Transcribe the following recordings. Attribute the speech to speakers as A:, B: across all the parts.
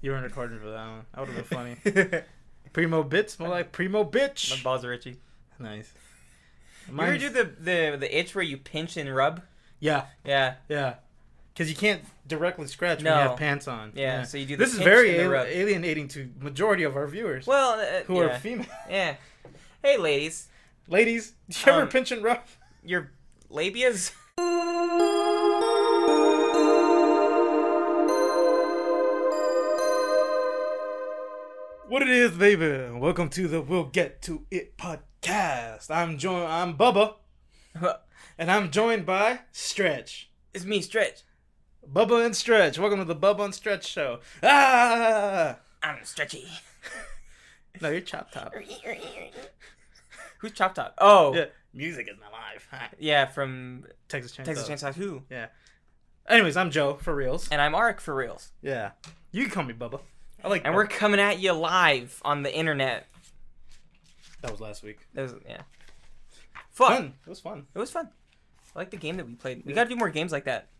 A: You weren't recording for that one. That would have been funny. Primo bits, more like primo
B: My
A: bitch.
B: balls are itchy.
A: Nice.
B: you ever
A: Mine's-
B: do the, the the itch where you pinch and rub?
A: yeah,
B: Yeah,
A: yeah. Because you can't directly scratch when
B: No.
A: you have pants on.
B: yeah. So you do. The
A: this is
B: pinch
A: very
B: and the
A: al-
B: rub.
A: alienating to majority of our viewers
B: well, uh,
A: who
B: yeah.
A: are female.
B: yeah. Hey, ladies,
A: Ladies, do you ever
B: Um,
A: pinch and rub?
B: your labias.
A: What it is, baby? Welcome to the We'll Get to It podcast. I'm joined. I'm Bubba, and I'm joined by Stretch.
B: it's me, Stretch.
A: Bubba and Stretch. Welcome to the Bubba and Stretch show. Ah!
B: I'm stretchy.
A: No, you're chop top.
B: Who's Chop Top? Oh, yeah,
A: Yeah. Music is my life.
B: from
A: Texas Chainsaw.
B: Texas Chainsaw Who?
A: Anyways, I'm Joe for reals.
B: And I'm Arik for reals.
A: Yeah, you can call me Bubba. I like.
B: And
A: Bubba.
B: we're coming at you live on the internet.
A: that was last week.
B: That was, yeah. Fun.
A: Fun. It was fun.
B: It was fun. I like the game that we played. We gotta do more games like that.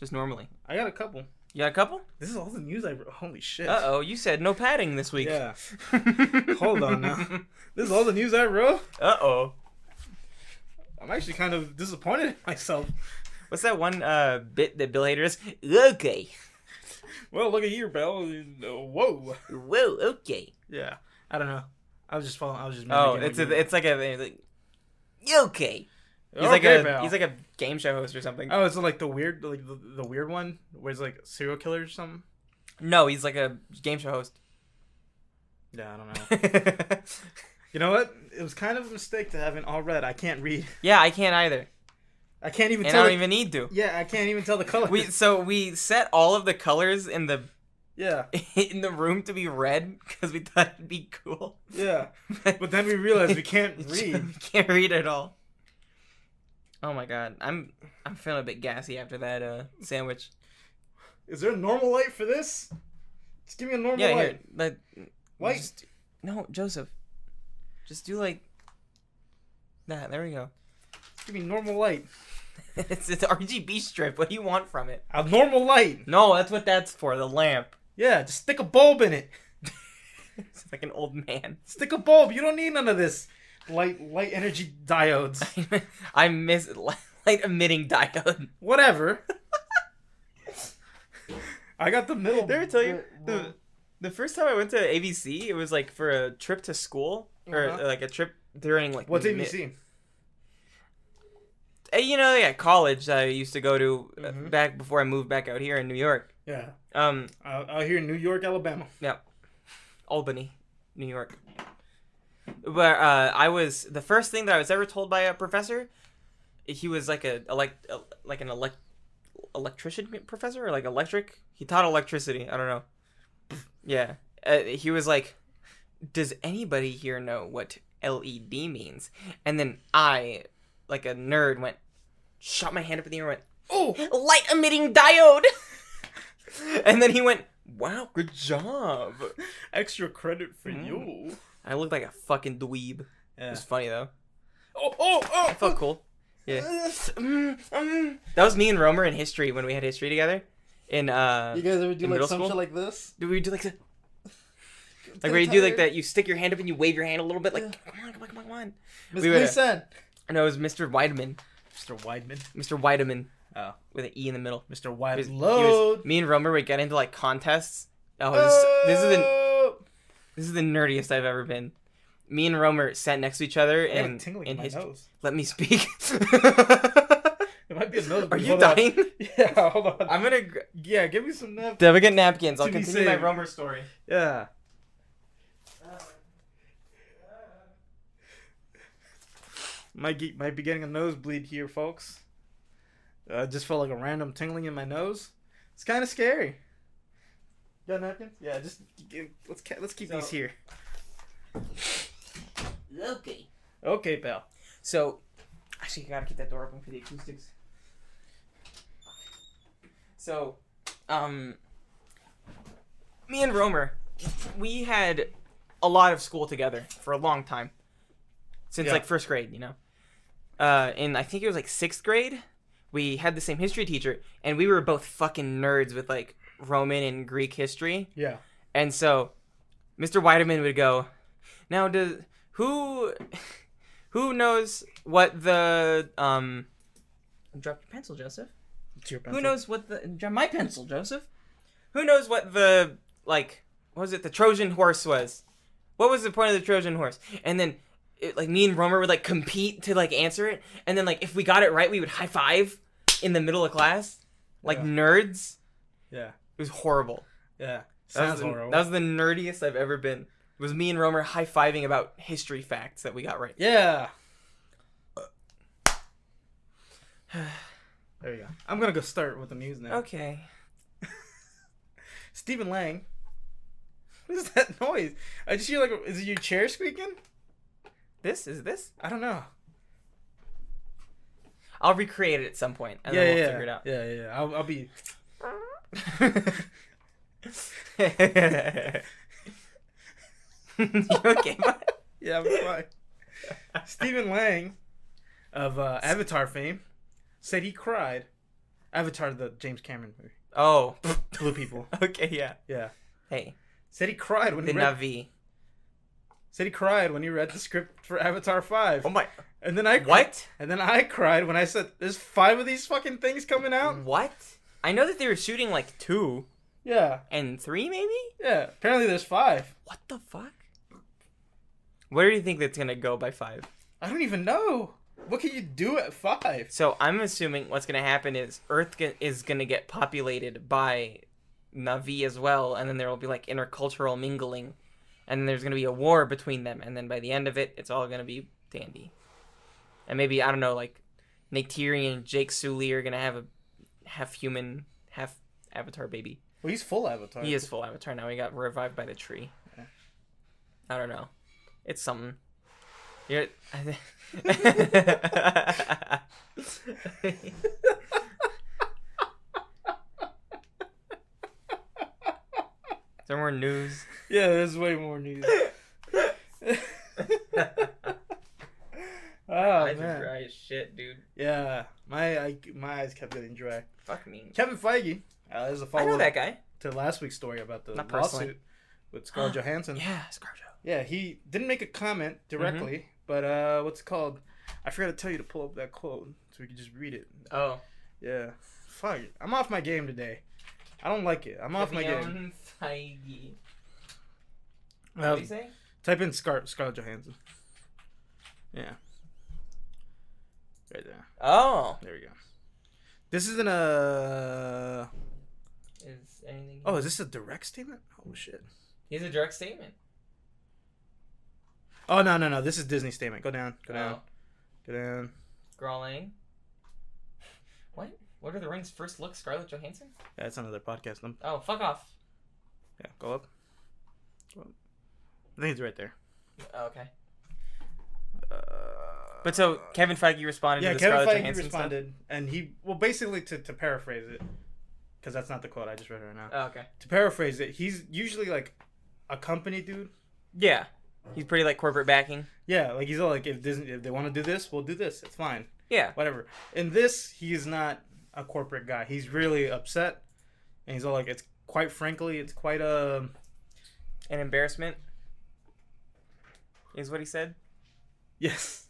B: Just normally.
A: I got a couple.
B: You got a couple?
A: This is all the news I wrote. Holy shit.
B: Uh oh, you said no padding this week.
A: Yeah. Hold on now. This is all the news I wrote.
B: Uh oh.
A: I'm actually kind of disappointed in myself.
B: What's that one uh bit that Bill Hader is? Okay.
A: Well, look at here, Bell. Whoa.
B: Whoa, okay.
A: Yeah. I don't know. I was just following. I was just.
B: Oh,
A: mimicking
B: it's
A: what
B: a,
A: you-
B: it's like a it's like, okay. He's
A: Okay,
B: like a
A: Bell.
B: he's like a game show host or something.
A: Oh, it's like the weird, like the, the weird one, where it's like serial killer or something.
B: No, he's like a game show host.
A: Yeah, I don't know. you know what? It was kind of a mistake to have it all red. I can't read.
B: yeah, I can't either,
A: I can't even
B: and I
A: tell.
B: don't
A: the-
B: even need to.
A: Yeah, I can't even tell the color.
B: We so we set all of the colors in the
A: Yeah,
B: in the room to be red because we thought it'd be cool.
A: yeah. But then we realized we can't read.
B: we can't read at all. Oh my god, I'm I'm feeling a bit gassy after that uh sandwich.
A: Is there a normal light for this? Just give me a normal
B: yeah,
A: light.
B: here, but
A: Light.
B: just- no, Joseph, just do like that. There we go.
A: Give me normal light.
B: it's it's RGB strip. What do you want from it?
A: A normal light.
B: No, that's what that's for. The lamp.
A: Yeah, just stick a bulb in it.
B: It's like an old man.
A: Stick a bulb. You don't need none of this light light energy diodes.
B: I miss light emitting diode.
A: Whatever. I got the middle.
B: Did I ever tell you the the first time I went to ABC, it was like for a trip to school or
A: Uh-huh.
B: like a trip during like
A: What's
B: mid-
A: ABC?
B: Uh, You know, yeah, college that I used to go to uh,
A: Mhm.
B: back before I moved back out here in New York.
A: Yeah,
B: Um,
A: out, out here in New York, Alabama.
B: Albany, New York. But uh, I was the first thing that I was ever told by a professor. He was like a elect, like an elect, electrician professor or like electric. He taught electricity. I don't know. Yeah, uh, he was like, "Does anybody here know what LED means?" And then I, like a nerd, went, shot my hand up in the air, and went,
A: Oh,
B: light emitting diode. and then he went, "Wow, good job."
A: extra credit for
B: Mm.
A: you.
B: I look like a fucking dweeb. It
A: Yeah.
B: was funny though.
A: Oh, oh, oh. Uh, mm,
B: Felt cool. Yeah. That was me and Romer in history when we had history together. In uh,
A: guys ever do
B: In like, middle some school? shit
A: like this?
B: do we do like the, like where you do like that? You stick your hand up and you wave your hand a little bit, like come on, come on, come on, come on.
A: Mr.
B: We would- And it was Mr. Weideman,
A: Mr. Weidman.
B: Mr. Weideman,
A: Oh.
B: with an e in the middle.
A: Mr.
B: He was-
A: Weidman.
B: he was- me and Romer would get into like contests. Oh, this, this is the
A: Oh.
B: this is the nerdiest I've ever been. Me and Romer sat next to each other
A: I got a
B: and
A: tingling in
B: in
A: my
B: history.
A: nose.
B: Let me speak.
A: It might be a nose.
B: Are
A: bleed.
B: you
A: Hold on.
B: dying?
A: Yeah, hold on.
B: I'm gonna gr-
A: Yeah, give me some nap.
B: Deb, get napkins. I'll
A: To be
B: continue my
A: saved.
B: Romer story.
A: Yeah. Might get, might be getting a nosebleed here, folks. I just felt like a random tingling in my nose. It's kind of scary. You got napkins? Yeah, just g- let's ca- let's keep
B: So-
A: these here.
B: Okay.
A: Okay, pal.
B: So, actually, I gotta keep that door open for the acoustics. So, um, me and Romer, we had a lot of school together for a long time, since
A: Yeah.
B: like first grade, you know. Uh, and I think it was like sixth grade, we had the same history teacher, and we were both fucking nerds with like Roman and Greek history.
A: Yeah.
B: And so Mr. Weideman would go, "Now does who who knows what the um drop your pencil, Joseph?
A: It's your
B: Who
A: pencil.
B: knows what the drop my pencil, Joseph? Who knows what the like what was it the Trojan horse was? What was the point of the Trojan horse? And then it, like me and Romer would like compete to like answer it, and then like if we got it right, we would high five in the middle of class, like
A: Yeah.
B: nerds.
A: Yeah.
B: It was horrible.
A: Yeah.
B: That was,
A: Sounds
B: the,
A: horrible.
B: that was the nerdiest I've ever been. Was me and Romer high fiving about history facts that we got right.
A: Yeah. There you go. I'm gonna go start with the news now.
B: Okay.
A: Stephen Lang. What is that noise? I just hear like, a- is it your chair squeaking?
B: This is this.
A: I don't know.
B: I'll recreate it at some point, and
A: yeah,
B: then
A: yeah,
B: we'll
A: yeah.
B: figure it out.
A: yeah, yeah, yeah. I'll, I'll be.
B: You okay, bud?
A: Yeah, I'm fine. Stephen Lang, of uh, Avatar fame, said he cried. Avatar, the James Cameron movie,
B: Oh.
A: Blue People.
B: Okay, yeah.
A: Yeah,
B: Hey,
A: said he cried when
B: the
A: he read,
B: Navi.
A: said he cried when he read the script for Avatar Five.
B: Oh my.
A: And then I
B: What?
A: and then I cried when I said, "There's five of these fucking things coming out."
B: What? I know that they were shooting like two
A: Yeah,
B: and three, maybe.
A: yeah. Apparently, there's five.
B: What the fuck? Where do you think that's gonna go by five?
A: I don't even know. What can you do at five?
B: So I'm assuming what's gonna happen is Earth g- is gonna get populated by Navi as well, and then there will be like intercultural mingling, and then there's gonna be a war between them, and then by the end of it, it's all gonna be dandy, and maybe I don't know, like Neytiri and Jake Sully are gonna have a half human, half avatar baby.
A: Well, he's full Avatar.
B: He is full avatar now. He got revived by the tree. I don't know. It's something. You're. Is there more news?
A: Yeah, there's way more news. oh man.
B: dry as shit, dude.
A: Yeah, my I, my eyes kept getting dry.
B: Fuck me.
A: Kevin Feige, uh, there's a
B: I know
A: follow
B: that
A: up
B: guy.
A: to last week's story about the
B: Not personally.
A: lawsuit with Scarlett Johansson. Yeah.
B: Yeah, Scarjo.
A: he didn't make a comment directly,
B: Mm-hmm.
A: but uh, what's it called? I forgot to tell you to pull up that quote so we could just read it.
B: Oh.
A: Yeah, fuck, it. I'm off my game today. I don't like it. I'm off my game.
B: Leon Feige. What
A: Uh,
B: did he say?
A: type in Scar- Scarlett Johansson. Yeah, right there.
B: Oh.
A: There we go. This isn't a.
B: Is anything?
A: Oh, is this a direct statement? Oh shit.
B: he's a direct statement.
A: Oh no no no! This is Disney statement. Go down, go down,
B: Oh.
A: go down.
B: Grawling. What? What are the rings first look? Scarlett Johansson?
A: That's another podcast. Um,
B: Oh, fuck off.
A: yeah, go up. Go up. I think it's right there.
B: Oh, okay.
A: Uh,
B: But so Kevin Feige responded
A: yeah,
B: to the
A: Kevin
B: Scarlett
A: Feige
B: Johansson
A: responded, and he well basically to, to paraphrase it, because that's not the quote I just read right now.
B: stuff. Oh, okay.
A: to paraphrase it, he's usually like a company dude.
B: Yeah. He's pretty like corporate backing.
A: Yeah, like he's all like if Disney if they want to do this, we'll do this. It's fine.
B: Yeah.
A: whatever. In this, he is not a corporate guy. He's really upset, and he's all like, "It's quite frankly, it's quite um, a
B: An embarrassment is what he said.
A: yes."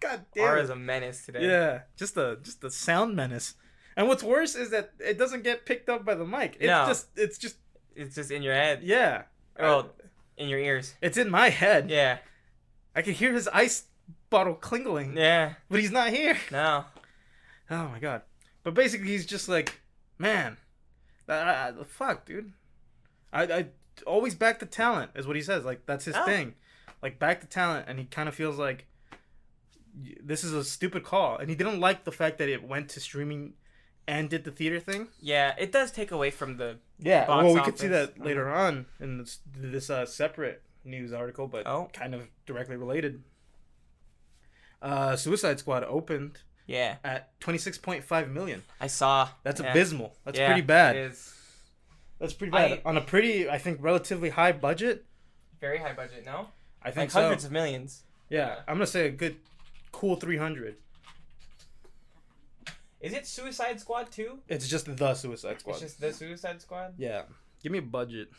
A: God
B: R
A: damn
B: is
A: it.
B: a menace today.
A: Yeah, just a just a sound menace. And what's worse is that it doesn't get picked up by the mic. It's
B: No.
A: just it's just
B: It's just in your head.
A: yeah.
B: Well, in your ears.
A: it's in my head.
B: Yeah.
A: I can hear his ice bottle clingling,
B: Yeah.
A: but he's not here.
B: No.
A: Oh my god. But basically, he's just like, man, I, I, I- fuck, dude. I, I always back the talent is what he says. Like that's his
B: Oh.
A: thing. Like back the talent, and he kind of feels like y- this is a stupid call, and he didn't like the fact that it went to streaming and did the theater thing.
B: Yeah. It does take away from the.
A: Yeah,
B: Box
A: well, we could see
B: office.
A: that later on in this, this uh, separate news article, but
B: Oh.
A: kind of directly related. Uh, Suicide Squad opened
B: Yeah.
A: at twenty six point five million.
B: I saw.
A: That's
B: Yeah.
A: abysmal. That's
B: Yeah,
A: pretty bad.
B: It is
A: That's pretty bad.
B: I-
A: On a pretty, I think, relatively high budget.
B: very high budget. No.
A: I think
B: Like
A: so.
B: hundreds of millions.
A: yeah, I'm gonna say a good, cool 300.
B: Is it Suicide Squad too?
A: It's just the Suicide Squad.
B: It's just the Suicide Squad.
A: Yeah. Give me a budget.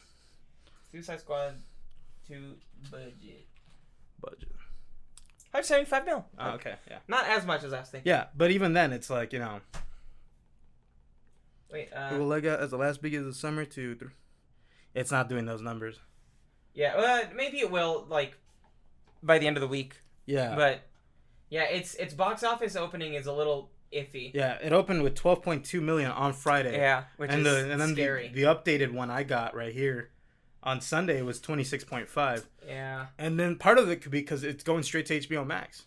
B: Suicide Squad, two budget.
A: Budget.
B: 175 mil.
A: Oh, okay. Yeah.
B: Uh, Not as much as I was thinking.
A: Yeah, but even then, it's like you know,
B: Wait. Uh,
A: we will leg out as the last big of the summer to. Th- it's not doing those numbers.
B: Yeah. Well, maybe it will like by the end of the week.
A: Yeah.
B: But yeah, its its box office opening is a little iffy.
A: yeah. It opened with 12.2 million on Friday.
B: Yeah, which
A: and
B: is
A: the and then
B: scary.
A: The, the updated one I got right here on Sunday was 26.5,
B: yeah.
A: and then part of it could be because it's going straight to HBO Max.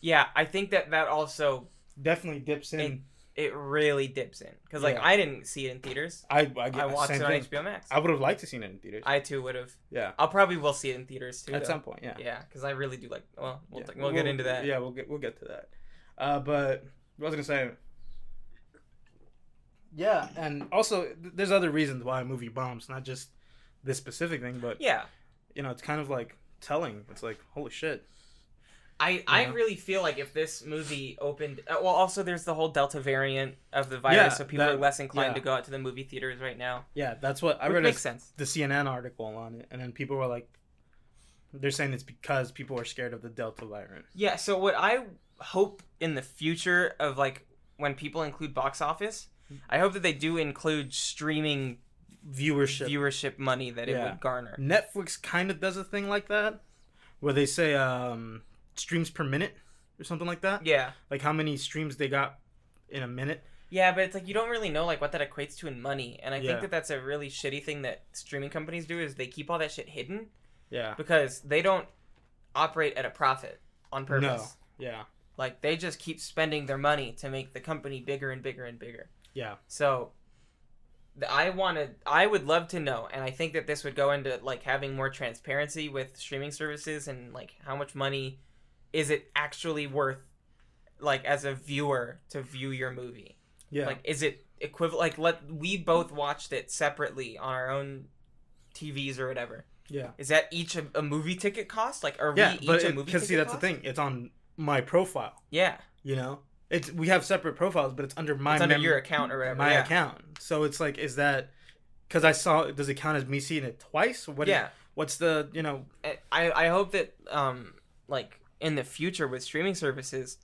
B: Yeah, I think that that also
A: Definitely dips in.
B: It- it really dips in cuz like
A: Yeah.
B: I didn't see it in theaters.
A: I I,
B: I watched it on HBO Max. I,
A: would have liked to seen it in theaters
B: too would have.
A: Yeah.
B: I'll probably will see it in theaters too.
A: at
B: though.
A: some point. Yeah.
B: Yeah, cuz I really do like well, we'll,
A: Yeah.
B: t- we'll get into that.
A: Yeah, we'll get we'll get to that. Uh, but I was gonna say. Yeah, and also th- there's other reasons why a movie bombs, not just this specific thing, but
B: Yeah.
A: you know, it's kind of like telling. It's like holy shit.
B: I, I
A: Yeah.
B: really feel like if this movie opened uh, well also there's the whole delta variant of the virus
A: Yeah,
B: so people
A: that-
B: are less inclined
A: yeah.
B: to go out to the movie theaters right now
A: Yeah, that's what I
B: which
A: read
B: makes
A: a,
B: sense
A: the CNN article on it, and then people were like, they're saying it's because people are scared of the Delta variant.
B: yeah so what I hope in the future of like when people include box office I hope that they do include streaming
A: Viewership.
B: viewership money that it
A: Yeah.
B: would garner
A: Netflix kind of does a thing like that, where they say um, streams per minute or something like that.
B: yeah
A: like how many streams they got in a minute.
B: yeah but it's like you don't really know like what that equates to in money and I
A: Yeah.
B: think that that's a really shitty thing that streaming companies do is they keep all that shit hidden
A: Yeah.
B: because they don't operate at a profit on purpose.
A: Yeah.
B: Like they just keep spending their money to make the company bigger and bigger and bigger.
A: Yeah.
B: So th- I wanted I would love to know and I think that this would go into like having more transparency with streaming services and like how much money is it actually worth like as a viewer to view your movie.
A: Yeah.
B: Like is it equivalent like let we both watched it separately on our own TVs or whatever.
A: yeah.
B: Is that each a, a movie ticket cost? Like, are
A: Yeah.
B: we each
A: But
B: a movie ticket
A: because see, that's
B: cost?
A: the thing. It's on my profile.
B: Yeah,
A: You know, it's we have separate profiles, but it's under my
B: it's under
A: mem-
B: your account or whatever.
A: my
B: yeah.
A: account. So it's like, is that because I saw? Does it count as me seeing it twice? What? is-
B: yeah,
A: what's the you know?
B: I I hope that um like in the future with streaming services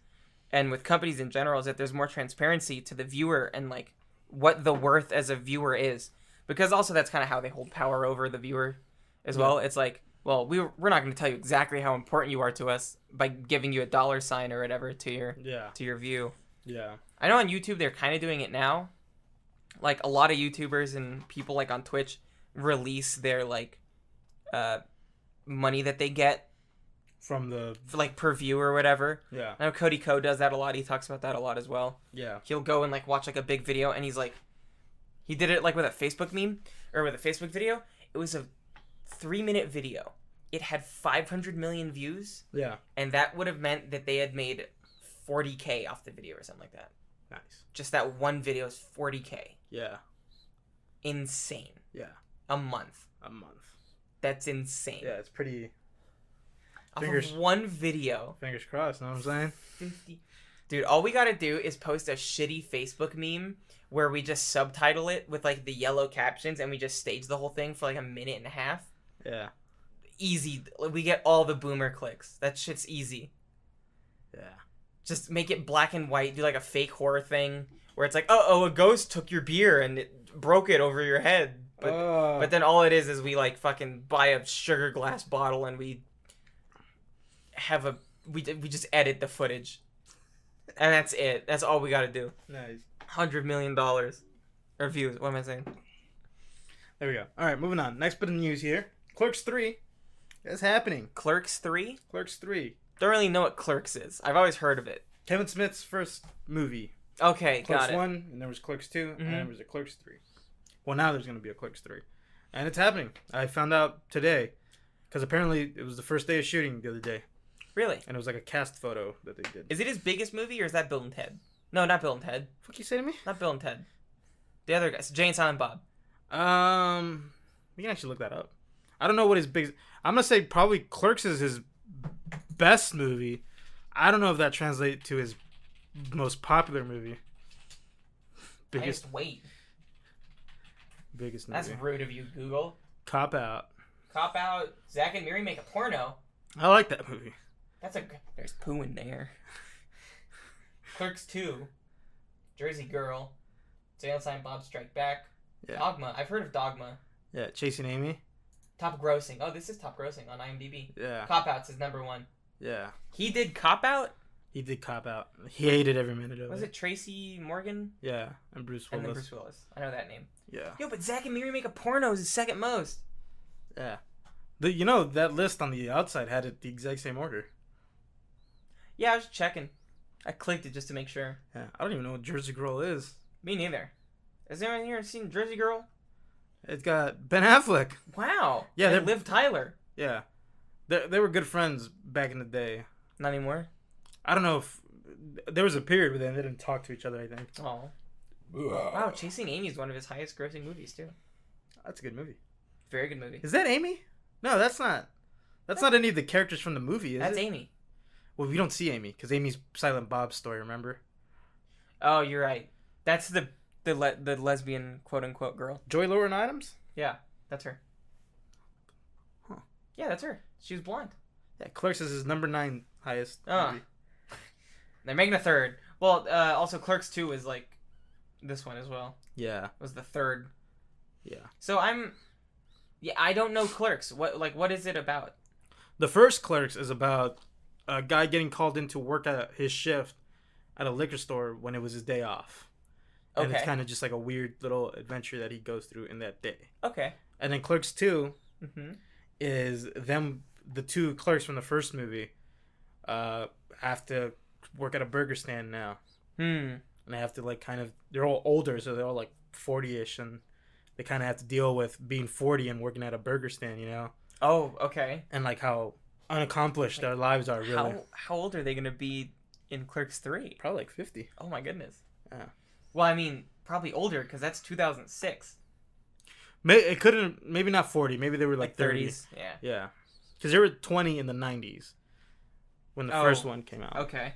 B: and with companies in general is that there's more transparency to the viewer and like what the worth as a viewer is because also that's kind of how they hold power over the viewer as well. It's like well we we're not going to tell you exactly how important you are to us by giving you a dollar sign or whatever to your
A: Yeah.
B: to your view.
A: Yeah.
B: I know on YouTube they're kind of doing it now. Like a lot of YouTubers and people like on Twitch release their like uh money that they get
A: From the
B: for like per view or whatever.
A: yeah
B: I know Cody Co does that a lot. He talks about that a lot as well.
A: yeah
B: He'll go and like watch like a big video and he's like he did it like with a Facebook meme or with a Facebook video. It was a 3-minute video. It had 500 million views
A: yeah
B: and that would have meant that they had made 40k off the video or something like that.
A: nice
B: Just that one video is 40k.
A: yeah
B: insane.
A: Yeah.
B: A month.
A: a month.
B: That's insane.
A: Yeah, it's pretty.
B: Off
A: fingers-
B: of one video,
A: Fingers crossed. Know what I'm saying?
B: 50. Dude, all we gotta do is post a shitty Facebook meme where we just subtitle it with like the yellow captions and we just stage the whole thing for like a minute and a half.
A: Yeah.
B: Easy. We get all the boomer clicks. That shit's easy.
A: Yeah.
B: Just make it black and white. Do like a fake horror thing where it's like, uh oh, a ghost took your beer and it broke it over your head. But
A: Oh.
B: But then all it is is we like fucking buy a sugar glass bottle and we have a we d- we just edit the footage, and that's it. That's all we gotta do.
A: nice.
B: Hundred million dollars, or views. What am I saying?
A: There we go. All right, moving on. Next bit of news here. Clerks 3. That's happening.
B: Clerks three.
A: Clerks 3.
B: Don't really know what Clerks is. I've always heard of it.
A: Kevin Smith's first movie.
B: Okay,
A: Clerks
B: got it.
A: 1, and there was Clerks 2, and then
B: Mhm.
A: there was a Clerks 3. Well, now there's going to be a Clerks 3. And it's happening. I found out today because apparently it was the first day of shooting the other day,
B: Really?
A: and it was like a cast photo that they did.
B: Is it his biggest movie or is that Bill and Ted? No, not Bill and Ted.
A: fuck you say to me?
B: Not Bill and Ted. The other guys, Jane, Silent Bob.
A: Um, we can actually look that up. I don't know what his big. I'm gonna say probably Clerks is his best movie. I don't know if that translates to his most popular movie. biggest
B: Biggest wait.
A: biggest
B: That's
A: movie.
B: rude of you, Google.
A: Cop Out.
B: Cop out. Zach and Miri make a porno.
A: I like that movie.
B: That's a. g- There's poo in there. Clerks two. Jersey Girl. Daniel Sign Bob Strike Back.
A: Yeah.
B: Dogma. I've heard of Dogma.
A: Yeah, Chasing Amy.
B: Top grossing. Oh, this is top grossing on IMDb.
A: Yeah,
B: Cop Out's his number one.
A: yeah.
B: He did Cop Out.
A: He did Cop Out. He hated every minute of
B: Was
A: it.
B: it Tracy Morgan?
A: Yeah, and Bruce
B: And
A: Willis.
B: then Bruce Willis. I know that name.
A: Yeah,
B: Yo, but Zach and Miri make a porno is his second most.
A: the, you know that list on the outside had it the exact same order.
B: Yeah, I was checking. I clicked it just to make sure.
A: Yeah, I don't even know what Jersey Girl is.
B: Me neither. Has anyone here seen Jersey Girl?
A: It's got Ben Affleck.
B: Wow.
A: Yeah,
B: And
A: they're-
B: Liv Tyler.
A: Yeah, they they were good friends back in the day.
B: Not anymore.
A: I don't know if there was a period where they didn't talk to each other. I think.
B: Oh. Wow, Chasing Amy is one of his highest grossing movies too.
A: that's a good movie.
B: Very good movie.
A: Is that Amy? No, that's not. That's not any of the characters from the movie, is
B: That's
A: it?
B: Amy.
A: Well, we don't see Amy because Amy's Silent Bob's story. Remember,
B: Oh, you're right. That's the the le- the lesbian quote unquote girl.
A: Joy Lauren Adams.
B: Yeah, that's her.
A: Huh.
B: Yeah, that's her. She was blonde.
A: Yeah, Clerks is his number nine highest.
B: Ah.
A: movie.
B: They're making a third. Well, uh, also Clerks Two is like this one as well.
A: Yeah,
B: Was the third.
A: yeah.
B: So I'm. Yeah, I don't know Clerks. What like what is it about?
A: The first Clerks is about a guy getting called in to work at his shift at a liquor store when it was his day off. And it's
B: Okay.
A: kind of just like a weird little adventure that he goes through in that day.
B: Okay.
A: And then Clerks 2
B: Mm-hmm.
A: is them the two clerks from the first movie uh have to work at a burger stand now and
B: Hmm.
A: they have to like kind of they're all older so they're all like 40ish and they kind of have to deal with being 40 and working at a burger stand you know
B: Oh, okay.
A: and like how unaccomplished their lives are really
B: How how old are they gonna be in Clerks Three?
A: probably like 50
B: Oh my goodness.
A: Yeah.
B: Well, I mean, probably older because that's 2006.
A: May- it couldn't maybe not 40 maybe they were like,
B: Like
A: 30
B: 30s. Yeah.
A: yeah because they were 20 in the 90s when the
B: Oh.
A: first one came out
B: Okay.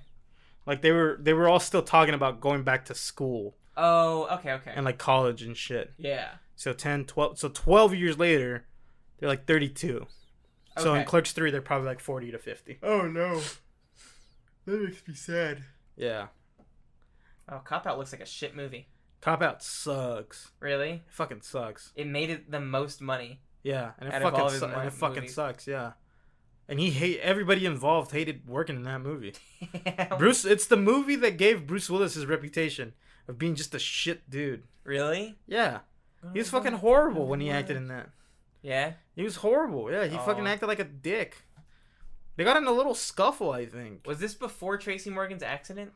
A: like they were they were all still talking about going back to school
B: Oh, okay, okay.
A: and like college and shit
B: yeah.
A: So 10, 12, so 12 years later, they're like 32. So in
B: Okay.
A: Clerks 3, they're probably like 40 to 50.
B: Oh no. That makes me sad.
A: Yeah.
B: Oh, Cop Out looks like a shit movie.
A: Cop Out sucks.
B: Really?
A: It fucking sucks.
B: It made it the most money.
A: Yeah. And it
B: Out of all
A: fucking,
B: his
A: su- and
B: mo-
A: it fucking
B: movies.
A: sucks. Yeah. And he hate everybody involved hated working in that movie.
B: Oh.
A: Bruce, it's the movie that gave Bruce Willis his reputation of being just a shit dude.
B: really?
A: Yeah, he was fucking horrible when he acted in that.
B: Yeah.
A: He was horrible. Yeah, he fucking
B: Oh.
A: acted like a dick. They got in a little scuffle, I think.
B: Was this before Tracy Morgan's accident?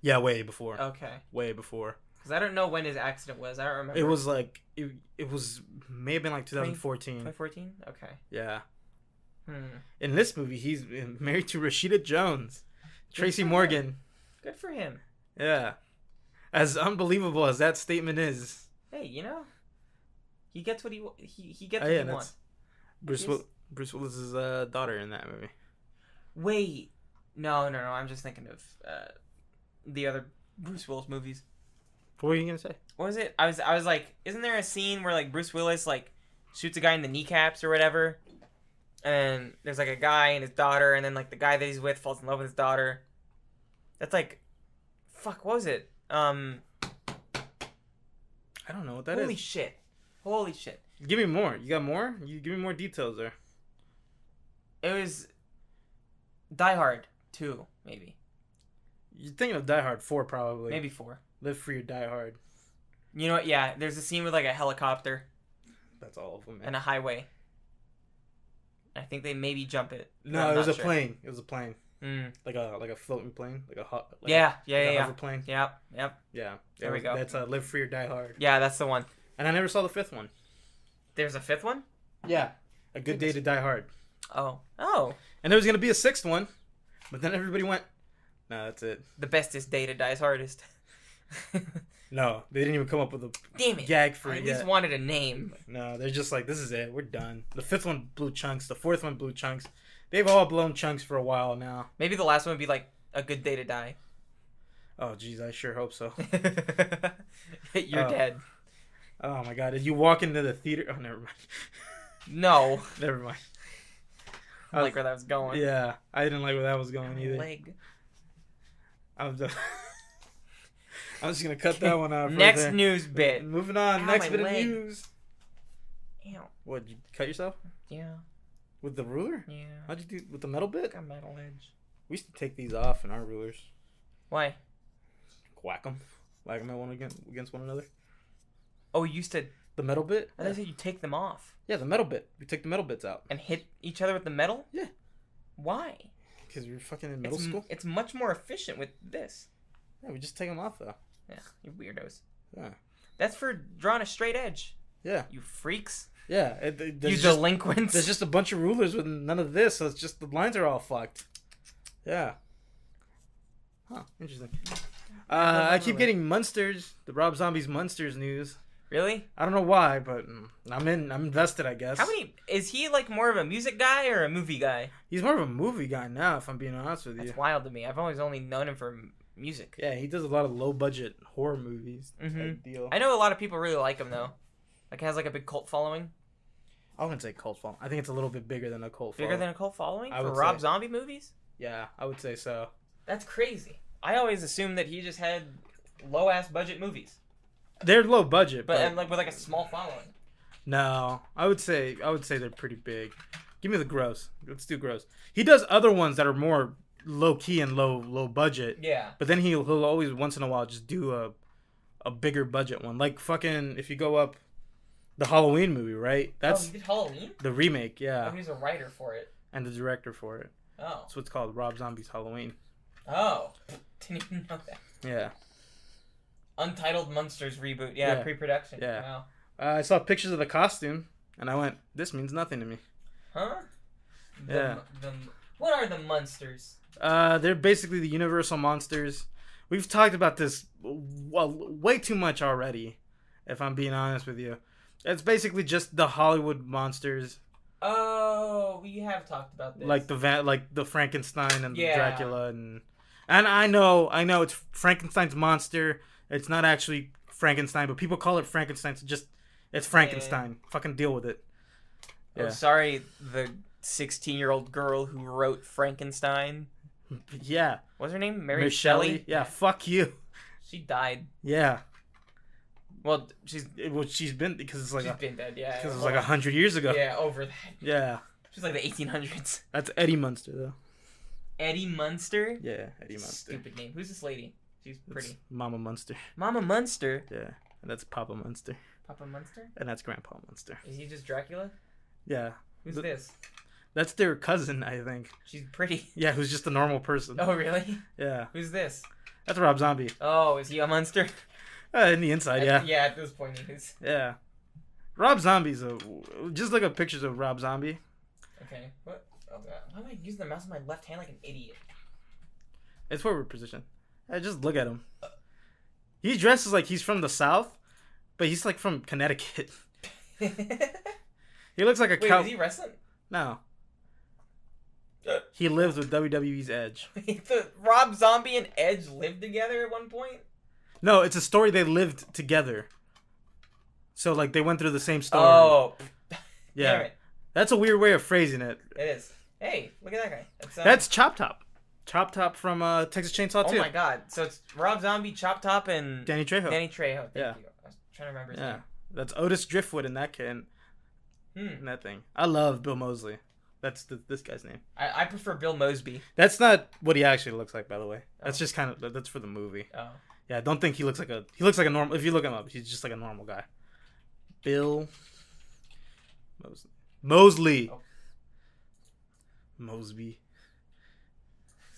A: Yeah, way before.
B: Okay.
A: Way before.
B: Because I don't know when his accident was. I don't remember.
A: It was like it, it was may have been like 2014.
B: 2014. Okay.
A: Yeah.
B: Hmm.
A: In this movie, he's married to Rashida Jones, Tracy
B: for him.
A: Morgan.
B: Good for him.
A: Yeah. As unbelievable as that statement is,
B: Hey, you know, he gets what he wa- he he gets
A: Oh,
B: what
A: yeah,
B: he
A: that's-
B: wants.
A: Bruce
B: Yes.
A: Will- Bruce Willis's uh, daughter in that movie.
B: Wait, no, no, no. I'm just thinking of uh, the other Bruce Willis movies.
A: What were you gonna say?
B: What was it? I was I was like, isn't there a scene where like Bruce Willis like shoots a guy in the kneecaps or whatever? And there's like a guy and his daughter, and then like the guy that he's with falls in love with his daughter. That's like, fuck, what was it? Um,
A: I don't know what that is.
B: holy shit, holy shit.
A: give me more. You got more? You give me more details there.
B: It was Die Hard two, maybe,
A: You're thinking of Die Hard four probably.
B: maybe four.
A: Live Free or Die Hard.
B: You know what? Yeah, there's a scene with like a helicopter
A: That's all of them. Man.
B: and a highway. I think they maybe jump it. but
A: no,
B: I'm
A: it was
B: not
A: a
B: sure.
A: plane. It was a plane,
B: Mm.
A: like a like a floating plane, like a hot. Like
B: yeah, yeah,
A: like
B: yeah,
A: a
B: yeah.
A: hover plane.
B: Yep, yep.
A: Yeah.
B: There we
A: That-
B: go.
A: That's uh, Live Free or Die Hard.
B: Yeah, that's the one.
A: And I never saw the fifth one.
B: There's a fifth one?
A: Yeah. A Good Day to Die Hard.
B: Oh. Oh.
A: And there was going to be a sixth one, but then everybody went, no, that's it.
B: The bestest day to die is hardest.
A: No, they didn't even come up with a
B: Damn it.
A: gag
B: I
A: for
B: at
A: it
B: least
A: yet.
B: wanted a name.
A: No, they're just like, this is it. We're done. The fifth one blew chunks. The fourth one blew chunks. They've all blown chunks for a while now.
B: Maybe the last one would be like a good day to die.
A: Oh, geez, I sure hope so.
B: You're
A: Oh.
B: dead.
A: Oh my god, did you walk into the theater? Oh, never mind.
B: No.
A: never mind.
B: I like where that was going.
A: Yeah, I didn't like where that was going either.
B: Leg.
A: I'm just, I'm just gonna cut that one out. right
B: Next
A: there.
B: news bit.
A: Moving on.
B: Ow,
A: next
B: my
A: bit
B: leg.
A: of news.
B: Ow.
A: What? You cut yourself
B: Yeah.
A: with the ruler?
B: Yeah.
A: How'd you do with the metal bit?
B: Got metal edge.
A: We used to take these off in our rulers.
B: Why?
A: Whack them. Whack them at one against, against one another.
B: Oh, you used to.
A: The metal bit.
B: I thought you said you take them off
A: Yeah, the metal bit. We took the metal bits out
B: and hit each other with the metal.
A: Yeah.
B: Why?
A: because we were fucking in middle
B: it's, m-
A: school.
B: It's much more efficient with this.
A: Yeah, we just take them off though.
B: Ugh, you weirdos.
A: Yeah.
B: That's for drawing a straight edge.
A: Yeah.
B: You freaks.
A: Yeah. It, it- there's
B: you
A: just-
B: delinquents.
A: There's just a bunch of rulers with none of this, so it's just the lines are all fucked. Yeah. Huh. Interesting. Uh, I keep getting Munsters, the Rob Zombies Munsters news.
B: really?
A: I don't know why, but mm, I'm in. I'm invested, I guess.
B: How many? Is he like more of a music guy or a movie guy?
A: He's more of a movie guy now, if I'm being honest with you.
B: That's wild to me. I've always only known him for m- music.
A: Yeah, he does a lot of low budget horror movies. type
B: Mhm.
A: Deal.
B: I know a lot of people really like him though. Like has like a big cult following,
A: I wouldn't say cult following. I think it's a little bit bigger than a cult
B: bigger
A: following.
B: than a cult following
A: I
B: for
A: would
B: Rob
A: say.
B: Zombie movies.
A: Yeah, I would say so.
B: That's crazy. I always assumed that he just had low ass budget movies,
A: They're low budget,
B: but
A: but,
B: and like with like a small following.
A: No, I would say I would say they're pretty big. Give me the gross. Let's do gross. He does other ones that are more low key and low low budget,
B: Yeah.
A: but then he'll he'll always once in a while just do a a bigger budget one. Like fucking if you go up the Halloween movie, right?
B: oh,
A: That's
B: he did Halloween.
A: the remake,
B: Oh,
A: yeah,
B: he was a writer for it.
A: and the director for it.
B: Oh.
A: That's what's called Rob Zombie's Halloween.
B: Oh. Didn't even know that.
A: Yeah,
B: Untitled Monsters reboot. Yeah,
A: Yeah.
B: pre-production.
A: Yeah.
B: Wow.
A: uh, I saw pictures of the costume, and I went, "This means nothing to me."
B: Huh? The,
A: Yeah.
B: The, what are the Monsters?
A: Uh, they're basically the universal monsters. We've talked about this well, way too much already, if I'm being honest with you. It's basically just the Hollywood monsters,
B: Oh, we have talked about this.
A: like the Va- like the Frankenstein and
B: Yeah.
A: the Dracula and and I know I know it's Frankenstein's monster. It's not actually Frankenstein, but people call it Frankenstein. So just it's Frankenstein. Fucking deal with it.
B: Oh,
A: Yeah.
B: sorry, the 16 year old girl who wrote Frankenstein.
A: Yeah,
B: What's her name? Mary
A: Michelle. E?
B: Shelley?
A: Yeah, fuck you.
B: She died.
A: Yeah,
B: Well, d- she's,
A: it, well, she's been because it's like
B: she's
A: a,
B: been dead, yeah.
A: because it's like a hundred years ago.
B: Yeah, over that.
A: yeah.
B: She's like the 1800s.
A: That's Eddie Munster, though.
B: Eddie Munster?
A: Yeah, Eddie Munster.
B: Stupid name. Who's this lady? She's
A: That's
B: pretty.
A: Mama Munster.
B: Mama Munster?
A: Yeah, and that's Papa Munster,
B: Papa Munster?
A: and that's Grandpa Munster.
B: Is he just Dracula?
A: Yeah,
B: Who's
A: The-
B: this?
A: that's their cousin, I think.
B: She's pretty.
A: Yeah, who's just a normal person.
B: Oh, really?
A: Yeah,
B: Who's this?
A: that's Rob Zombie.
B: Oh, is he a monster?
A: Uh, in the inside, yeah,
B: yeah, at this point he is.
A: yeah. Rob Zombie's a just look up pictures of Rob Zombie.
B: Okay. What? Oh, God. Why am I using the mouse with my left hand like an idiot?
A: It's where we're positioned. Uh, just look at him. He dresses like he's from the South, but he's like from Connecticut.
B: Wait,
A: He looks like a cow.
B: is he Uh. wrestling?
A: No. He lives with WWE's Edge.
B: Wait, the Rob Zombie and Edge lived together at one point?
A: No, it's a story they lived together. So like they went through the same story.
B: Oh,
A: yeah.
B: damn it.
A: That's a weird way of phrasing it.
B: It is. Hey, look at that guy. That's, uh,
A: That's Chop Top. Chop Top from uh, Texas Chainsaw
B: Oh
A: 2.
B: my god. So it's Rob Zombie, Chop Top, and Danny,
A: Danny Trejo.
B: Trejo. Thank
A: Yeah.
B: you. I was trying to remember his
A: yeah. That's Otis Driftwood in that can
B: name. Hmm.
A: in that thing. I love Bill Mosley. That's the, this guy's name.
B: I, I prefer Bill Mosby.
A: That's not what he actually looks like, by the way. That's
B: Oh.
A: just kind of that's for the movie.
B: Oh.
A: Yeah, don't think he looks like a he looks like a normal. If you look him up, he's just like a normal guy. Bill Mosley. Mosley.
B: Oh.
A: Mosby.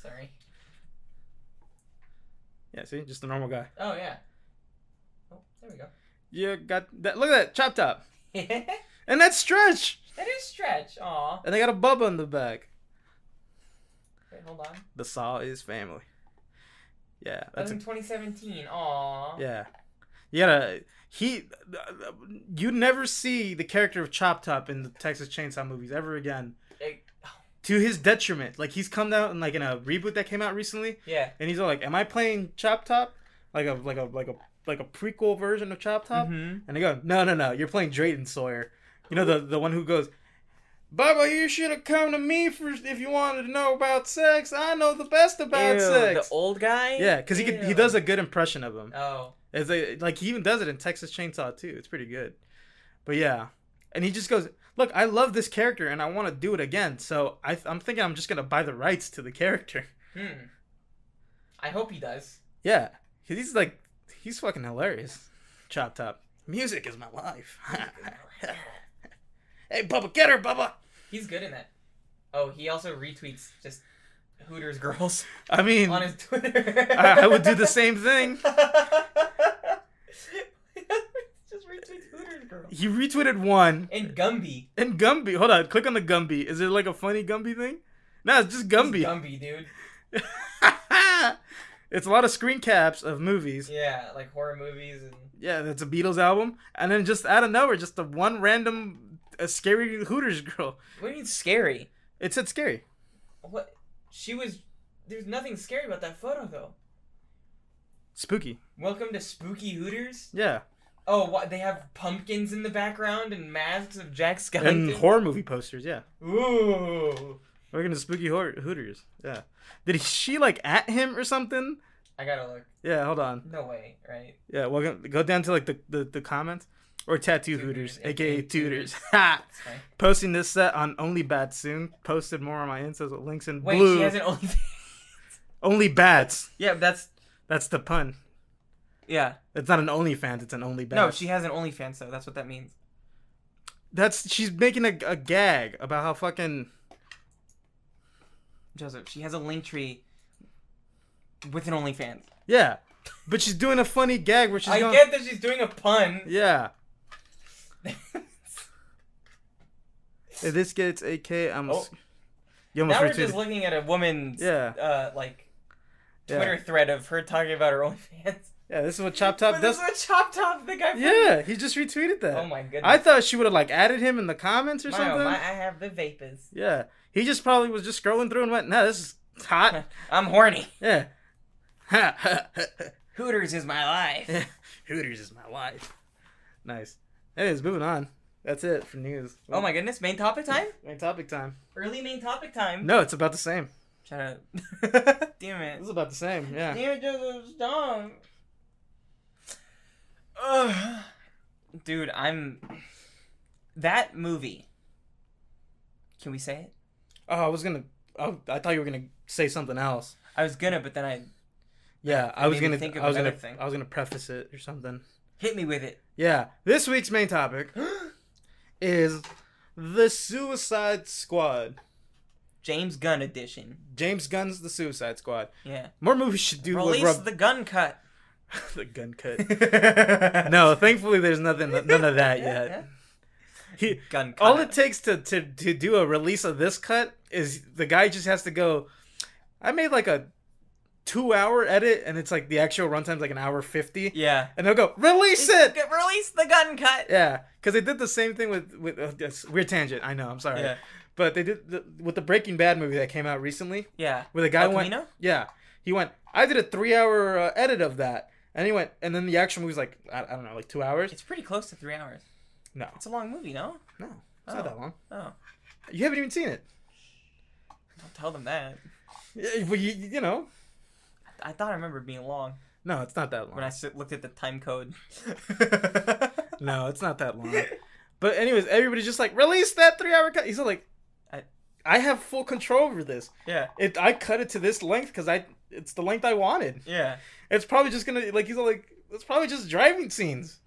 B: Sorry.
A: Yeah, see, just a normal guy.
B: Oh, yeah. Oh, there we go.
A: You got that. Look at that chop top,
B: that
A: and that's stretch.
B: is stretch. Aw.
A: And they got a bub on the back.
B: Wait, hold on.
A: The saw is family. Yeah,
B: That
A: that's
B: was
A: a,
B: in 2017. Aw.
A: yeah. You gotta he. You never see the character of Chop Top in the Texas Chainsaw movies ever again.
B: It-
A: to his detriment. Like he's come out in like in a reboot that came out recently,
B: Yeah.
A: and he's all like, "Am I playing Chop Top? Like a like a like a like a prequel version of Chop Top?"
B: Mm-hmm.
A: And they go, "No, no, no. You're playing Drayton Sawyer. You know the the one who goes." Bubba, you should have come to me first if you wanted to know about sex. I know the best about
B: the
A: sex.
B: old guy.
A: yeah, because he could, he
B: Ew.
A: does a good impression of him.
B: Oh.
A: As they, like he even does it in Texas Chainsaw too. It's pretty good. But yeah, and he just goes, "Look, I love this character and I want to do it again." So I, I'm thinking I'm just gonna buy the rights to the character.
B: Hmm. I hope he does.
A: Yeah, 'Cause he's like, he's fucking hilarious. Chop top. Music is my life. hey, Bubba, get her, Bubba.
B: He's good in that. Oh, he also retweets just Hooters girls
A: I mean,
B: on
A: I,
B: his Twitter.
A: I would do the same thing.
B: just retweets Hooters girls.
A: He retweeted one
B: And Gumby.
A: and Gumby. Hold on, click on the Gumby. Is it like a funny Gumby thing? No, it's just Gumby.
B: Gumby, dude.
A: it's a lot of screen caps of movies.
B: Yeah, like horror movies and
A: Yeah, that's a Beatles album, and then just out of nowhere, just the one random uh, scary Hooters girl.
B: What do you mean scary?
A: It said scary.
B: What? She was. There's nothing scary about that photo though.
A: Spooky.
B: Welcome to Spooky Hooters.
A: Yeah.
B: Oh, what? They have pumpkins in the background and masks of Jack
A: And
B: Skellington.
A: horror movie posters, yeah.
B: Ooh.
A: We're gonna spooky hor Hooters. Yeah. Did she like at him or something?
B: I gotta look.
A: Yeah, hold on.
B: No way, right?
A: Yeah, well go down to like the, the, the comments. Or tattoo hooters,
B: Hooters,
A: aka
B: aka
A: tutors. Ha!
B: That's fine.
A: Posting this set on Only Bats soon. Posted more on my Instas with links in
B: Wait,
A: blue.
B: she has an only.
A: Only Bats.
B: yeah, that's
A: That's the pun.
B: yeah.
A: It's not an OnlyFans. It's an OnlyBats.
B: No, she has an OnlyFans though. That's what that means.
A: That's she's making a, a gag about how fucking
B: Joseph, she has a link tree with an OnlyFans.
A: yeah, but she's doing a funny gag where she's
B: I
A: going
B: get that she's doing a pun.
A: yeah. If this gets a K, I'm
B: Oh.
A: you almost
B: now we're
A: retweeted.
B: just looking at a woman's
A: Yeah.
B: uh like
A: yeah.
B: Twitter thread of her talking about her OnlyFans.
A: yeah, this is what Chop
B: But
A: Top does.
B: this is what Chop Top the guy. from-
A: Yeah, he just retweeted that.
B: Oh my goodness.
A: I thought she would have like added him in the comments or
B: My, oh
A: something.
B: my, I have the vapors.
A: Yeah, he just probably was just scrolling through and went, "Nah, this is hot."
B: I'm horny.
A: yeah.
B: Hooters is my life.
A: Hooters is my life. Nice. Anyways, moving on. That's it for news.
B: oh my goodness. Main topic time.
A: Main topic time.
B: Early main topic time.
A: No, it's about the same.
B: Shut up. Damn it.
A: This is about the same. Yeah.
B: Dear Joseph's dog. Ugh. Dude, I'm. That movie. Can we say it?
A: Oh, I was gonna. Oh, I thought you were gonna say something else.
B: I was gonna, but then I
A: Yeah, I was
B: made me
A: gonna.
B: think of
A: I was gonna.
B: another thing.
A: I was gonna preface it or something.
B: hit me with it.
A: Yeah. This week's main topic is the Suicide Squad.
B: James Gunn edition.
A: James Gunn's The Suicide Squad.
B: Yeah.
A: More movies should do what
B: Release
A: rub
B: the gun cut.
A: the gun cut. No, thankfully there's nothing, none of that yet. He-
B: Gun cut.
A: all it takes to, to to do a release of this cut is the guy just has to go i made like a two hour edit and it's like the actual runtime's like an hour 50
B: yeah.
A: and they'll go release it
B: Release the gun cut.
A: yeah because they did the same thing with with uh, that's a weird tangent i know i'm sorry
B: Yeah.
A: but they did the, with the breaking bad movie that came out recently
B: Yeah.
A: where the guy
B: El
A: went
B: Camino?
A: yeah he went i did a three hour uh, edit of that and he went and then the actual movie's like i, I don't know like two hours
B: It's pretty close to three hours.
A: no
B: It's a long movie, no?
A: no it's not
B: Oh.
A: that long
B: Oh,
A: you haven't even seen it
B: don't tell them that.
A: yeah, but you, you know
B: I thought I remember being long.
A: No, it's not that long.
B: when I s- looked at the time code.
A: no, it's not that long. But anyways, everybody's just like, release that three hour cut. He's all like, I,
B: I-
A: I have full control over this.
B: yeah,
A: It, I cut it to this length because I, it's the length I wanted.
B: yeah.
A: It's probably just gonna like he's all like, it's probably just driving scenes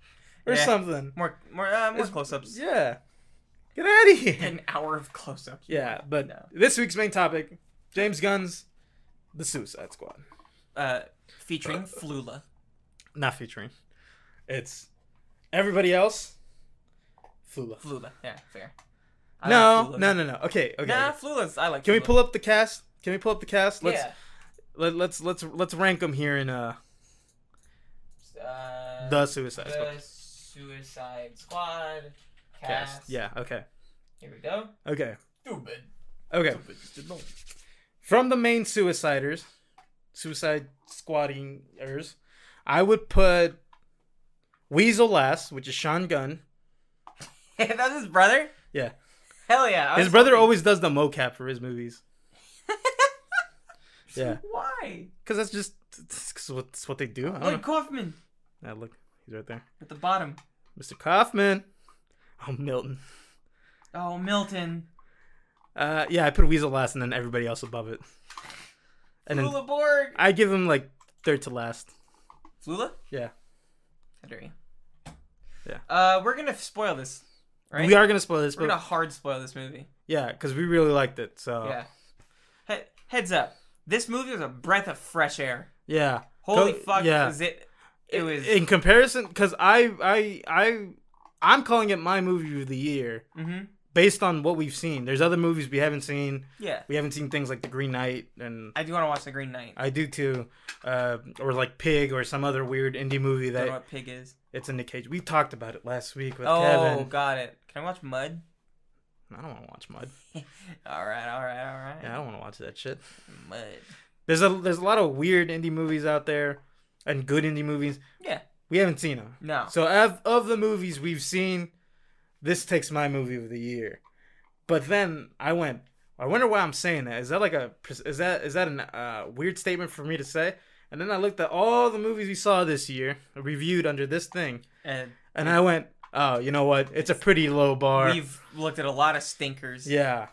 A: or
B: Yeah.
A: something.
B: More, more, uh, more
A: It's-
B: close-ups.
A: Yeah, get out of here.
B: An hour of close-ups.
A: yeah, but
B: No.
A: this week's main topic, James Gunn's The Suicide Squad.
B: Uh, featuring Flula.
A: Not featuring. It's everybody else. Flula.
B: Flula. Yeah, fair.
A: No, no, no, no. Okay, okay.
B: Nah,
A: okay.
B: Flula's. I like.
A: Can we
B: Flula.
A: pull up the cast? Can we pull up the cast? Let's
B: yeah.
A: let, let's let's let's rank them here in uh
B: Uh,
A: the Suicide Squad
B: the Suicide Squad. Cast.
A: cast. Yeah. Okay.
B: Here we go.
A: Okay.
B: Stupid.
A: Okay.
C: Some bitches didn't know.
A: From the main suiciders, suicide squattingers, I would put Weasel last, which is Sean Gunn.
B: That's his brother.
A: Yeah.
B: Hell yeah. I
A: His
B: was
A: brother
B: hoping-
A: always does the mocap for his movies. Yeah.
B: Why?
A: Because that's just that's what, that's what they do. I don't
B: Lloyd
A: know.
B: Kaufman
A: Yeah, look, he's right there.
B: at the bottom.
A: Mr. Kaufman. Oh, Milton.
B: Oh, Milton.
A: Uh, yeah, I put Weasel last and then everybody else above it. And then
B: Flula Borg.
A: I give him like third to last.
B: Flula?
A: Yeah.
B: How dare you?
A: Yeah.
B: Uh, we're gonna spoil this, right?
A: We are going to spoil Oh. this,
B: We're
A: but
B: gonna hard spoil this movie.
A: yeah, because we really liked it. So,
B: Yeah. He- heads up. This movie was a breath of fresh air.
A: yeah.
B: Holy
A: Go-
B: fuck,
A: yeah.
B: was it? It was.
A: in comparison because I I I I'm calling it my movie of the year
B: hmm
A: based on what we've seen. There's other movies we haven't seen.
B: Yeah.
A: We haven't seen things like The Green Knight, and
B: I do want to watch The Green Knight. I
A: I do too, uh, or like Pig or some other weird indie movie
B: don't know
A: that
B: what pig is.
A: it's in the cage. We talked about it last week with
B: Oh,
A: Kevin.
B: got it. Can I watch Mud?
A: I don't want to watch Mud.
B: All right, all right, all right.
A: Yeah, I don't want to watch that shit.
B: Mud.
A: There's a there's a lot of weird indie movies out there, and good indie movies.
B: Yeah.
A: We haven't seen them.
B: No.
A: So of of the movies we've seen, this takes my movie of the year. But then I went. I wonder why I'm saying that. Is that like a is that is that a uh, weird statement for me to say? And then I looked at all the movies we saw this year reviewed under this thing,
B: And
A: and I went, oh, you know what? It's a pretty low bar.
B: we've looked at a lot of stinkers.
A: Yeah,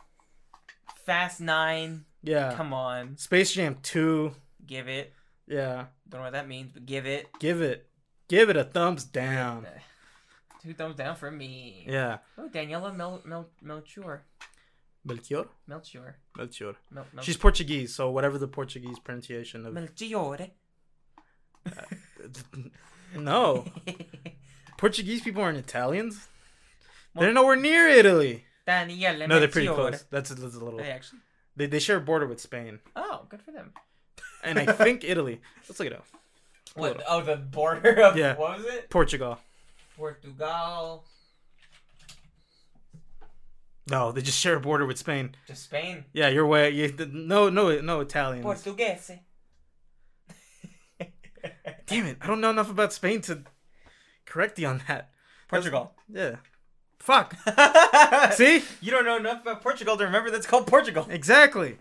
B: Fast Nine.
A: yeah.
B: Come on,
A: Space Jam Two.
B: give it.
A: Yeah,
B: Don't know what that means, but give it.
A: give it, give it a thumbs down.
B: Two thumbs down for me.
A: Yeah,
B: Oh, Daniela Mel Mel Melchior.
A: Melchior.
B: Melchior.
A: Melchior.
B: Mel- Mel-
A: She's Portuguese, so whatever the Portuguese pronunciation of
B: Melchior.
A: No.
B: Daniela
A: Portuguese people aren't Italians. They're nowhere near Italy.
B: Melchior. Oh,
A: No, they're pretty close. That's, that's a little.
B: They actually.
A: They, they share a border with Spain.
B: Oh, good for them.
A: And I think Italy. Let's look it up.
B: What? Oh, the border of
A: Yeah.
B: what was it?
A: Portugal.
B: Portugal
A: No, they just share a border with Spain.
B: to Spain.
A: Yeah, you're way. You, th- no, no, no Italians.
B: Portuguese.
A: Damn it. I don't know enough about Spain to correct you on that.
B: Portugal.
A: Yeah. Fuck.
B: See,
A: See?
B: you don't know enough about Portugal to remember that's called Portugal.
A: Exactly.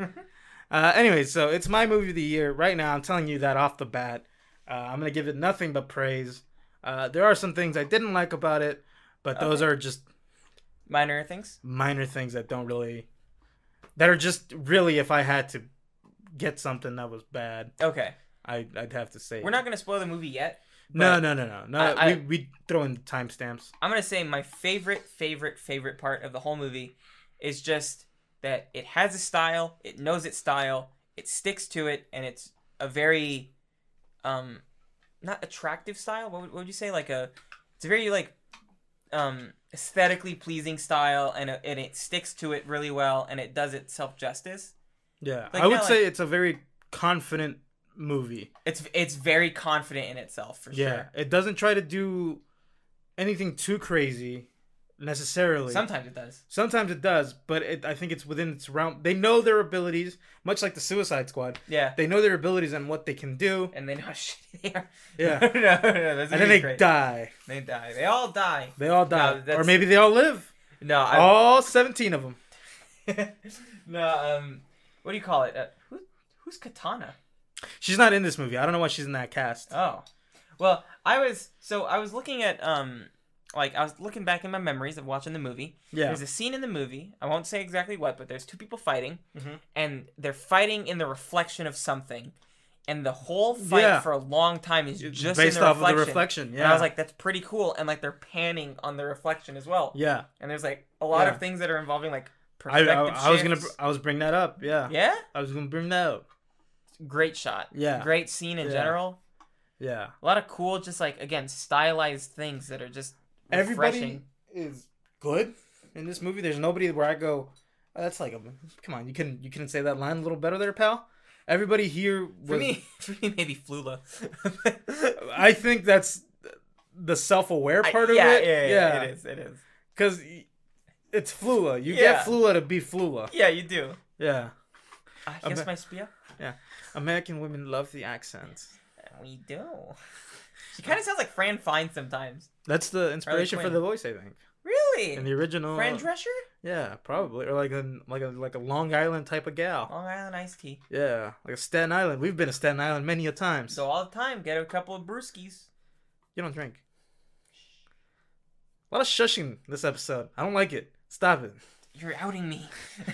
A: uh, anyway, so it's my movie of the year right now. I'm telling you that off the bat. Uh, I'm gonna give it nothing but praise. Uh, there are some things I didn't like about it, but those are just
B: Minor things.
A: minor things that don't really, that are just really. If I had to get something that was bad,
B: Okay,
A: I, I'd have to say
B: we're not gonna spoil the movie yet.
A: No,
B: but-
A: no, no, no, no.
B: I- I-
A: we we throw in the timestamps.
B: I'm gonna say my favorite, favorite, favorite part of the whole movie is just that it has a style, it knows its style, it sticks to it, and it's a very, um, not attractive style. What would, what would you say? Like a, it's a very like, um, aesthetically pleasing style, and a, and it sticks to it really well, and it does itself justice.
A: Yeah,
B: Like,
A: I would
B: no,
A: say it's a very confident movie.
B: It's it's very confident in itself for
A: Yeah,
B: sure.
A: it doesn't try to do anything too crazy necessarily.
B: Sometimes it does.
A: Sometimes it does, but it, I think it's within its realm. They know their abilities, much like the Suicide Squad.
B: Yeah,
A: They know their abilities and what they can do.
B: and they know how shitty they are.
A: Yeah,
B: no, no, no, that's
A: and then they
B: great.
A: die.
B: They die. They all die.
A: They all die, or
B: that's-
A: maybe they all live.
B: No, I,
A: all seventeen of them.
B: no, um, what do you call it? Uh, who, who's Katana?
A: She's not in this movie. I don't know why she's in that cast.
B: Oh, well, I was so I was looking at um, like I was looking back in my memories of watching the movie.
A: yeah,
B: There's a scene in the movie. I won't say exactly what, but there's two people fighting,
A: Mhm.
B: and they're fighting in the reflection of something, and the whole fight
A: Yeah.
B: for a long time is just
A: based
B: in the
A: off
B: reflection.
A: of the reflection. Yeah,
B: And I was like, that's pretty cool, and like they're panning on the reflection as well.
A: yeah.
B: And there's like a lot
A: Yeah.
B: of things that are involving like
A: I,
B: perspective.
A: I, I was gonna, br-
B: shifts.
A: I was bring that up. Yeah.
B: Yeah.
A: I was gonna bring that up.
B: great shot.
A: Yeah.
B: Great scene in
A: Yeah.
B: general.
A: Yeah.
B: A lot of cool, just like again, stylized things that are just
A: Everybody-
B: refreshing.
A: Is good in this movie. There's nobody where I go. "Oh, that's like a. Come on, you can you can say that line a little better there, pal. Everybody here was
B: For me, for me, maybe Flula.
A: I think that's the self-aware
B: I-
A: part
B: yeah,
A: of it.
B: Yeah, yeah, it is. It is.
A: because it's Flula. You
B: Yeah.
A: get Flula to be Flula.
B: Yeah, you do.
A: Yeah.
B: Ah,
A: I
B: here's
A: bet-
B: my spear.
A: American women love the accent.
B: We do. She kind of sounds like Fran Fine sometimes.
A: That's the inspiration for
B: Quinn.
A: the voice, I think.
B: Really?
A: In the original.
B: Fran Drescher?
A: yeah, probably, or like a like a like a Long Island type of gal.
B: Long Island iced tea.
A: Yeah, like a Staten Island. We've been to Staten Island many a time.
B: So all the time, get a couple of brewskis.
A: You don't drink. A lot of shushing this episode. I don't like it. Stop it.
B: You're outing me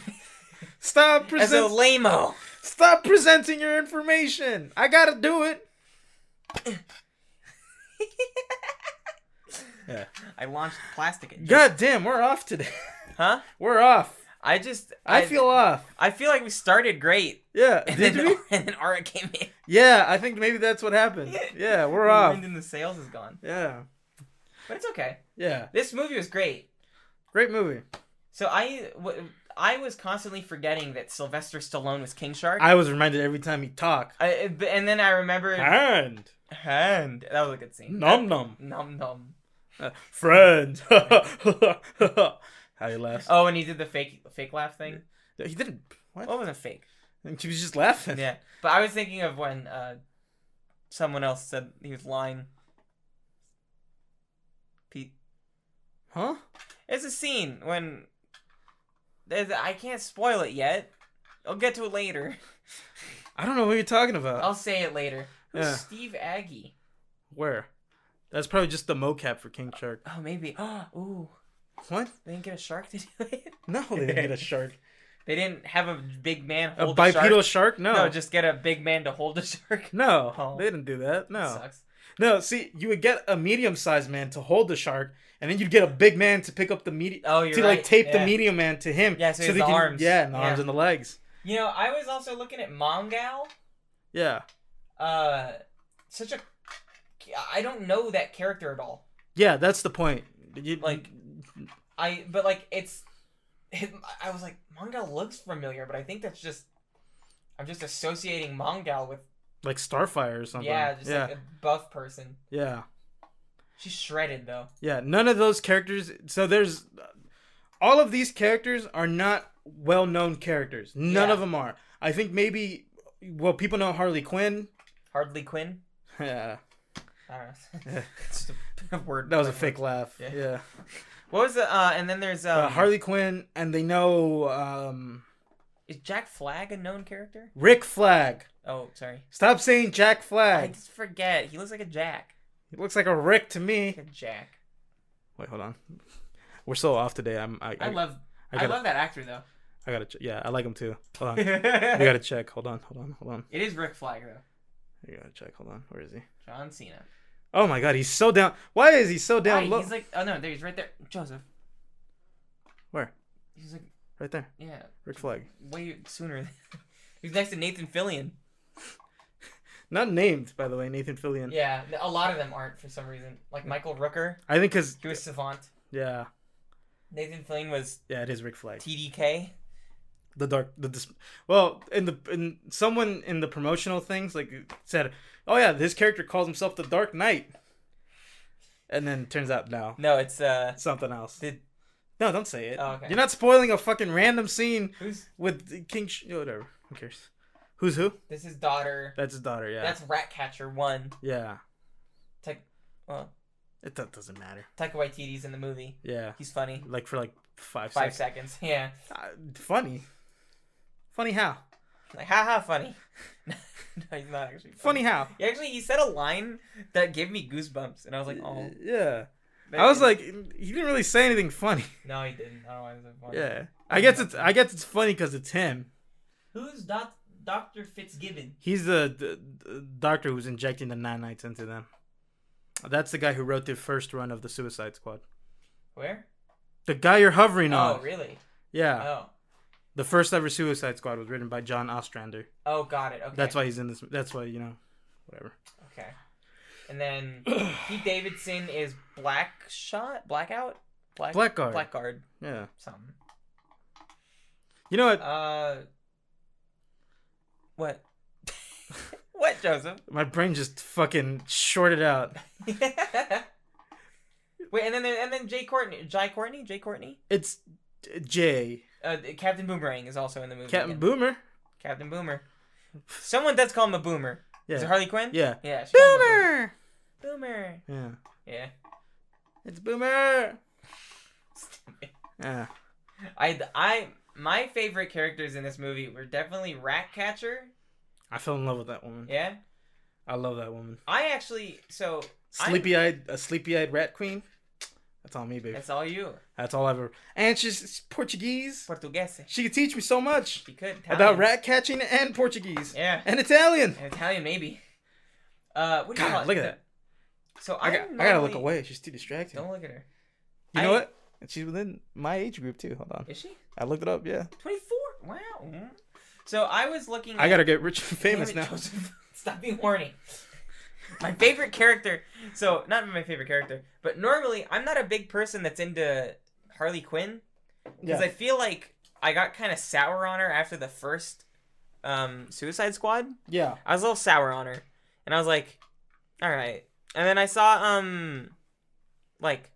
A: Stop
B: as a
A: present-
B: lame-o.
A: Stop presenting your information. I gotta do it. yeah.
B: I launched plastic at you.
A: God damn, we're off today.
B: Huh?
A: We're off.
B: I just
A: I, feel off.
B: I feel like we started great.
A: Yeah.
B: And
A: Did
B: then,
A: we?
B: And then Aura came in.
A: Yeah, I think maybe that's what happened. Yeah, we're
B: The
A: off.
B: wind in the sails is gone.
A: Yeah.
B: But it's okay.
A: Yeah.
B: This movie was great.
A: Great movie.
B: So I, w- I was constantly forgetting that Sylvester Stallone was King Shark. I,
A: I was reminded every time he talked.
B: but- and then I remembered
A: And
B: hand. That was a good scene.
A: num num.
B: Nom nom.
A: Uh, friend. How he laughs.
B: Oh, and he did the fake fake laugh thing.
A: He didn't. What?
B: Well, it wasn't fake.
A: He was just laughing.
B: Oh. Yeah, but I was thinking of when uh, someone else said he was lying. Pete,
A: Huh?
B: it's a scene when there's, I can't spoil it yet. I'll get to it later.
A: I don't know what you're talking about.
B: I'll say it later. Who's
A: Yeah.
B: Steve Aggie?
A: Where? That's probably just the mocap for King Shark.
B: Oh, maybe. Ooh,
A: What?
B: they didn't get a shark to do it.
A: No, they didn't get a shark.
B: They didn't have a big man
A: A
B: hold a,
A: bipedal
B: shark.
A: shark? No.
B: No, just get a big man to hold a shark.
A: No,
B: Oh.
A: they didn't do that. No.
B: Sucks.
A: No, see, you would get a medium sized man to hold the shark, and then you'd get a big man to pick up the medium.
B: Oh, you're
A: to
B: right.
A: like tape
B: Yeah.
A: the medium man to him.
B: Yeah, so he has
A: they
B: the
A: can-
B: arms.
A: Yeah, and the arms
B: Yeah.
A: and the legs.
B: You know, I was also looking at Mongal.
A: Yeah.
B: Uh, such a. I don't know that character at all.
A: Yeah, that's the point. You-
B: Like- I but like it's. It, I was like Mongal looks familiar, but I think that's just. I'm just associating Mongal with
A: like Starfire or something.
B: yeah, just
A: yeah.
B: like a buff person.
A: yeah.
B: She's shredded though.
A: Yeah, none of those characters. So there's all of these characters are not well-known characters. None
B: Yeah.
A: of them are. I think maybe well, people know Harley Quinn.
B: Hardly Quinn.
A: Yeah,
B: I don't know. it's just a word.
A: that was a fake laugh. Yeah,
B: Yeah. What was the uh? And then there's um,
A: Uh, Harley Quinn, and they know um,
B: Is Jack Flag a known character?
A: Rick Flag.
B: Oh, sorry.
A: Stop saying Jack
B: I
A: Flag.
B: just forget. He looks like a Jack.
A: It looks like a Rick to me.
B: Like a Jack.
A: Wait, hold on. We're so off today. I'm. I, I,
B: I love.
A: I
B: I,
A: gotta-
B: love that actor though.
A: I gotta. Ch- yeah, I like him too. Hold on. I
B: it
A: gotta check. Hold on. Hold on. Hold on.
B: is Rick Flag though.
A: I gotta check. Hold on. Where is he?
B: John Cena.
A: Oh my god, he's so down. Why is he so down
B: Why?
A: low?
B: He's like, oh no, there he's right there. Joseph.
A: Where?
B: He's like,
A: Right there,
B: yeah,
A: Rick Flag.
B: way sooner. he's next to Nathan Fillion.
A: Not named, by the way, Nathan Fillion.
B: Yeah, a lot of them aren't for some reason. Like Michael Rooker,
A: I think because
B: he was Savant.
A: yeah,
B: Nathan Fillion was
A: yeah, it is Rick Flag.
B: TDK.
A: The dark, the dis- well, in the in someone in the promotional things like said, oh yeah, this character calls himself the Dark Knight, and then turns out no,
B: No, it's uh,
A: something else.
B: Did-
A: no, don't say it.
B: Oh, okay.
A: You're not spoiling a fucking random scene
B: who's
A: with King. Sh- whatever. Who cares? Who's who?
B: this is daughter.
A: That's his daughter. Yeah.
B: That's Ratcatcher one.
A: yeah.
B: Take well,
A: It that doesn't matter.
B: Taika Waititi's in the movie.
A: Yeah.
B: He's funny.
A: Like for like five,
B: Five
A: seconds.
B: seconds. Yeah,
A: Uh, funny. Funny how?
B: like haha, funny. no, he's not actually
A: Funny how?
B: Actually, he said a line that gave me goosebumps, and I was like, "Oh!"
A: Yeah.
B: that
A: I was
B: is-
A: like, he didn't really say anything funny.
B: "No, he didn't." I don't know why I was like, "What?"
A: Yeah. I guess it's I guess it's funny because it's him.
B: Who's doc- Doctor Fitzgibbon?
A: He's the, the, the doctor who's injecting the nanites into them. That's the guy who wrote the first run of the Suicide Squad.
B: Where?
A: The guy you're hovering on.
B: Oh, really?
A: Yeah.
B: Oh,
A: The first ever Suicide Squad was written by John Ostrander.
B: oh, got it. Okay,
A: That's why he's in this. That's why you know, whatever.
B: Okay, and then Pete Davidson is Black Shot, Blackout, Black
A: Blackguard.
B: Blackguard,
A: Yeah.
B: something.
A: You know what?
B: Uh, what? what, Joseph?
A: My brain just fucking shorted out.
B: Wait, and then there- and then Jay Courtney, Jai Courtney, Jay Courtney.
A: It's Jay.
B: Uh, Captain Boomerang is also in the movie.
A: Captain
B: again.
A: Boomer.
B: Captain Boomer. Someone does call him a boomer. Is it
A: Yeah.
B: Harley Quinn?
A: Yeah.
B: Yeah. she calls him a
A: Boomer.
B: boomer. Boomer.
A: Yeah.
B: Yeah.
A: It's Boomer. Yeah.
B: I I my favorite characters in this movie were definitely Ratcatcher.
A: I fell in love with that woman.
B: Yeah.
A: I love that woman.
B: I actually so I-
A: Sleepy eyed, a sleepy eyed rat queen. That's on me, baby.
B: that's all you.
A: That's all I've ever. And she's she's Portuguese.
B: Portuguese.
A: She could teach me so much
B: You could
A: about
B: Italian.
A: rat catching and Portuguese
B: Yeah.
A: and Italian.
B: And Italian maybe. Uh what do you
A: God,
B: call it?
A: look at
B: that. So
A: I
B: I'm
A: got, I gotta look
B: normally-
A: away. She's too distracting.
B: Don't look at her.
A: You know
B: I-
A: what? And she's within my age group too. Hold on,
B: Is she?
A: I looked it up. Yeah,
B: 24? Wow. Mm. So I was looking
A: I gotta get rich and famous
B: Damn it,
A: now.
B: Joseph. Stop being horny. My favorite character. So, not my favorite character, but normally I'm not a big person that's into Harley Quinn because I feel like I got kind of sour on her after the first um, Suicide Squad.
A: yeah.
B: I was a little sour on her, and I was like, "All right." And then I saw, um, like,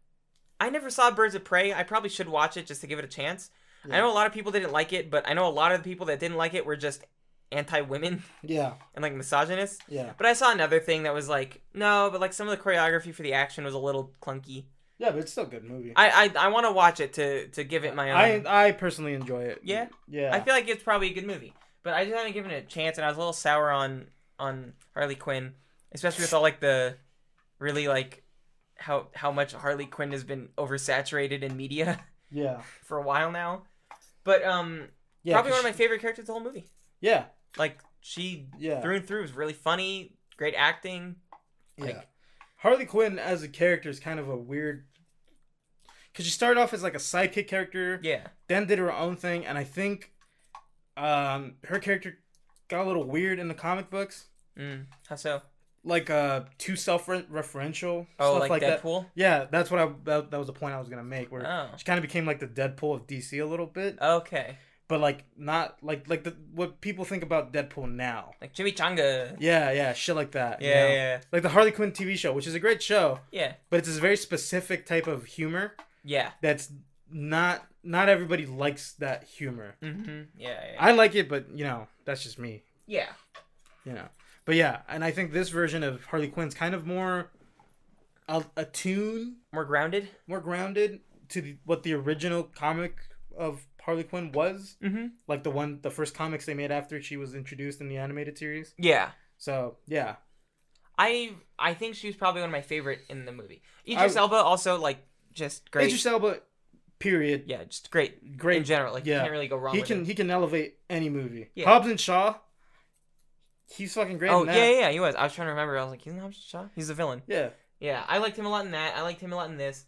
B: I never saw Birds of Prey. I probably should watch it just to give it a chance. I
A: Yeah.
B: know a lot of people didn't like it, but I know a lot of the people that didn't like it were just anti-women
A: Yeah,
B: and like misogynist.
A: yeah,
B: But I saw another thing that was like, no, but like some of the choreography for the action was a little clunky.
A: yeah, but it's still a good movie.
B: I I, I want to watch it to to give it my
A: I,
B: own.
A: I personally enjoy it.
B: Yeah?
A: yeah.
B: I, feel like it's probably a good movie, but I just haven't given it a chance, and I was a little sour on on Harley Quinn, especially with all like the really like how how much Harley Quinn has been oversaturated in media
A: yeah,
B: for a while now. But um,
A: yeah.
B: probably
A: 'cause
B: one of my
A: she-
B: favorite characters of the whole movie.
A: Yeah,
B: Like she
A: yeah,
B: through and through was really funny, great acting.
A: yeah.
B: like-
A: Harley Quinn as a character is kind of a weird. Cause she started off as like a sidekick character,
B: Yeah,
A: then did her own thing, and I think, um, her character got a little weird in the comic books,
B: mm, how so?
A: like uh, too self-referential.
B: Oh,
A: stuff
B: like,
A: that.
B: Deadpool.
A: Yeah, that's what I that, that was the point I was gonna make. Where
B: Oh.
A: she kind of became like the Deadpool of DC a little bit,
B: Okay.
A: but like not like like the what people think about Deadpool now.
B: Like Chimichanga.
A: Yeah, yeah, shit like that. you
B: Yeah,
A: know?
B: yeah,
A: Like the Harley Quinn TV show, which is a great show,
B: yeah.
A: but it's this very specific type of humor
B: Yeah.
A: that's not not everybody likes that humor.
B: hmm Yeah, yeah.
A: I like it, but you know that's just me.
B: Yeah.
A: You know, but yeah, and I think this version of Harley Quinn's kind of more a- attuned
B: More grounded.
A: more grounded to the, what the original comic of Harley Quinn was,
B: Mm-hmm.
A: like the one the first comics they made after she was introduced in the animated series.
B: Yeah.
A: So yeah,
B: I I think she was probably one of my favorite in the movie. Idris
A: I-
B: Elba also like just great.
A: Idris Elba, period,
B: Yeah, just great in
A: great.
B: general. Like you
A: Yeah.
B: can't really go wrong.
A: He
B: with
A: can
B: him.
A: he can elevate any movie.
B: Yeah.
A: Hobbs and Shaw, he's fucking great.
B: Oh
A: in
B: yeah,
A: that.
B: yeah, yeah, he was. I was trying to remember. I was like, he's not Shaw. He's the villain.
A: yeah,
B: Yeah, I liked him a lot in that. I liked him a lot in this.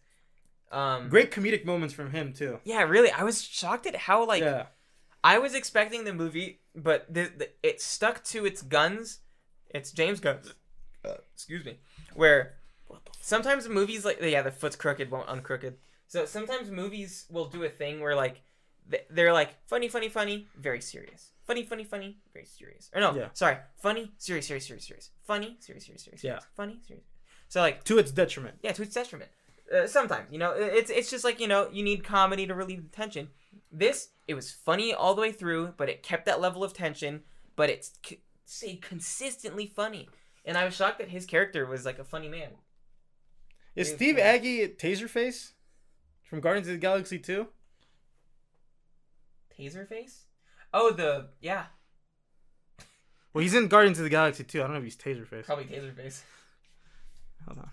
B: Um,
A: Great comedic moments from him too.
B: Yeah, really. I was shocked at how like
A: yeah,
B: I was expecting the movie, but the, the, it stuck to its guns. It's James Guns.
A: Uh.
B: excuse me. Where sometimes movies like yeah, the foot's crooked won't uncrooked. So sometimes movies will do a thing where like th- they're like funny, funny, funny, very serious. Funny, funny, funny, very serious. Or no,
A: Yeah.
B: sorry, funny, serious, serious, serious, serious. Funny, serious, serious, serious.
A: Yeah.
B: serious. Funny, serious. So like
A: to its detriment.
B: yeah, to its detriment. Uh, sometimes, you know, it- it's it's just like you know, you need comedy to relieve the tension. This it was funny all the way through, but it kept that level of tension, but it's c- stayed consistently funny. And I was shocked that his character was like a funny man.
A: Is
B: Yeah.
A: Steve Aggie Taserface from Guardians of the Galaxy two?
B: Taser face? Oh, the yeah,
A: Well, he's in Guardians of the Galaxy two. I don't know if he's Taserface.
B: probably taser face.
A: Hold on.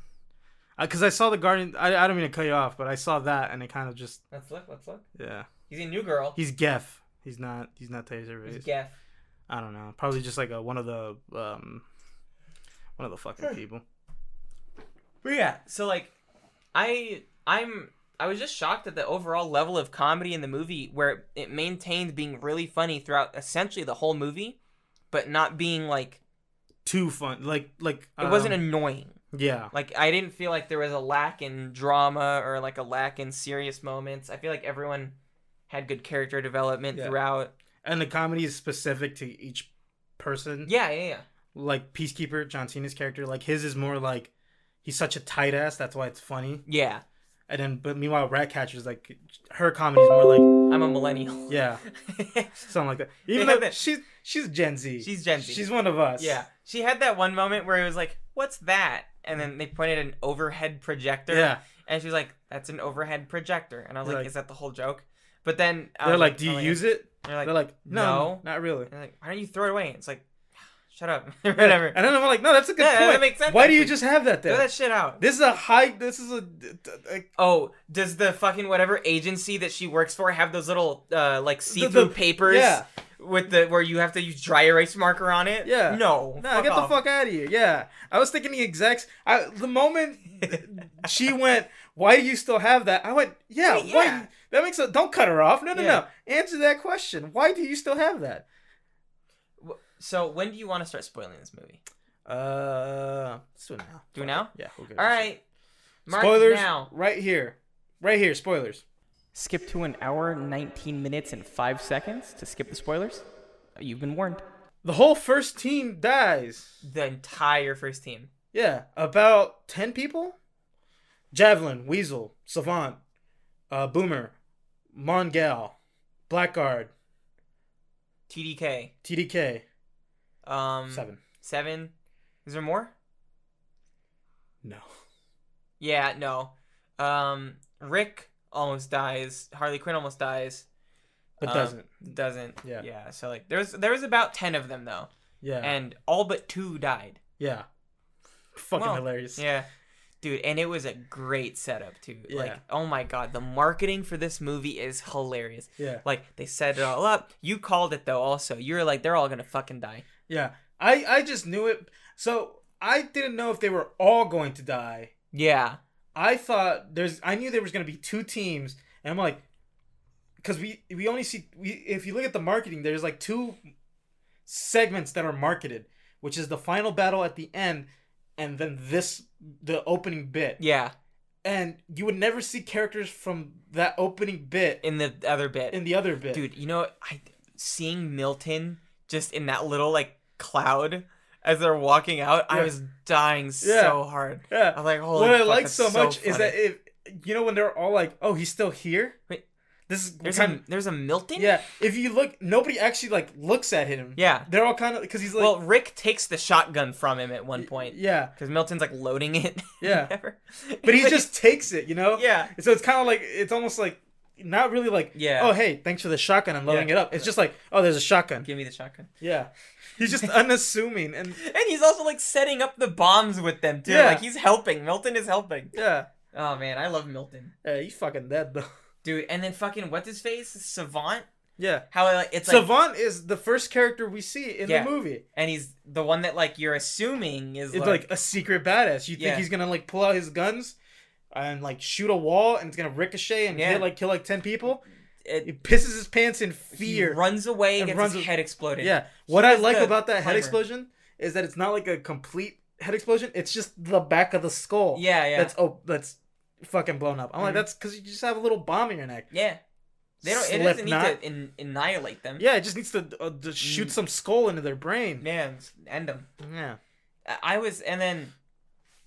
A: Because I saw the Guardian. I, I don't mean to cut you off, but I saw that and it kind of just
B: Let's look. Let's look.
A: yeah.
B: He's a new girl.
A: He's Geff. He's not. He's not
B: He's
A: Taserface.
B: Gaff.
A: I don't know. Probably just like a one of the um, one of the fucking people.
B: But yeah, so like, I I'm I was just shocked at the overall level of comedy in the movie, where it maintained being really funny throughout essentially the whole movie, but not being like
A: Too fun. Like like
B: it wasn't
A: um,
B: annoying.
A: yeah.
B: Like I didn't feel like there was a lack in drama or like a lack in serious moments. I feel like everyone had good character development
A: Yeah.
B: throughout.
A: And the comedy is specific to each person.
B: Yeah, yeah, yeah.
A: Like Peacekeeper John Cena's character. Like his is more like he's such a tight ass. That's why it's funny.
B: Yeah.
A: And then, but meanwhile, Ratcatcher's like her comedy's more like
B: I'm a millennial.
A: yeah, something like that. Even
B: Yeah,
A: though
B: but-
A: she's she's Gen Z.
B: She's Gen Z.
A: She's one of us.
B: yeah. She had that one moment where it was like, "What's that?" And then they pointed an overhead projector.
A: Yeah.
B: And she's like, "That's an overhead projector." And I was
A: They're
B: like,
A: like-
B: "Is that the whole joke?" But then I
A: They're
B: was
A: like, do
B: oh
A: you
B: my
A: use it?
B: God." They're like,
A: They're like, no,
B: no.
A: not really.
B: they're like, "Why don't you throw it away?" It's like, "Shut up." Whatever.
A: And then I'm like, no, that's a good
B: Yeah, that
A: point.
B: makes sense,
A: Why do you
B: actually.
A: just have that
B: Throw
A: there?
B: that shit out.
A: This is a high. This is a. a-
B: Oh, does the fucking whatever agency that she works for have those little uh, like see-through papers
A: yeah.
B: with the where you have to use dry erase marker on it?
A: Yeah.
B: No.
A: Nah, get
B: off.
A: the fuck out of here. Yeah, I was thinking the exact. I the moment she went, why do you still have that? I went, yeah,
B: Wait,
A: why?
B: yeah.
A: That makes a. Don't cut her off. No, no,
B: Yeah.
A: no. Answer that question. Why do you still have that?
B: So when do you want to start spoiling this movie?
A: Uh, let's do it now.
B: Do now?
A: Yeah. We'll get
B: All
A: it.
B: right. Mark
A: Spoilers
B: now.
A: right here, right here. Spoilers.
C: Skip to an hour, 19 minutes, and 5 seconds to skip the spoilers? You've been warned.
A: The whole first team dies.
B: The entire first team.
A: Yeah, about 10 people? Javelin, Weasel, Savant, uh, Boomer, Mongal, Blackguard,
B: TDK.
A: TDK.
B: Um,
A: Seven.
B: Seven. Is there more?
A: No.
B: Yeah. No. Um, Rick almost dies. Harley Quinn almost dies.
A: But
B: Um,
A: doesn't.
B: Doesn't.
A: Yeah.
B: Yeah. So like, there was there was about ten of them though,
A: Yeah.
B: and all but two died.
A: yeah. Fucking
B: Well,
A: hilarious.
B: Yeah. Dude, and it was a great setup too. Like,
A: Yeah.
B: oh my god, the marketing for this movie is hilarious.
A: Yeah.
B: Like, they set it all up. You called it though. Also, you were like, they're all gonna fucking die.
A: Yeah. I, I just knew it. So I didn't know if they were all going to die.
B: Yeah.
A: I thought there's I knew there was going to be two teams and I'm like cuz we we only see we if you look at the marketing there's like two segments that are marketed which is the final battle at the end and then this the opening bit.
B: Yeah.
A: And you would never see characters from that opening bit
B: In the other bit.
A: in the other bit.
B: Dude, you know, I seeing Milton just in that little like cloud as they're walking out, I
A: Yeah.
B: was dying so hard.
A: Yeah.
B: I'm like, holy.
A: What I
B: Oh, fuck,
A: like
B: that's
A: so much is
B: funny."
A: that if you know when they're all like, "Oh, he's still here?"
B: Wait.
A: This is
B: there's
A: kind
B: a there's a Milton.
A: of, Yeah, if you look nobody actually like looks at him.
B: Yeah.
A: They're all kind of cuz he's like
B: well, Rick takes the shotgun from him at one point
A: Yeah,
B: because Milton's like loading it.
A: yeah.
B: Whatever.
A: but he just takes it, you know?
B: yeah.
A: So it's kind of like, it's almost like, not really like,
B: Yeah.
A: oh, hey, thanks for the shotgun and loading
B: Yeah.
A: it up. It's just like, oh, there's a shotgun.
B: Give me the shotgun.
A: Yeah. He's just unassuming. And
B: And he's also like setting up the bombs with them too.
A: Yeah.
B: Like he's helping. Milton is helping.
A: yeah.
B: Oh man, I love Milton,
A: Yeah, he's fucking dead, though.
B: dude. And then fucking what's his face Savant?
A: Yeah.
B: How like it's like
A: Savant is the first character we see in
B: Yeah.
A: the movie.
B: and he's the one that like you're assuming is
A: It's like, a secret badass. You think
B: Yeah.
A: he's going to like pull out his guns and like shoot a wall and it's going to ricochet and
B: Yeah.
A: hit, like kill like 10 people? He
B: it,
A: pisses his pants in
B: he
A: fear.
B: runs away
A: and
B: and gets
A: runs
B: his
A: a-
B: head exploded.
A: Yeah. What I
B: was
A: like
B: the
A: about that head
B: climber.
A: explosion is that it's not like a complete head explosion. It's just the back of the skull.
B: yeah, yeah,
A: That's oh, that's fucking blown up. I'm like,
B: Mhm.
A: that's because you just have a little bomb in your neck.
B: yeah. They don't. It doesn't need
A: Slipknot.
B: to in, annihilate them.
A: Yeah, it just needs to uh,
B: Mm.
A: just shoot some skull into their brain.
B: man, end them.
A: Yeah.
B: I- I was, and then,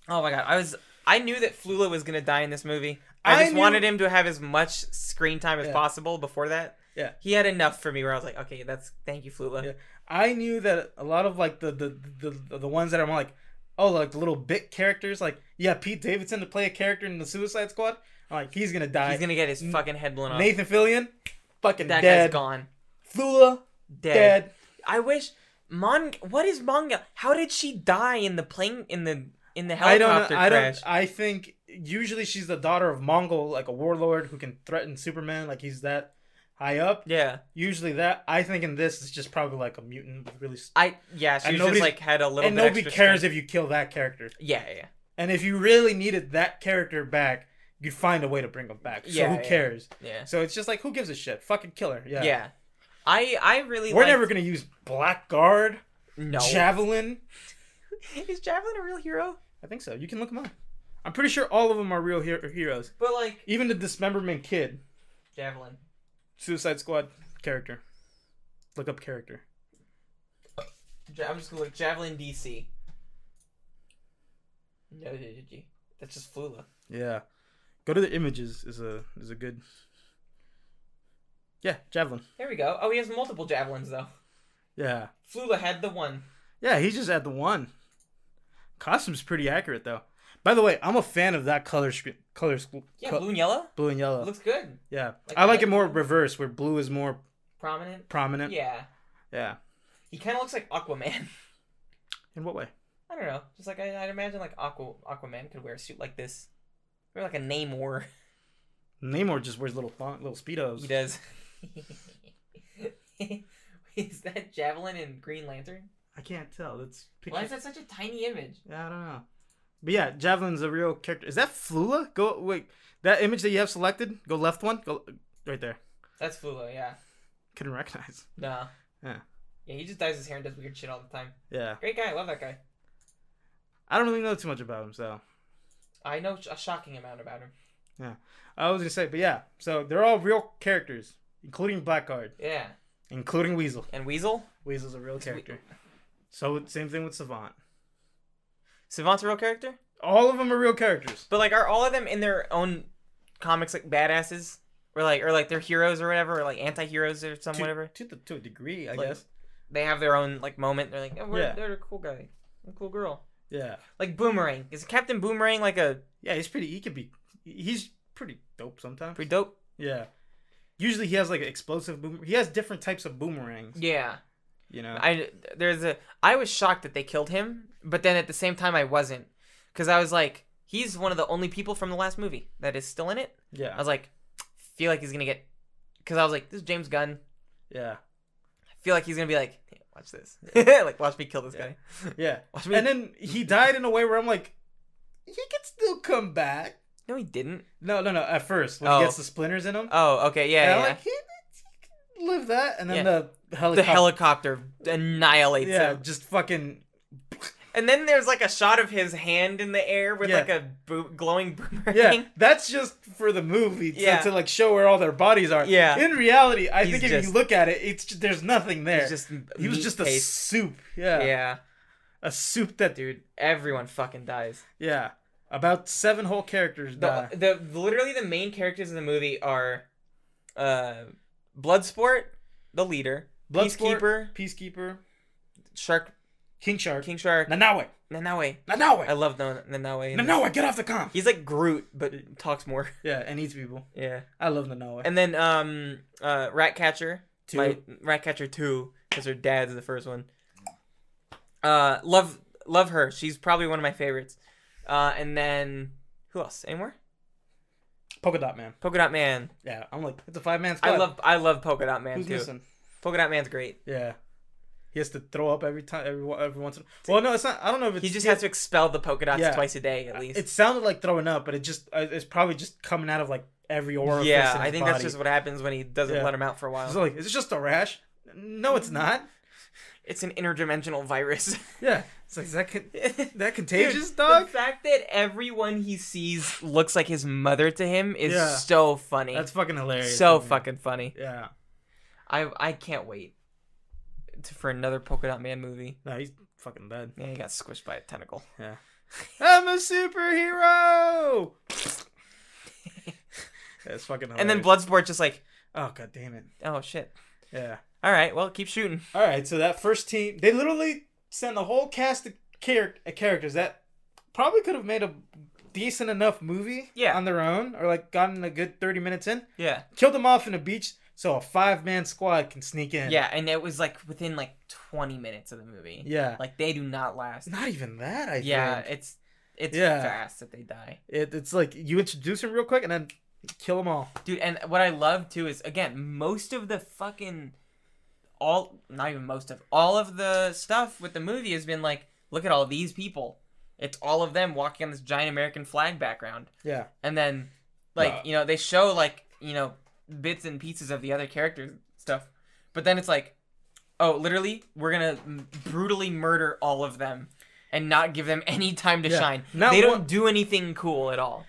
B: oh my god, I was, I knew that Flula was gonna die in this movie.
A: I
B: I just
A: knew-
B: wanted him to have as much screen time as
A: Yeah.
B: possible before that.
A: Yeah.
B: he had enough for me where I was like, okay, that's thank you, Flula.
A: Yeah. I knew that a lot of like the the the, the ones that are more like, oh, like little bit characters. Like, yeah, Pete Davidson to play a character in the Suicide Squad. I'm like, he's gonna die.
B: He's gonna get his fucking head blown off.
A: Nathan Fillion, fucking
B: that
A: dead.
B: guy's gone,
A: Thula,
B: dead.
A: dead.
B: I wish Mon. What is Monga? How did she die in the plane in the in the
A: I don't.
B: helicopter
A: know- I
B: crash?
A: don't. I think usually she's the daughter of Mongol, like a warlord who can threaten Superman, like he's that high up.
B: Yeah,
A: Usually that. I think in this, it's just probably like a mutant. With really, s-
B: I yeah. She
A: And
B: was just
A: nobody's-
B: like had a little.
A: and
B: bit
A: nobody
B: extra
A: cares
B: strength.
A: if you kill that character.
B: Yeah, yeah, yeah.
A: And if you really needed that character back, you'd find a way to bring him back. So
B: Yeah,
A: who
B: yeah.
A: cares?
B: yeah.
A: So it's just like who gives a shit? Fucking kill her. Yeah.
B: Yeah. I I really
A: We're
B: liked-
A: never gonna use Blackguard,
B: no.
A: Javelin.
B: Is Javelin a real hero?
A: I think so. You can look them up. I'm pretty sure all of them are real her- heroes.
B: But like
A: Even the dismemberment kid.
B: Javelin.
A: Suicide Squad character. Look up character.
B: Ja- I'm just gonna look Javelin DC. No, did you? That's just Flula.
A: Yeah. Go to the images is a is a good. Yeah, javelin.
B: There we go. Oh, he has multiple javelins though.
A: Yeah,
B: Flula had the one.
A: yeah. He just had the one. Costume's pretty accurate though. By the way, I'm a fan of that color sc- color sc-
B: Yeah,
A: co- Uh.
B: blue and yellow.
A: blue and yellow.
B: Looks good.
A: yeah,
B: like
A: I like it
B: that.
A: more reverse, where blue is more
B: Prominent.
A: prominent. Yeah.
B: Yeah. He kind of looks like Aquaman.
A: In what way?
B: I don't know. Just like I, I'd imagine, like Aqua Aquaman could wear a suit like this, or like a Namor.
A: Namor just wears little thong- little speedos.
B: He does. Is that javelin in Green Lantern?
A: I can't tell. That's
B: Why is that such a tiny image?
A: Yeah, I don't know. But yeah, Javelin's a real character. Is that Flula? Go wait. That image that you have selected, go left one, go right there.
B: That's Flula, yeah.
A: Couldn't recognize.
B: Nah.
A: Yeah.
B: Yeah, he just dyes his hair and does weird shit all the time.
A: Yeah,
B: Great guy, I love that guy.
A: I don't really know too much about him, so
B: I know sh- a shocking amount about him.
A: I was gonna say, but yeah, so they're all real characters, including Blackguard,
B: Yeah.
A: including Weasel.
B: And Weasel?
A: Weasel's a real
B: we-
A: character. So same thing with Savant.
B: Savant's a real character?
A: All of them are real characters.
B: But like are all of them in their own comics like badasses? Or like or like they're heroes or whatever, or like anti heroes or some
A: To,
B: whatever.
A: to, the, to a degree, I
B: Like-
A: guess.
B: They have their own like moment. They're like, oh, we're,
A: Yeah.
B: they're a cool guy. A cool girl.
A: Yeah,
B: Like Boomerang. Is Captain Boomerang like a
A: yeah, he's pretty. He could be. He's pretty dope sometimes.
B: pretty dope?
A: yeah. Usually he has like explosive boomer. He has different types of boomerangs.
B: Yeah.
A: You know.
B: I there's a I was shocked that they killed him, but then at the same time I wasn't because I was like, he's one of the only people from the last movie that is still in it. I
A: Yeah,
B: was like, feel like he's gonna get because I was like, this is James Gunn.
A: yeah,
B: I feel like he's gonna be like, "Hey, watch this, like watch me kill this guy.
A: yeah.
B: Watch me.
A: And then he died in a way where I'm like, he could still come back.
B: no, he didn't.
A: No, no, no. At first, when
B: Oh.
A: he gets the splinters in him,
B: Oh, okay, yeah,
A: and I'm
B: yeah.
A: like, he, he could live that. And then the
B: the
A: helicopter,
B: helicopter annihilates
A: yeah,
B: him,
A: just fucking
B: and then there's like a shot of his hand in the air with
A: Yeah.
B: like a bo- glowing boomerang.
A: yeah. That's just for the movie to,
B: Yeah.
A: to like show where all their bodies are.
B: Yeah.
A: In reality, I
B: He's
A: think if
B: just-
A: you look at it, it's just, there's nothing there.
B: He's just
A: he was
B: meat
A: just a
B: paste.
A: soup. Yeah,
B: yeah,
A: a soup that
B: dude. Everyone fucking dies.
A: yeah. About seven whole characters
B: the, uh,
A: die.
B: the literally the main characters in the movie are uh Bloodsport, the leader,
A: Bloodsport,
B: Peacekeeper,
A: Peacekeeper,
B: Shark,
A: King Shark,
B: King Shark,
A: Nanawe,
B: Nanawe. I
A: Nanawe,
B: love Nan- Nanawe. in this.
A: Nanawe, get off the comp.
B: He's like Groot but talks more.
A: Yeah, and eats people.
B: Yeah.
A: I love Nanawe.
B: And then um uh Ratcatcher,
A: Two.
B: my Ratcatcher 2 cuz her dad's the first one. Uh love love her. She's probably one of my favorites. Uh and then who else? Anymore?
A: Polka Dot Man.
B: Polka Dot Man.
A: Yeah, I'm like it's a five man squad.
B: I love I love Polka Dot Man
A: who's
B: too.
A: missing.
B: Polka Dot Man's great.
A: Yeah, he has to throw up every time, every every once. In a Well, no, it's not. I don't know if it's.
B: He just has to expel the polka dots
A: Yeah. Uh,
B: twice a day at least.
A: It sounded like throwing up, but it just uh, it's probably just coming out of like every orifice.
B: yeah,
A: in his
B: I think that's
A: body.
B: just what happens when he doesn't
A: Yeah.
B: let him out for a
A: It's
B: while.
A: like is this just a rash? No, it's not.
B: It's an interdimensional virus.
A: Yeah, it's like is that con-
B: Dude,
A: that contagious,
B: The
A: dog?
B: fact that everyone he sees looks like his mother to him is
A: Yeah.
B: so funny.
A: That's fucking hilarious.
B: so
A: to me.
B: fucking funny.
A: Yeah.
B: I I can't wait to, for another polka dot man movie.
A: No, he's fucking dead.
B: Yeah, he got squished by a tentacle.
A: I'm a superhero. That's fucking. Hilarious.
B: And then Bloodsport just like,
A: oh god damn it.
B: oh shit.
A: Yeah.
B: All right, well, keep shooting.
A: All right, so that first team, they literally sent the whole cast of char- uh, characters that probably could have made a decent enough movie
B: Yeah.
A: on their own or like gotten a good 30 minutes in,
B: Yeah.
A: killed them off in a beach so a five man squad can sneak in.
B: Yeah, and it was like within like 20 minutes of the movie.
A: Yeah.
B: Like they do not last.
A: Not even that, I
B: Yeah,
A: think.
B: it's it's
A: Yeah.
B: fast that they die,
A: It, it's like you introduce them real quick and then kill them all.
B: dude. And what I love too is again most of the fucking all not even most of all of the stuff with the movie has been like look at all these people. It's all of them walking on this giant American flag background,
A: Yeah.
B: and then like
A: Yeah.
B: you know they show like you know bits and pieces of the other characters stuff, but then it's like oh literally we're gonna m- brutally murder all of them. And not give them any time to
A: Yeah.
B: shine.
A: Not
B: they don't
A: one-
B: do anything cool at all.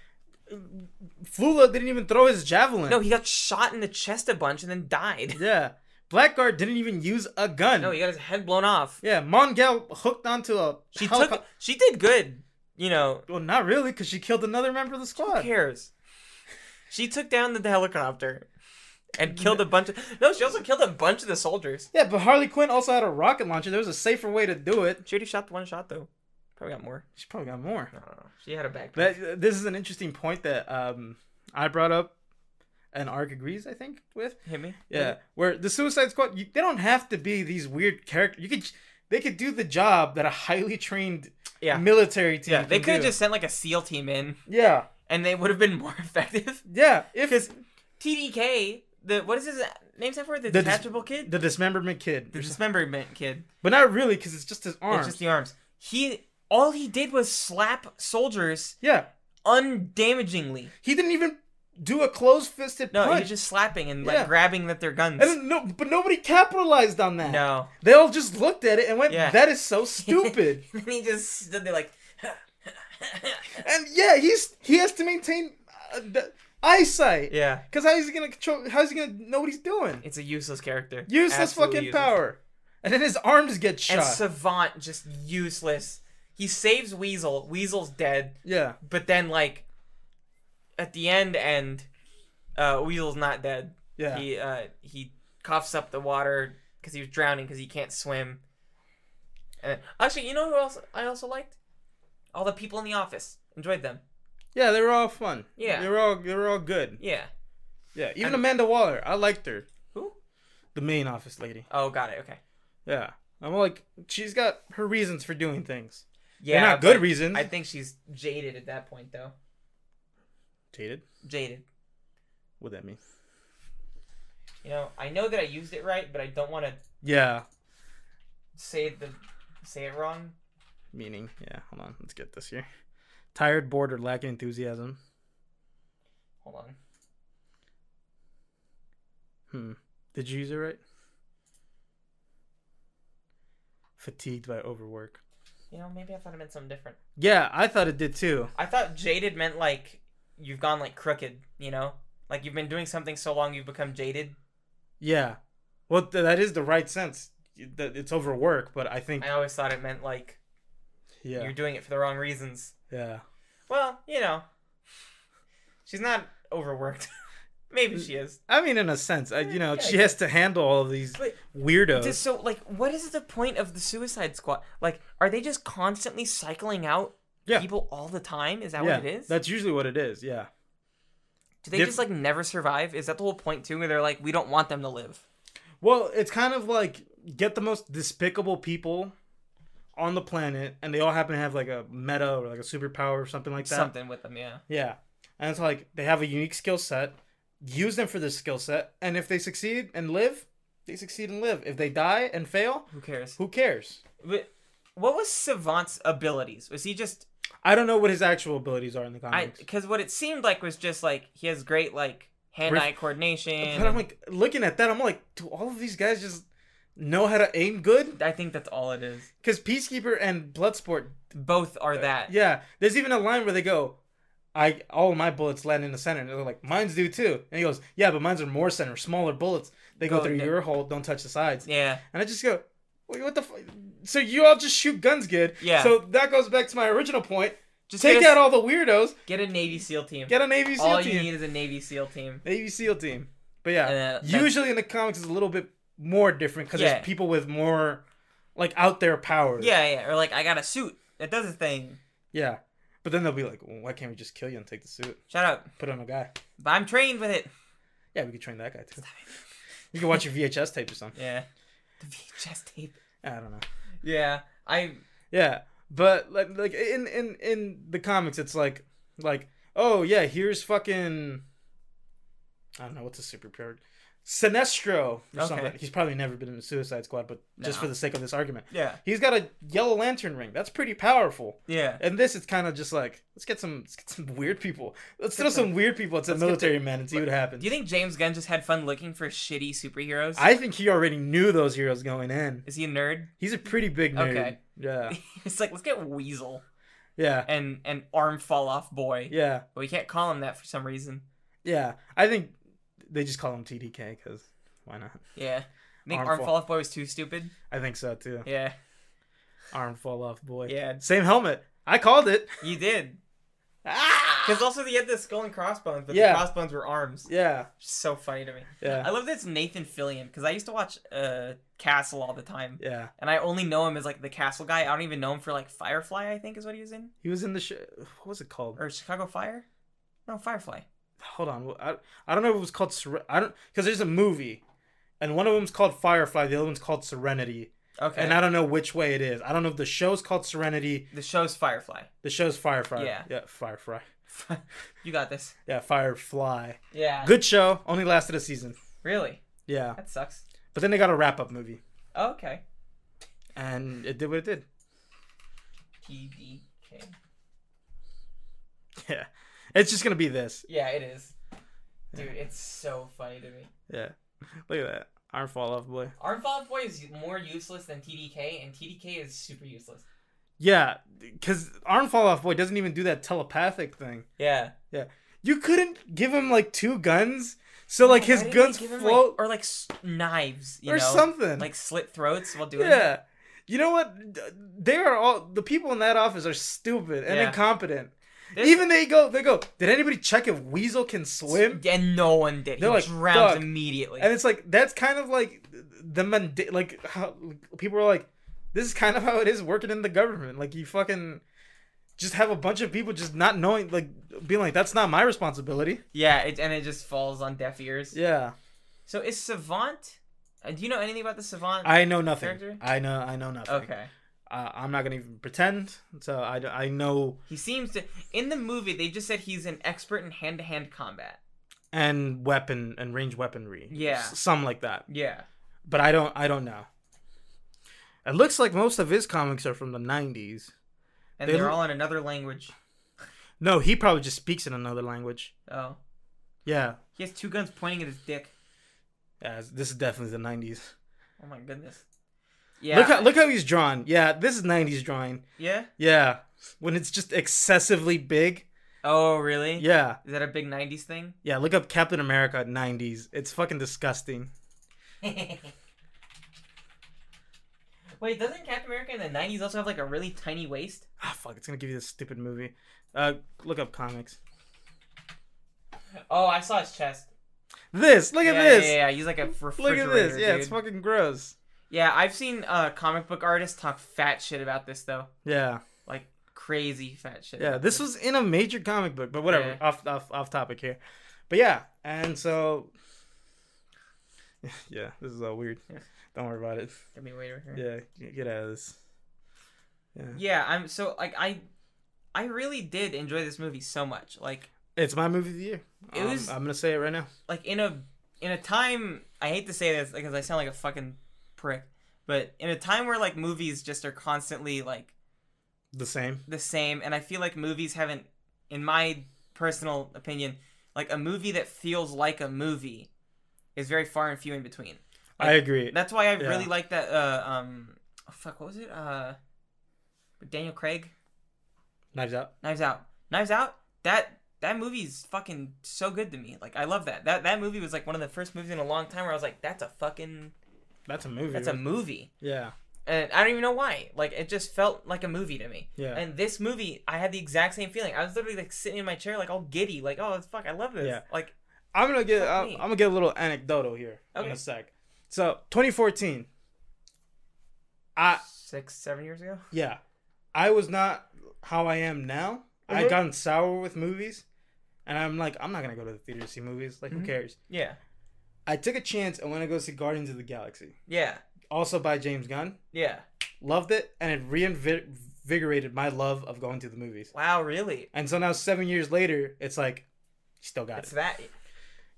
A: Flula didn't even throw his javelin.
B: No, he got shot in the chest a bunch and then died.
A: Yeah. Blackguard didn't even use a gun.
B: No, he got his head blown off.
A: yeah, Mongel hooked onto a.
B: She
A: helico-
B: took. She did good. You know,
A: Well, not really, because she killed another member of the
B: who
A: squad.
B: cares? She took down the helicopter and killed a bunch of. No, she also killed a bunch of the soldiers.
A: Yeah, but Harley Quinn also had a rocket launcher. There was a safer way to do it.
B: She already shot one shot though. Probably got more.
A: She probably got more.
B: I don't know. She had a backpack.
A: That, this is an interesting point that um, I brought up, and Ark agrees, I think, with.
B: Hit me.
A: Yeah, where the Suicide Squad, you, they don't have to be these weird characters. You could, they could do the job that a highly trained
B: Yeah.
A: military team.
B: Yeah. They
A: can
B: could have
A: do.
B: just sent like a SEAL team in,
A: Yeah,
B: and they would have been more effective.
A: yeah. If
B: Because TDK, the what is his name stand for? The,
A: The dis-
B: detachable kid,
A: the dismemberment kid,
B: the dismemberment kid.
A: but not really, because it's just his arms.
B: It's just the arms. He all he did was slap soldiers
A: yeah,
B: undamagingly.
A: he didn't even do a closed-fisted
B: No, he
A: punch.
B: was just slapping and
A: Yeah.
B: like grabbing at their guns.
A: And no, but nobody capitalized on that.
B: No,
A: They all just looked at it and went,
B: Yeah.
A: "That is so stupid."
B: and he just stood there like.
A: and yeah, he's he has to maintain uh, the eyesight.
B: yeah,
A: Cause how is he gonna control? How is he gonna know what he's doing?
B: it's a useless character.
A: Useless
B: Absolutely
A: fucking
B: useless.
A: power. And then his arms get shot.
B: And Savant just useless. He saves Weasel. Weasel's dead,
A: yeah,
B: but then like at the end, and uh, Weasel's not dead.
A: yeah.
B: He uh, he coughs up the water because he was drowning because he can't swim. And actually, you know who else I also liked? All the people in the office enjoyed them.
A: yeah, they were all fun.
B: Yeah.
A: they were all they were all good.
B: Yeah.
A: Yeah, even
B: And-
A: Amanda Waller, I liked her.
B: Who?
A: The main office lady.
B: Oh, got it. Okay.
A: Yeah, I'm like, she's got her reasons for doing things.
B: Yeah.
A: They're not good
B: but
A: reasons.
B: I think she's jaded at that point, though.
A: Jaded.
B: Jaded.
A: What that mean?
B: You know, I know that I used it right, but I don't want to
A: Yeah,
B: say the say it wrong.
A: meaning. Yeah, hold on. Let's get this here. Tired, bored, or lacking enthusiasm.
B: Hold on.
A: Hmm. Did you use it right? Fatigued by overwork.
B: You know, maybe I thought it meant something different.
A: Yeah, I thought it did too.
B: I thought jaded meant like you've gone like crooked. You know, like you've been doing something so long you've become jaded.
A: Yeah. Well, th- that is the right sense. It- that- It's overwork, but I think
B: I always thought it meant like
A: yeah,
B: you're doing it for the wrong reasons.
A: yeah.
B: Well, you know, she's not overworked. Maybe she is.
A: I mean, in a sense, I, you know,
B: Yeah,
A: she
B: yeah.
A: has to handle all of these
B: But
A: weirdos.
B: just so like, what is the point of the Suicide Squad? Like, are they just constantly cycling out
A: Yeah.
B: people all the time? Is that
A: yeah,
B: what it is?
A: that's usually what it is. Yeah.
B: Do they
A: diff-
B: just like never survive? Is that the whole point too? Where they're like, we don't want them to live.
A: Well, it's kind of like get the most despicable people on the planet, and they all happen to have like a meta or like a superpower or something like that.
B: Something with them, yeah.
A: Yeah. And it's like they have a unique skill set, use them for this skill set, and if they succeed and live, they succeed and live. If they die and fail,
B: Who cares?
A: who cares?
B: But what was Savant's abilities? Was he just
A: I don't know what his actual abilities are in the
B: I?
A: comics.
B: Because what it seemed like was just like he has great like hand-eye coordination.
A: but I'm
B: and-
A: like looking at that, I'm like, do all of these guys just know how to aim good?
B: I think that's all it is.
A: Because Peacekeeper and Bloodsport,
B: Both are that.
A: yeah. There's even a line where they go, I all my bullets land in the center, and they're like, mine's do too. And he goes, yeah, but mine's are more center, smaller bullets. They go,
B: Go
A: through
B: down.
A: your hole, don't touch the sides.
B: Yeah.
A: And I just go, Wait, what the fuck? So you all just shoot guns good.
B: Yeah.
A: So that goes back to my original point.
B: Just
A: Take
B: get a,
A: out all the weirdos.
B: Get a Navy SEAL team.
A: Get a Navy SEAL
B: all you
A: team.
B: need is a Navy SEAL team.
A: Navy SEAL team. But yeah,
B: Uh, that's-
A: usually in the comics it's a little bit more different because
B: Yeah.
A: there's people with more, like, out there powers.
B: Yeah, yeah. Or like, I got a suit that does a thing.
A: Yeah. But then they'll be like, well, why can't we just kill you and take the suit?
B: Shut up.
A: Put on a guy.
B: But I'm trained with it.
A: Yeah, we could train that guy too. You can watch your VHS tape or something.
B: Yeah. The VHS tape.
A: I don't know.
B: Yeah. I.
A: Yeah, but like like in in in the comics, it's like like oh yeah, here's fucking I don't know what's a superpower. Sinestro or
B: Okay.
A: something. He's probably never been in the Suicide Squad, but just
B: No.
A: for the sake of this argument,
B: Yeah.
A: he's got a yellow lantern ring. That's pretty powerful.
B: Yeah.
A: And this, it's kind of just like let's get some let's get some weird people. Let's throw
B: get
A: some weird people at some
B: let's get
A: military men and see what
B: Do
A: happens.
B: you think James Gunn just had fun looking for shitty superheroes?
A: I think he already knew those heroes going in.
B: Is he a nerd?
A: He's a pretty big nerd.
B: Okay.
A: Yeah.
B: it's like let's get Weasel
A: Yeah.
B: and and Arm Fall Off Boy.
A: Yeah.
B: But we can't call him that for some reason.
A: Yeah, I think they just call him TDK because why not?
B: Yeah. I think
A: Arm
B: Arm,
A: Fall-
B: Fall Off Boy was too stupid.
A: I think so too.
B: Yeah.
A: Arm fall off, boy.
B: Yeah.
A: Same helmet. I called it.
B: You did.
A: Ah!
B: Because also they had the skull and crossbones, but
A: Yeah.
B: the crossbones were arms.
A: Yeah,
B: So funny to me. I
A: yeah,
B: love that it's Nathan Fillion because I used to watch uh, Castle all the time,
A: yeah.
B: and I only know him as like the Castle guy. I don't even know him for like Firefly, I think is what he was in,
A: He was in the sh- what was it called?
B: or Chicago Fire. No, Firefly.
A: Hold on, I, I don't know if it was called Ser- I don't because there's a movie, and one of them's called Firefly, the other one's called Serenity,
B: Okay.
A: and I don't know which way it is. I don't know if the show's called Serenity,
B: the show's Firefly.
A: the show's Firefly.
B: Yeah.
A: yeah, Firefly.
B: you got this.
A: Yeah, Firefly.
B: Yeah.
A: Good show, only lasted a season.
B: Really?
A: Yeah,
B: That sucks.
A: but then they got a wrap up movie,
B: okay.
A: and it did what it did.
B: TDK.
A: Yeah, it's just gonna be this.
B: Yeah, it is. Dude, it's so funny to me.
A: Yeah, look at that. Iron Fall Off Boy.
B: Arm Fall Out Boy is more useless than TDK, and TDK is super useless.
A: Yeah, because Arm Fall Off Boy doesn't even do that telepathic thing.
B: Yeah.
A: You couldn't give him like two guns, so like his guns float
B: or like s- knives, you
A: or
B: know,
A: something.
B: like slit throats while doing. it.
A: yeah, you know what? D- They are all the people in that office are stupid and
B: Yeah.
A: incompetent.
B: There's-
A: Even they go, they go. Did anybody check if Weasel can swim?
B: and no one did.
A: They're
B: he
A: like,
B: drowns
A: "Fuck."
B: immediately.
A: And it's like that's kind of like the munda- like how people are like, this is kind of how it is working in the government. Like you fucking just have a bunch of people just not knowing, like being like, that's not my responsibility.
B: yeah, it, and it just falls on deaf ears.
A: Yeah,
B: So is Savant? Uh, do you know anything about the Savant?
A: I know nothing.
B: Character?
A: I know, I know nothing.
B: okay.
A: uh, I'm not gonna even pretend. So I, d- I know
B: He seems to. In the movie, they just said he's an expert in hand-to-hand combat.
A: and weapon and range weaponry.
B: Yeah.
A: S- some like that.
B: Yeah.
A: But I don't I don't know. It looks like most of his comics are from the 90s.
B: And
A: They
B: they are
A: l-
B: all in another language.
A: No, he probably just speaks in another language.
B: Oh.
A: Yeah,
B: He has two guns pointing at his dick.
A: yeah this is definitely the 90s.
B: Oh my goodness. Yeah.
A: Look how look how he's drawn. Yeah, this is 90s drawing.
B: yeah.
A: Yeah, when it's just excessively big.
B: Oh really?
A: Yeah,
B: Is that a big '90s thing?
A: yeah. Look up Captain America 90s. It's fucking disgusting.
B: Wait, doesn't Captain America in the '90s also have like a really tiny waist?
A: Ah, fuck. It's gonna give you this stupid movie. Uh, look up comics.
B: Oh, I saw his chest.
A: This. Look at
B: yeah,
A: this.
B: Yeah, yeah, he's like a
A: Look
B: refrigerator.
A: at this. Yeah, it's
B: dude.
A: fucking gross.
B: Yeah, I've seen uh, comic book artists talk fat shit about this though,
A: Yeah,
B: like crazy fat shit.
A: yeah.
B: about
A: This was in a major comic book, but whatever.
B: Yeah.
A: Off, off, off topic here. But yeah, and so. Yeah, this is all weird.
B: Yeah.
A: Don't worry about it.
B: Let me wait over here.
A: Yeah, g- get out of this. Yeah.
B: Yeah, I'm so like I, I really did enjoy this movie so much. Like
A: It's my movie of the year.
B: It
A: Um,
B: was-
A: I'm gonna say it right now.
B: like in a in a time I hate to say this because I sound like a fucking prick, but in a time where like movies just are constantly like
A: The same.
B: the same, and I feel like movies haven't, in my personal opinion, like a movie that feels like a movie, is very far and few in between.
A: I agree.
B: That's why I
A: Yeah.
B: really like that. Uh, um, oh, fuck, what was it? Uh, with Daniel Craig,
A: Knives Out.
B: Knives Out, Knives Out. That that movie's fucking so good to me. Like I love that. That that movie was like one of the first movies in a long time where I was like, that's a fucking
A: That's a movie.
B: that's a movie,
A: yeah.
B: and I don't even know why. Like it just felt like a movie to me.
A: Yeah.
B: And this movie, I had the exact same feeling. I was literally like sitting in my chair, like all giddy, like oh fuck, I love this.
A: Yeah.
B: Like
A: I'm gonna get.
B: Fuck
A: I'm,
B: me.
A: I'm gonna get a little anecdotal here in
B: Okay.
A: a sec. So 2014. I
B: six, seven years ago.
A: yeah, I was not how I am now. I
B: Mhm.
A: gotten sour with movies, and I'm like, I'm not gonna go to the theater to see movies. Like, who
B: Mhm.
A: cares?
B: Yeah.
A: I took a chance and went to go see Guardians of the Galaxy,
B: Yeah.
A: also by James Gunn.
B: Yeah.
A: Loved it, and it reinvigorated my love of going to the movies.
B: Wow. Really.
A: And so now, seven years later, it's like, still got
B: It's
A: it.
B: that.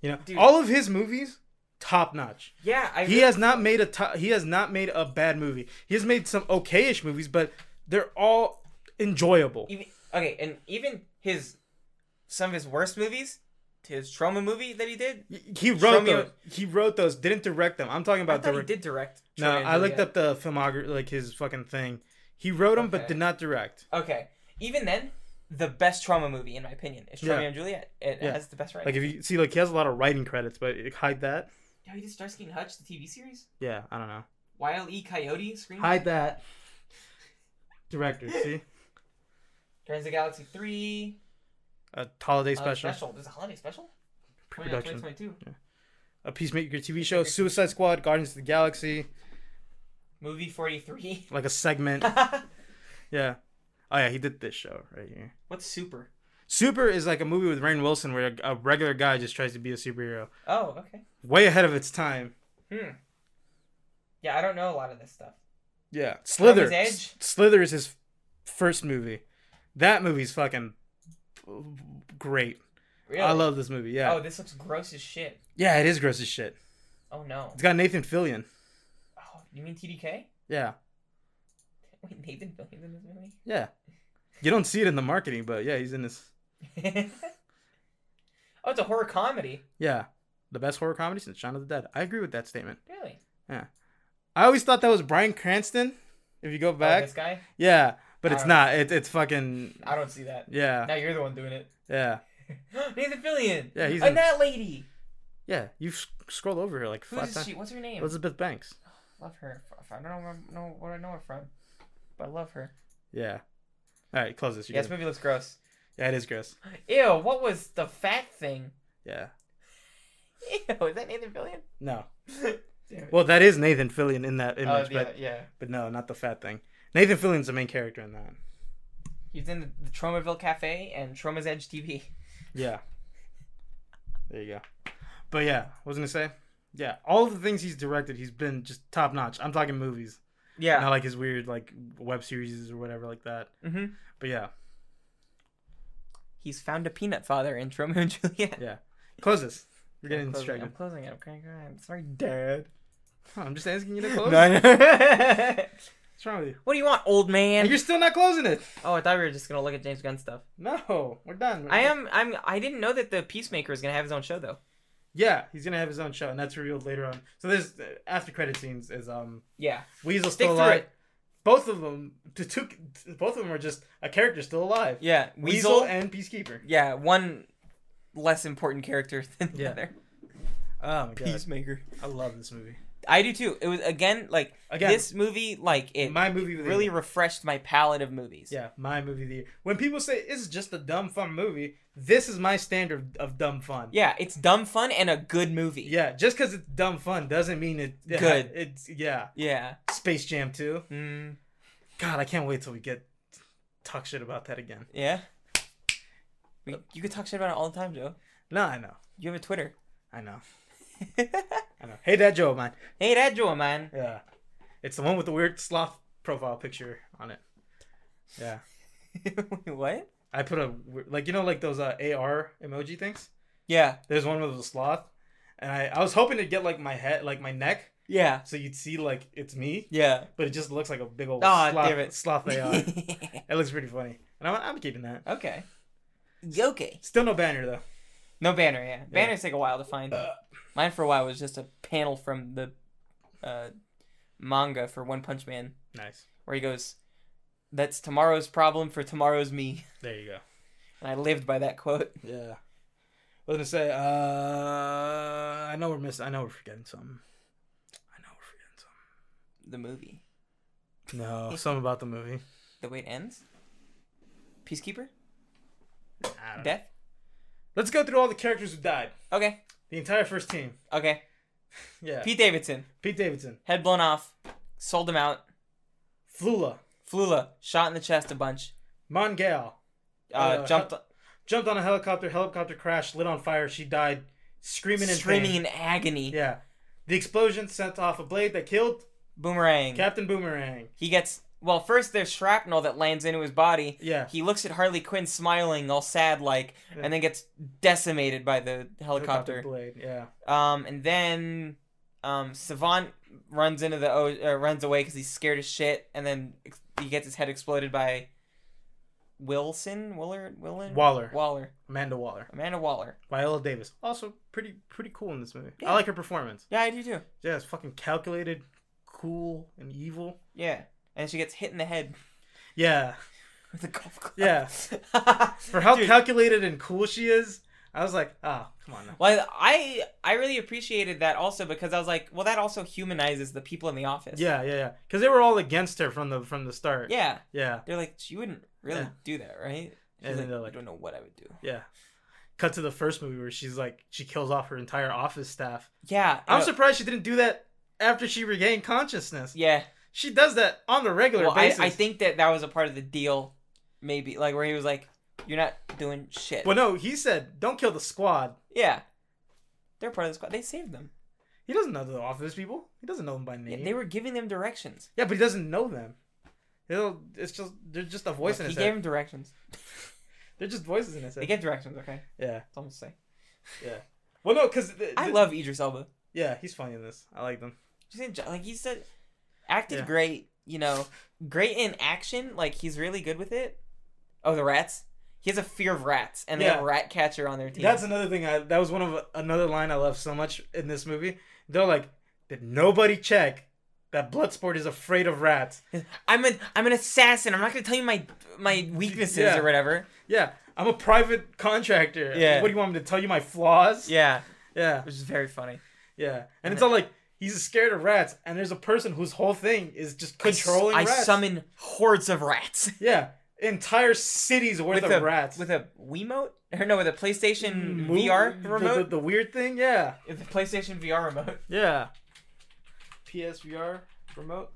A: You know,
B: dude.
A: all of his movies, top notch.
B: Yeah, I
A: he has not made a to- he has not made a bad movie. He has made some okayish movies, but they're all enjoyable.
B: even okay, and even his some of his worst movies, his trauma movie that he did.
A: He wrote
B: Romeo-
A: those. He wrote those. Didn't direct them. I'm talking
B: I
A: about
B: thought he
A: direct.
B: did direct.
A: No,
B: Romeo and
A: I looked
B: Juliet.
A: up the filmography, like his fucking thing. He wrote them, but
B: Okay.
A: did not direct.
B: Okay, even then, the best trauma movie in my opinion is
A: Yeah.
B: Romeo and Juliet. It
A: Yeah.
B: has the best writing.
A: Like if you see, like he has a lot of writing credits, but it- hide that.
B: Yo, he did Starsky and Hutch, the TV series.
A: Yeah, I don't know.
B: Wild E. Coyote, Screen.
A: Hide that. Director, see.
B: Guardians of the Galaxy three.
A: a holiday
B: Holiday
A: special,
B: There's a holiday special.
A: Pre-production.
B: 2022.
A: a Peacemaker TV show, Suicide Squad, Guardians of the Galaxy,
B: Movie 43.
A: like a segment. yeah. Oh yeah, he did this show right here.
B: What's super?
A: Super is like a movie with Rain Wilson where a, a regular guy just tries to be a superhero.
B: Oh, okay.
A: Way ahead of its time.
B: Hmm. Yeah, I don't know a lot of this stuff.
A: Yeah. Slither.
B: Edge?
A: S- Slither is his first movie. That movie's fucking great.
B: Really?
A: I love this movie. Yeah.
B: Oh, this looks gross as shit.
A: Yeah, it is gross as shit.
B: Oh no.
A: It's got Nathan Fillion.
B: Oh, you mean TDK?
A: Yeah.
B: Wait, Nathan Fillion's in this movie?
A: Yeah. You don't see it in the marketing, but yeah, he's in this.
B: oh, it's a horror comedy.
A: Yeah. The best horror comedy since Shaun of the Dead. I agree with that statement.
B: Really?
A: I always thought that was Brian Cranston. If you go
B: Oh,
A: back,
B: this guy?
A: yeah, but it's
B: Alright.
A: not. It, it's fucking
B: I don't see that.
A: yeah,
B: Now you're the one doing it.
A: yeah,
B: Nathan Fillion.
A: Yeah, he's
B: and
A: in-
B: that lady.
A: yeah. You sc- scroll over here like
B: Who
A: five
B: is
A: times.
B: she? What's her name?
A: Elizabeth Banks.
B: Love her. F- I don't know, know where I know her from, but I love her.
A: Yeah. All right, close this. You
B: Yeah,
A: yeah,
B: this movie looks gross.
A: yeah, it is gross.
B: Ew, what was the fat thing?
A: Yeah.
B: Ew, is that Nathan Fillion?
A: No.
B: Damn it.
A: Well, that is Nathan Fillion in that
B: Oh,
A: image,
B: yeah,
A: but
B: yeah.
A: but no, not the fat thing. Nathan Fillion's the main character in that.
B: He's in the, the Tromaville Cafe and Troma's Edge TV.
A: Yeah. There you go. But yeah, what was I gonna say? Yeah, all of the things he's directed, he's been just top notch. I'm talking movies,
B: Yeah.
A: not like his weird like web series or whatever like that.
B: hmm
A: But yeah,
B: He's found a peanut father in Troma and Juliet.
A: close this. You're
B: I'm
A: getting
B: closing-
A: distracted.
B: I'm closing it. Okay, go ahead. I'm sorry, Dad.
A: Huh, I'm just asking you to close. it.
B: No.
A: What's wrong with you?
B: what do you want, old man?
A: And you're still not closing it.
B: Oh, I thought we were just gonna look at James Gunn stuff.
A: No, we're done.
B: I am. I'm. I didn't know that the Peacemaker is gonna have his own show though.
A: Yeah, he's gonna have his own show, and that's revealed later on. So there's uh, after credit scenes is um
B: Yeah.
A: Weasel
B: Stick
A: still
B: through
A: alive.
B: it.
A: Both of them, the two, both of them are just a character still alive.
B: Yeah.
A: Weasel, and Peacekeeper.
B: Yeah, one less important character than the
A: Yeah.
B: other.
A: Oh my god,
B: Peacemaker.
A: I love this movie.
B: I do too. It was again like
A: Again.
B: this movie like it
A: my movie of the
B: really
A: year.
B: refreshed my palette of movies.
A: Yeah, my movie of the year. When people say it's just a dumb fun movie, this is my standard of dumb fun.
B: Yeah, it's dumb fun and a good movie.
A: Yeah, just because it's dumb fun doesn't mean it. it
B: Good.
A: It's yeah.
B: Yeah.
A: Space Jam 2.
B: Mm,
A: God, I can't wait till we get talk shit about that again.
B: yeah. We, you could talk shit about it all the time, Joe.
A: No, I know,
B: You have a Twitter.
A: I know,
B: hey,
A: I know. Hey, that Joe of mine.
B: that Joe, man.
A: Yeah, it's the one with the weird sloth profile picture on it. Yeah,
B: what?
A: I put a weir- like you know like those uh, AR emoji things.
B: Yeah.
A: There's one with a sloth, and I I was hoping to get like my head like my neck
B: Yeah.
A: so you'd see like it's me,
B: Yeah.
A: but it just looks like a big old
B: Aw,
A: sloth,
B: damn it.
A: sloth AR. it looks pretty funny, and I'm I'm keeping that.
B: okay. Okay.
A: Still no banner though.
B: No banner, yeah. Banners take a while to find.
A: Uh.
B: Mine for a while was just a panel from the uh, manga for One Punch Man,
A: Nice.
B: where he goes, "That's tomorrow's problem for tomorrow's me,"
A: There you go.
B: and I lived by that quote.
A: Yeah. I was gonna say, uh, I know we're missing. I know we're forgetting something. I know we're
B: The movie,
A: forgetting something. No, something about the movie.
B: the way it ends. Peacekeeper,
A: I don't know.
B: death.
A: Let's go through all the characters who died.
B: Okay,
A: The entire first team.
B: okay.
A: Yeah. Pete,
B: Pete Davidson,
A: Davidson,
B: head blown off, sold him out.
A: Flula,
B: Flula, shot in the chest a bunch.
A: Mongal,
B: Uh,
A: Uh,
B: jumped,
A: jumped on a helicopter. Helicopter crashed, lit on fire. She died, screaming in
B: screaming
A: pain.
B: in agony.
A: Yeah. The explosion sent off a blade that killed
B: Boomerang.
A: Captain Boomerang.
B: He gets well. First, there's shrapnel that lands into his body.
A: Yeah.
B: He looks at Harley Quinn smiling, all sad like, and then gets decimated by the helicopter.
A: blade. Yeah.
B: Um, and then um, Savant runs into the o- uh, runs away because he's scared as shit, and then ex- he gets his head exploded by Wilson Willard Willard
A: Waller.
B: Waller
A: Amanda Waller.
B: Amanda Waller.
A: Viola Davis. Also pretty pretty cool in this movie.
B: Yeah.
A: I like her performance.
B: Yeah, I do too.
A: Yeah, it's fucking calculated, cool, and evil.
B: Yeah, and she gets hit in the head
A: Yeah.
B: with a golf club.
A: Yeah. For how calculated and cool she is, I was like, ah, come on now.
B: Well, I I really appreciated that also because I was like, well, that also humanizes the people in the office.
A: Yeah, yeah, yeah. Because they were all against her from the from the start.
B: Yeah.
A: Yeah.
B: They're like, she wouldn't really
A: Yeah.
B: do that, right? She's
A: And
B: like,
A: then they're
B: I
A: like-
B: don't know what I would do.
A: Yeah. Cut to the first movie where she's like she kills off her entire office staff.
B: Yeah,
A: I'm
B: no,
A: surprised she didn't do that after she regained consciousness.
B: Yeah,
A: She does that on a regular
B: well, I,
A: basis.
B: I think that that was a part of the deal, maybe like where he was like, "You're not doing shit."
A: Well, no, he said, "Don't kill the squad."
B: Yeah, they're part of the squad. They saved them.
A: He doesn't know the office people. He doesn't know them by
B: Yeah,
A: name.
B: they were giving them directions.
A: Yeah, but he doesn't know them. He'll, it's just they're just a voice in
B: Look, he
A: his
B: gave
A: head.
B: him directions.
A: They're just voices in his
B: They
A: head.
B: gave directions. Okay,
A: yeah,
B: that's all I'm gonna say.
A: yeah. Well, no, because
B: I love Idris Elba.
A: Yeah, he's funny in this. I like them.
B: Just enjoy- like he said, acted
A: Yeah.
B: great. You know, great in action. Like he's really good with it. Oh, the rats. He has a fear of rats, and they have
A: Yeah.
B: a rat catcher on their team.
A: That's another thing. I that was one of another line I love so much in this movie. They're like, did nobody check that Bloodsport is afraid of rats?
B: I'm an I'm an assassin. I'm not gonna tell you my my weaknesses
A: Yeah.
B: or whatever.
A: Yeah, I'm a private contractor.
B: Yeah.
A: What do you want me to tell you my flaws?
B: Yeah,
A: Yeah.
B: which is very funny.
A: Yeah. And it's all like he's scared of rats, and there's a person whose whole thing is just controlling
B: I, s- I
A: rats.
B: summon hordes of rats
A: Yeah. Entire cities worth of
B: a
A: rats. Mm,
B: with a Wiimote or no, with a PlayStation
A: Move-
B: VR
A: the- The,
B: remote.
A: the weird thing, yeah.
B: With a PlayStation VR remote.
A: Yeah. PSVR remote.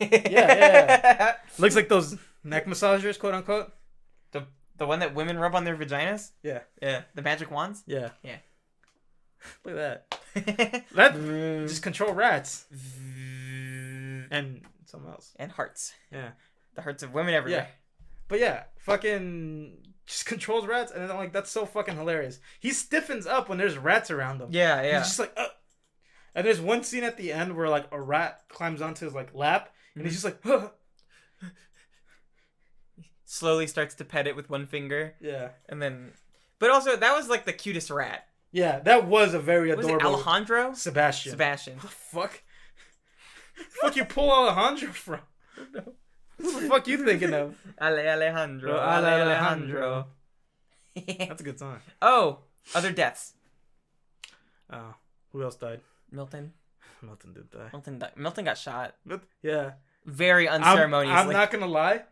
A: yeah. Looks like those neck massagers, quote unquote.
B: the the one that women rub on their vaginas.
A: Yeah.
B: Yeah, the magic wands.
A: Yeah.
B: Yeah.
A: Look at that.
B: and
A: That just control rats and something else.
B: hearts.
A: Yeah.
B: The hearts of women everywhere.
A: But yeah, fucking just controls rats, and then I'm like, that's so fucking hilarious. He stiffens up when there's rats around him.
B: Yeah, yeah.
A: He's just like, uh. and there's one scene at the end where like a rat climbs onto his like lap, and he's just
B: Mm-hmm.
A: like, huh.
B: Slowly starts to pet it with one finger,
A: yeah,
B: and then. But also, that was like the cutest rat.
A: yeah. That was a very
B: Was it
A: adorable
B: Alejandro?
A: Sebastian.
B: Sebastian.
A: the fuck? fuck you pull Alejandro from? What the fuck you thinking of?
B: Ale Alejandro.
A: Bro,
B: Ale
A: Ale
B: Alejandro.
A: That's a good song.
B: oh, other deaths.
A: Oh, who else died?
B: Milton.
A: Milton did die.
B: Milton. Di- Milton got shot.
A: But yeah,
B: Very
A: I'm-
B: unceremoniously.
A: I'm, not gonna lie.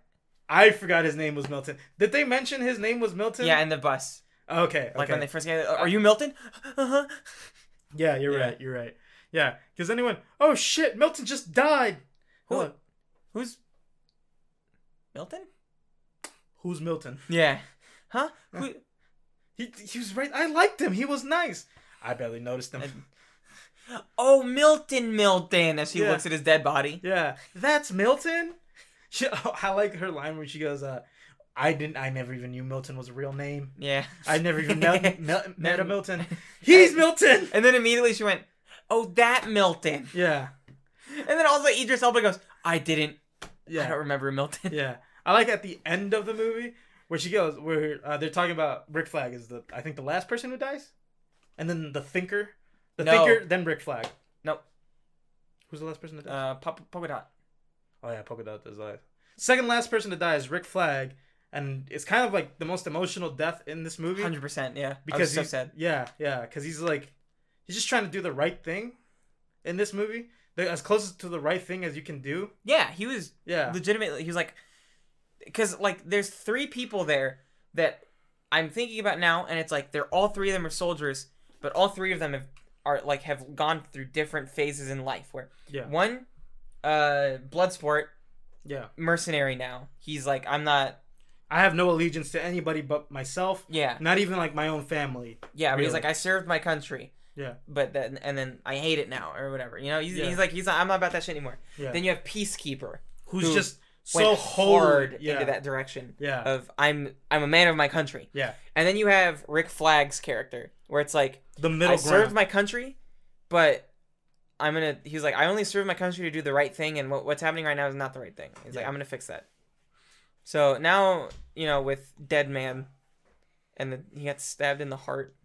A: I forgot his name was Milton. Did they mention his name was Milton?
B: yeah, in the bus.
A: Okay.
B: Like
A: okay.
B: when they first get. Are you Milton? Uh-huh.
A: Yeah, you're
B: Yeah.
A: right. You're right. Yeah, because anyone. Oh shit! Milton just died.
B: Who-
A: Look,
B: Who's Milton?
A: who's Milton?
B: Yeah. Huh? Who?
A: He he was right. I liked him. He was nice. I barely noticed him.
B: Oh, Milton, Milton, as he
A: Yeah.
B: looks at his dead body.
A: Yeah, that's Milton. She, I like her line where she goes, uh, "I didn't. I never even knew Milton was a real name.
B: Yeah.
A: I never even met, met, met a Milton. He's Milton."
B: And then immediately she went, "Oh, that Milton."
A: Yeah,
B: And then also Idris Elba goes, "I didn't. I don't
A: yeah,
B: remember Milton."
A: yeah. I like at the end of the movie where she goes, where uh, they're talking about Rick Flag is the I think the last person who dies, and then the Thinker, the
B: No.
A: Thinker, then Rick Flag.
B: Nope.
A: Who's the last person to die?
B: Uh, pop, polka dot.
A: Oh yeah, polka dot does die. Second last person to die is Rick Flag, and it's kind of like the most emotional death in this movie.
B: Hundred percent. Yeah. Because I
A: because
B: was so
A: he's-
B: sad.
A: Yeah, yeah, because he's like, he's just trying to do the right thing in this movie, the, as close to the right thing as you can do.
B: Yeah, he was
A: Yeah,
B: legitimately. He was like, because like there's three people there that I'm thinking about now, and it's like they're all three of them are soldiers, but all three of them have are like have gone through different phases in life where
A: yeah,
B: One, uh, Bloodsport,
A: yeah.
B: mercenary now. He's like, I'm not.
A: I have no allegiance to anybody but myself,
B: Yeah,
A: not even like my own family.
B: yeah. But he's
A: Really?
B: like, I served my country.
A: Yeah.
B: But then, and then I hate it now, or whatever. You know, he's,
A: Yeah.
B: he's like, he's not, I'm not about that shit anymore.
A: Yeah.
B: Then you have Peacekeeper,
A: Who's
B: Who
A: just
B: went
A: so
B: hard
A: hard? Yeah,
B: into that direction
A: yeah,
B: of I'm I'm a man of my country.
A: yeah.
B: And then you have Rick Flag's character, where it's like,
A: The
B: I
A: middle
B: served
A: ground.
B: my country, but I'm gonna. He's like, I only serve my country to do the right thing, and what, what's happening right now is not the right thing. He's like,
A: Yeah.
B: I'm gonna fix that. So now you know, with Dead Man, and the, he got stabbed in the heart.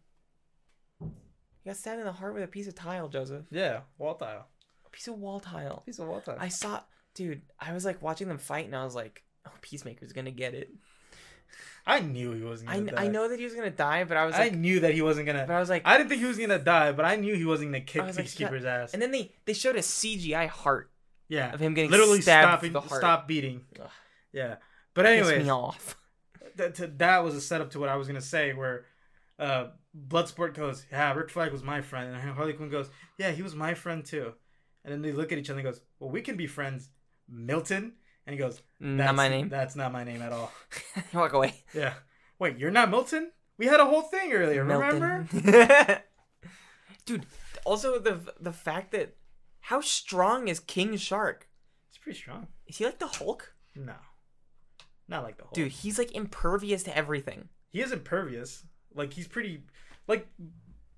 B: He got stabbed in the heart with a piece of tile, Joseph.
A: yeah, wall tile.
B: A piece of wall tile.
A: Piece of wall tile.
B: I saw, dude. I was like watching them fight, and I was like, oh, Peacemaker's gonna get it.
A: I knew he wasn't.
B: I,
A: Gonna die.
B: I know that he was gonna die, but I was
A: I
B: like,
A: knew that he wasn't
B: but
A: gonna.
B: I was like,
A: I didn't think he was gonna die, but I knew he wasn't gonna kick
B: I was like, he got-
A: Peacekeeper's ass.
B: and then they they showed a CGI heart
A: Yeah,
B: of him getting
A: literally
B: stabbed
A: stopping,
B: through the heart.
A: stop beating.
B: Ugh.
A: Yeah, But
B: Piss
A: anyway,
B: me off.
A: th- th- that was a setup to what I was gonna say, where uh, Bloodsport goes, "Yeah, Rick Flag was my friend," and Harley Quinn goes, "Yeah, he was my friend too." And then they look at each other and goes, "Well, we can be friends, Milton." And he goes, that's,
B: Mm, Not my name.
A: That's not my name at all."
B: Walk away.
A: Yeah. Wait, you're not Milton? We had a whole thing earlier. Remember?
B: Melton. Dude, also the the fact that how strong is King Shark?
A: It's pretty strong.
B: Is he like the Hulk?
A: No, not like the whole.
B: Dude, he's like impervious to everything.
A: he is impervious. Like he's pretty. Like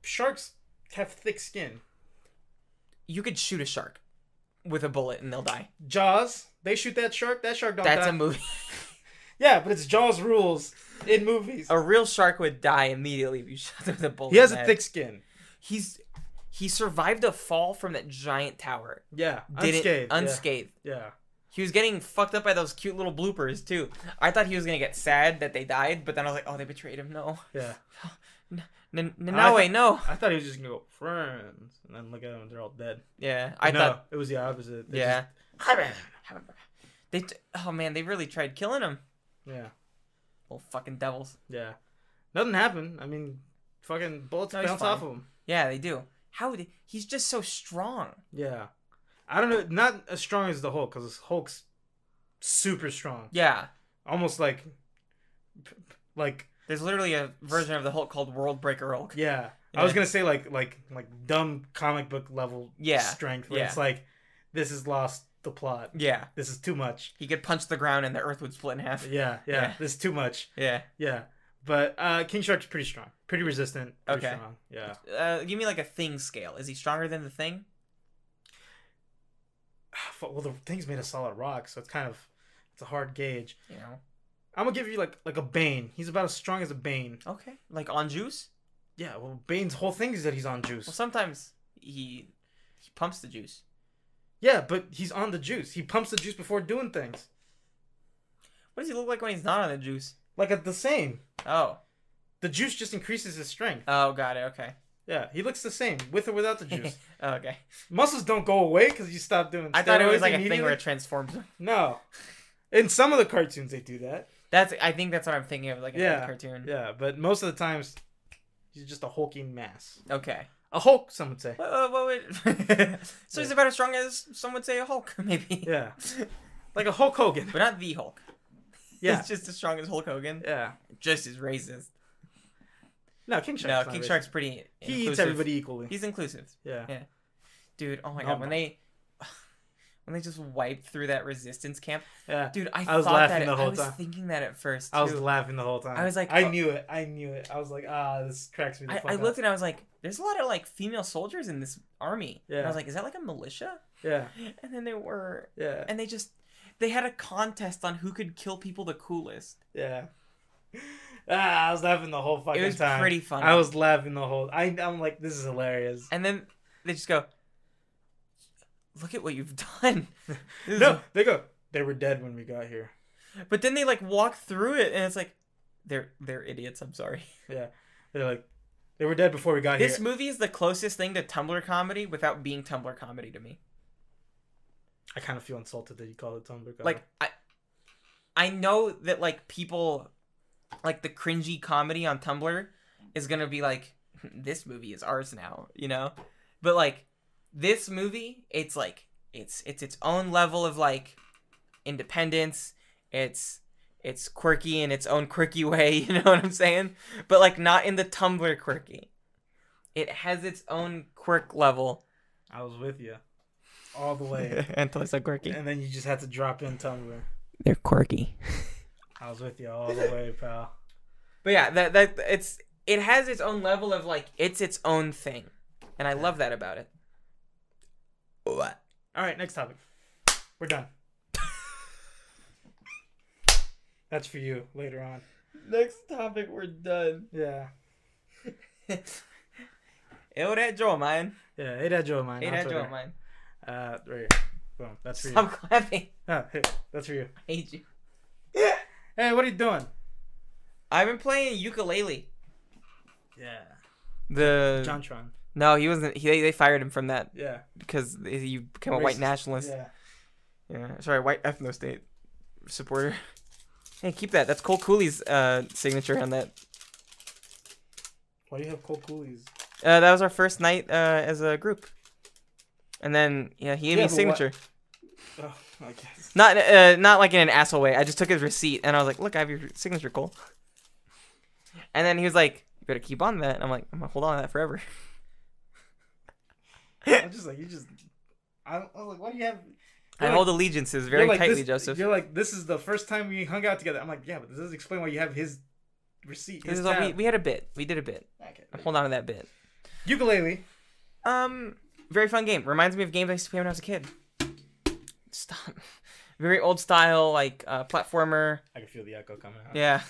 A: sharks have thick skin.
B: You could shoot a shark with a bullet and they'll die.
A: Jaws. They shoot that shark. That shark don't
B: That's
A: die.
B: a movie.
A: yeah, but it's Jaws rules in movies.
B: a real shark would die immediately if you shot him with a bullet.
A: He has
B: in
A: a
B: the
A: thick
B: head.
A: skin.
B: He's he survived a fall from that giant tower.
A: Yeah,
B: Did
A: unscathed.
B: it
A: yeah,
B: unscathed.
A: Yeah.
B: He was getting fucked up by those cute little bloopers too. I thought he was gonna get sad that they died, but then I was like, oh, they betrayed him. No,
A: yeah,
B: N- n-
A: I
B: no way,
A: thought-
B: no.
A: I thought he was just gonna go friends, and then look at them. They're all dead.
B: Yeah, I
A: no,
B: thought.
A: it was the opposite. They
B: Yeah,
A: just-
B: they. T- oh man, they really tried killing him.
A: yeah,
B: Little fucking devils.
A: yeah. Nothing happened. I mean, fucking bullets
B: No, he's
A: bounce off
B: fine.
A: of him.
B: Yeah, they do. How did he's just so strong?
A: Yeah, I don't know. Not as strong as the Hulk, because Hulk's super strong.
B: Yeah,
A: Almost like, like
B: there's literally a version of the Hulk called World Breaker Hulk.
A: Yeah. I was
B: Yeah.
A: gonna say like like like dumb comic book level
B: Yeah.
A: strength where
B: Yeah.
A: it's like this has lost the plot.
B: Yeah,
A: This is too much.
B: he could punch the ground and the Earth would split in half.
A: Yeah, yeah,
B: Yeah.
A: This is too much.
B: Yeah.
A: Yeah. But uh King Shark's pretty strong. Pretty resistant. Pretty
B: Okay.
A: strong. Yeah.
B: Uh, give me like a thing scale. Is he stronger than the thing?
A: Fuck, Well the thing's made of solid rock, so it's kind of it's a hard gauge.
B: You know.
A: I'm gonna give you like like a Bane. He's about as strong as a Bane.
B: Okay. Like on juice.
A: Yeah, well Bane's whole thing is that he's on juice.
B: Well, sometimes he he pumps the juice.
A: yeah, but he's on the juice. He pumps the juice before doing things.
B: What does he look like when he's not on the juice?
A: Like at the same.
B: Oh.
A: The juice just increases his strength.
B: Oh, got it. Okay.
A: Yeah, he looks the same with or without the juice.
B: Oh, okay.
A: Muscles don't go away because you stop doing.
B: I thought it was
A: steroids
B: like a thing where
A: immediately.
B: it transforms him.
A: No, in some of the cartoons they do that.
B: That's I think that's what I'm thinking of, like an old
A: Yeah.
B: cartoon.
A: Yeah, but most of the times he's just a hulking mass.
B: Okay.
A: A Hulk, some would say.
B: What, what, what would... so he's
A: Yeah.
B: about as strong as some would say a Hulk, maybe.
A: Yeah, like a Hulk Hogan.
B: But not the Hulk.
A: Yeah,
B: He's just as strong as Hulk Hogan.
A: yeah.
B: Just as racist.
A: No, King Shark.
B: no, King Shark's pretty.
A: He eats
B: inclusive.
A: everybody equally.
B: He's inclusive.
A: yeah.
B: Yeah. Dude, oh my
A: Oh
B: god, when they when they just wiped through that resistance camp,
A: Yeah.
B: dude, I,
A: I was
B: thought
A: laughing
B: that
A: the whole
B: I was
A: time.
B: thinking that at first. Too.
A: I was laughing the whole time.
B: I was like,
A: I
B: oh.
A: knew it. I knew it. I was like, ah, this cracks me the
B: I,
A: fuck
B: I
A: up.
B: looked and I was like, "There's a lot of like female soldiers in this army." And
A: Yeah.
B: I was like, "Is that like a militia?"
A: Yeah,
B: And then they were,
A: yeah,
B: and they just they had a contest on who could kill people the coolest.
A: yeah. Ah, I was laughing the whole fucking
B: It was
A: time.
B: pretty funny.
A: I was laughing the whole. I, I'm like, this is hilarious.
B: and then they just go, "Look at what you've done." This is-
A: No, they go. They were dead when we got here.
B: but then they like walk through it, and it's like, "They're they're idiots." I'm sorry.
A: They're like, they were dead before we got
B: This
A: here.
B: movie is the closest thing to Tumblr comedy without being Tumblr comedy to me.
A: I kind of feel insulted that you call it Tumblr. cover.
B: Like I I know that like people like the cringy comedy on Tumblr is going to be like this movie is ours now, you know? But like this movie, it's like it's it's its own level of like independence. It's it's quirky in its own quirky way, you know what I'm saying? But like not in the Tumblr quirky. It has its own quirk level.
A: I was with you, all the way,
B: until I said quirky.
A: and then you just had to drop in Tumblr.
B: They're quirky.
A: I was with you all the way, pal.
B: But yeah, that that it's it has its own level of like it's its own thing, and I love that about it. What?
A: All right, next topic. We're done. That's for you later on.
B: Next topic, we're done.
A: Yeah,
B: Yo, that draw, man.
A: yeah. Hey, that Joe of mine.
B: Hey,
A: on
B: that
A: Twitter.
B: draw, man.
A: Uh, right here. Boom. That's for you.
B: Stop clapping.
A: Ah, here. That's for you.
B: I hate you.
A: Hey, what are you doing?
B: I've been playing ukulele.
A: Yeah.
B: The
A: Jontron.
B: no, he wasn't. He, they fired him from that
A: Yeah.
B: because you become a white
A: Racist.
B: nationalist.
A: Yeah.
B: Yeah, sorry, white ethno state supporter. Hey, keep that. That's Cole Cooley's uh, signature on that.
A: Why do you have Cole Cooley's?
B: Uh, that was our first night uh, as a group. And then yeah, he gave
A: Yeah,
B: me his
A: but what-
B: signature.
A: Oh, I guess.
B: Not uh, not like in an asshole way. I just took his receipt and I was like, "Look, I have your signature, Cole." And then he was like, "You better keep on that." And I'm like, "I'm gonna hold on to that forever."
A: I'm just like you just. I, I was like, why do you have?
B: I
A: You're like-
B: hold allegiances very
A: you're like,
B: tightly,
A: this,
B: Joseph.
A: You're like, this is the first time we hung out together. I'm like, yeah, but this doesn't explain why you have his receipt.
B: This
A: His
B: is all, we,
A: tab.
B: we had a bit. We did a bit.
A: Okay.
B: I'm holding on to that bit.
A: Ukulele.
B: Um, very fun game. Reminds me of games I used to play when I was a kid. Stop. Very old style, like uh, platformer.
A: I can feel the echo coming out.
B: Yeah,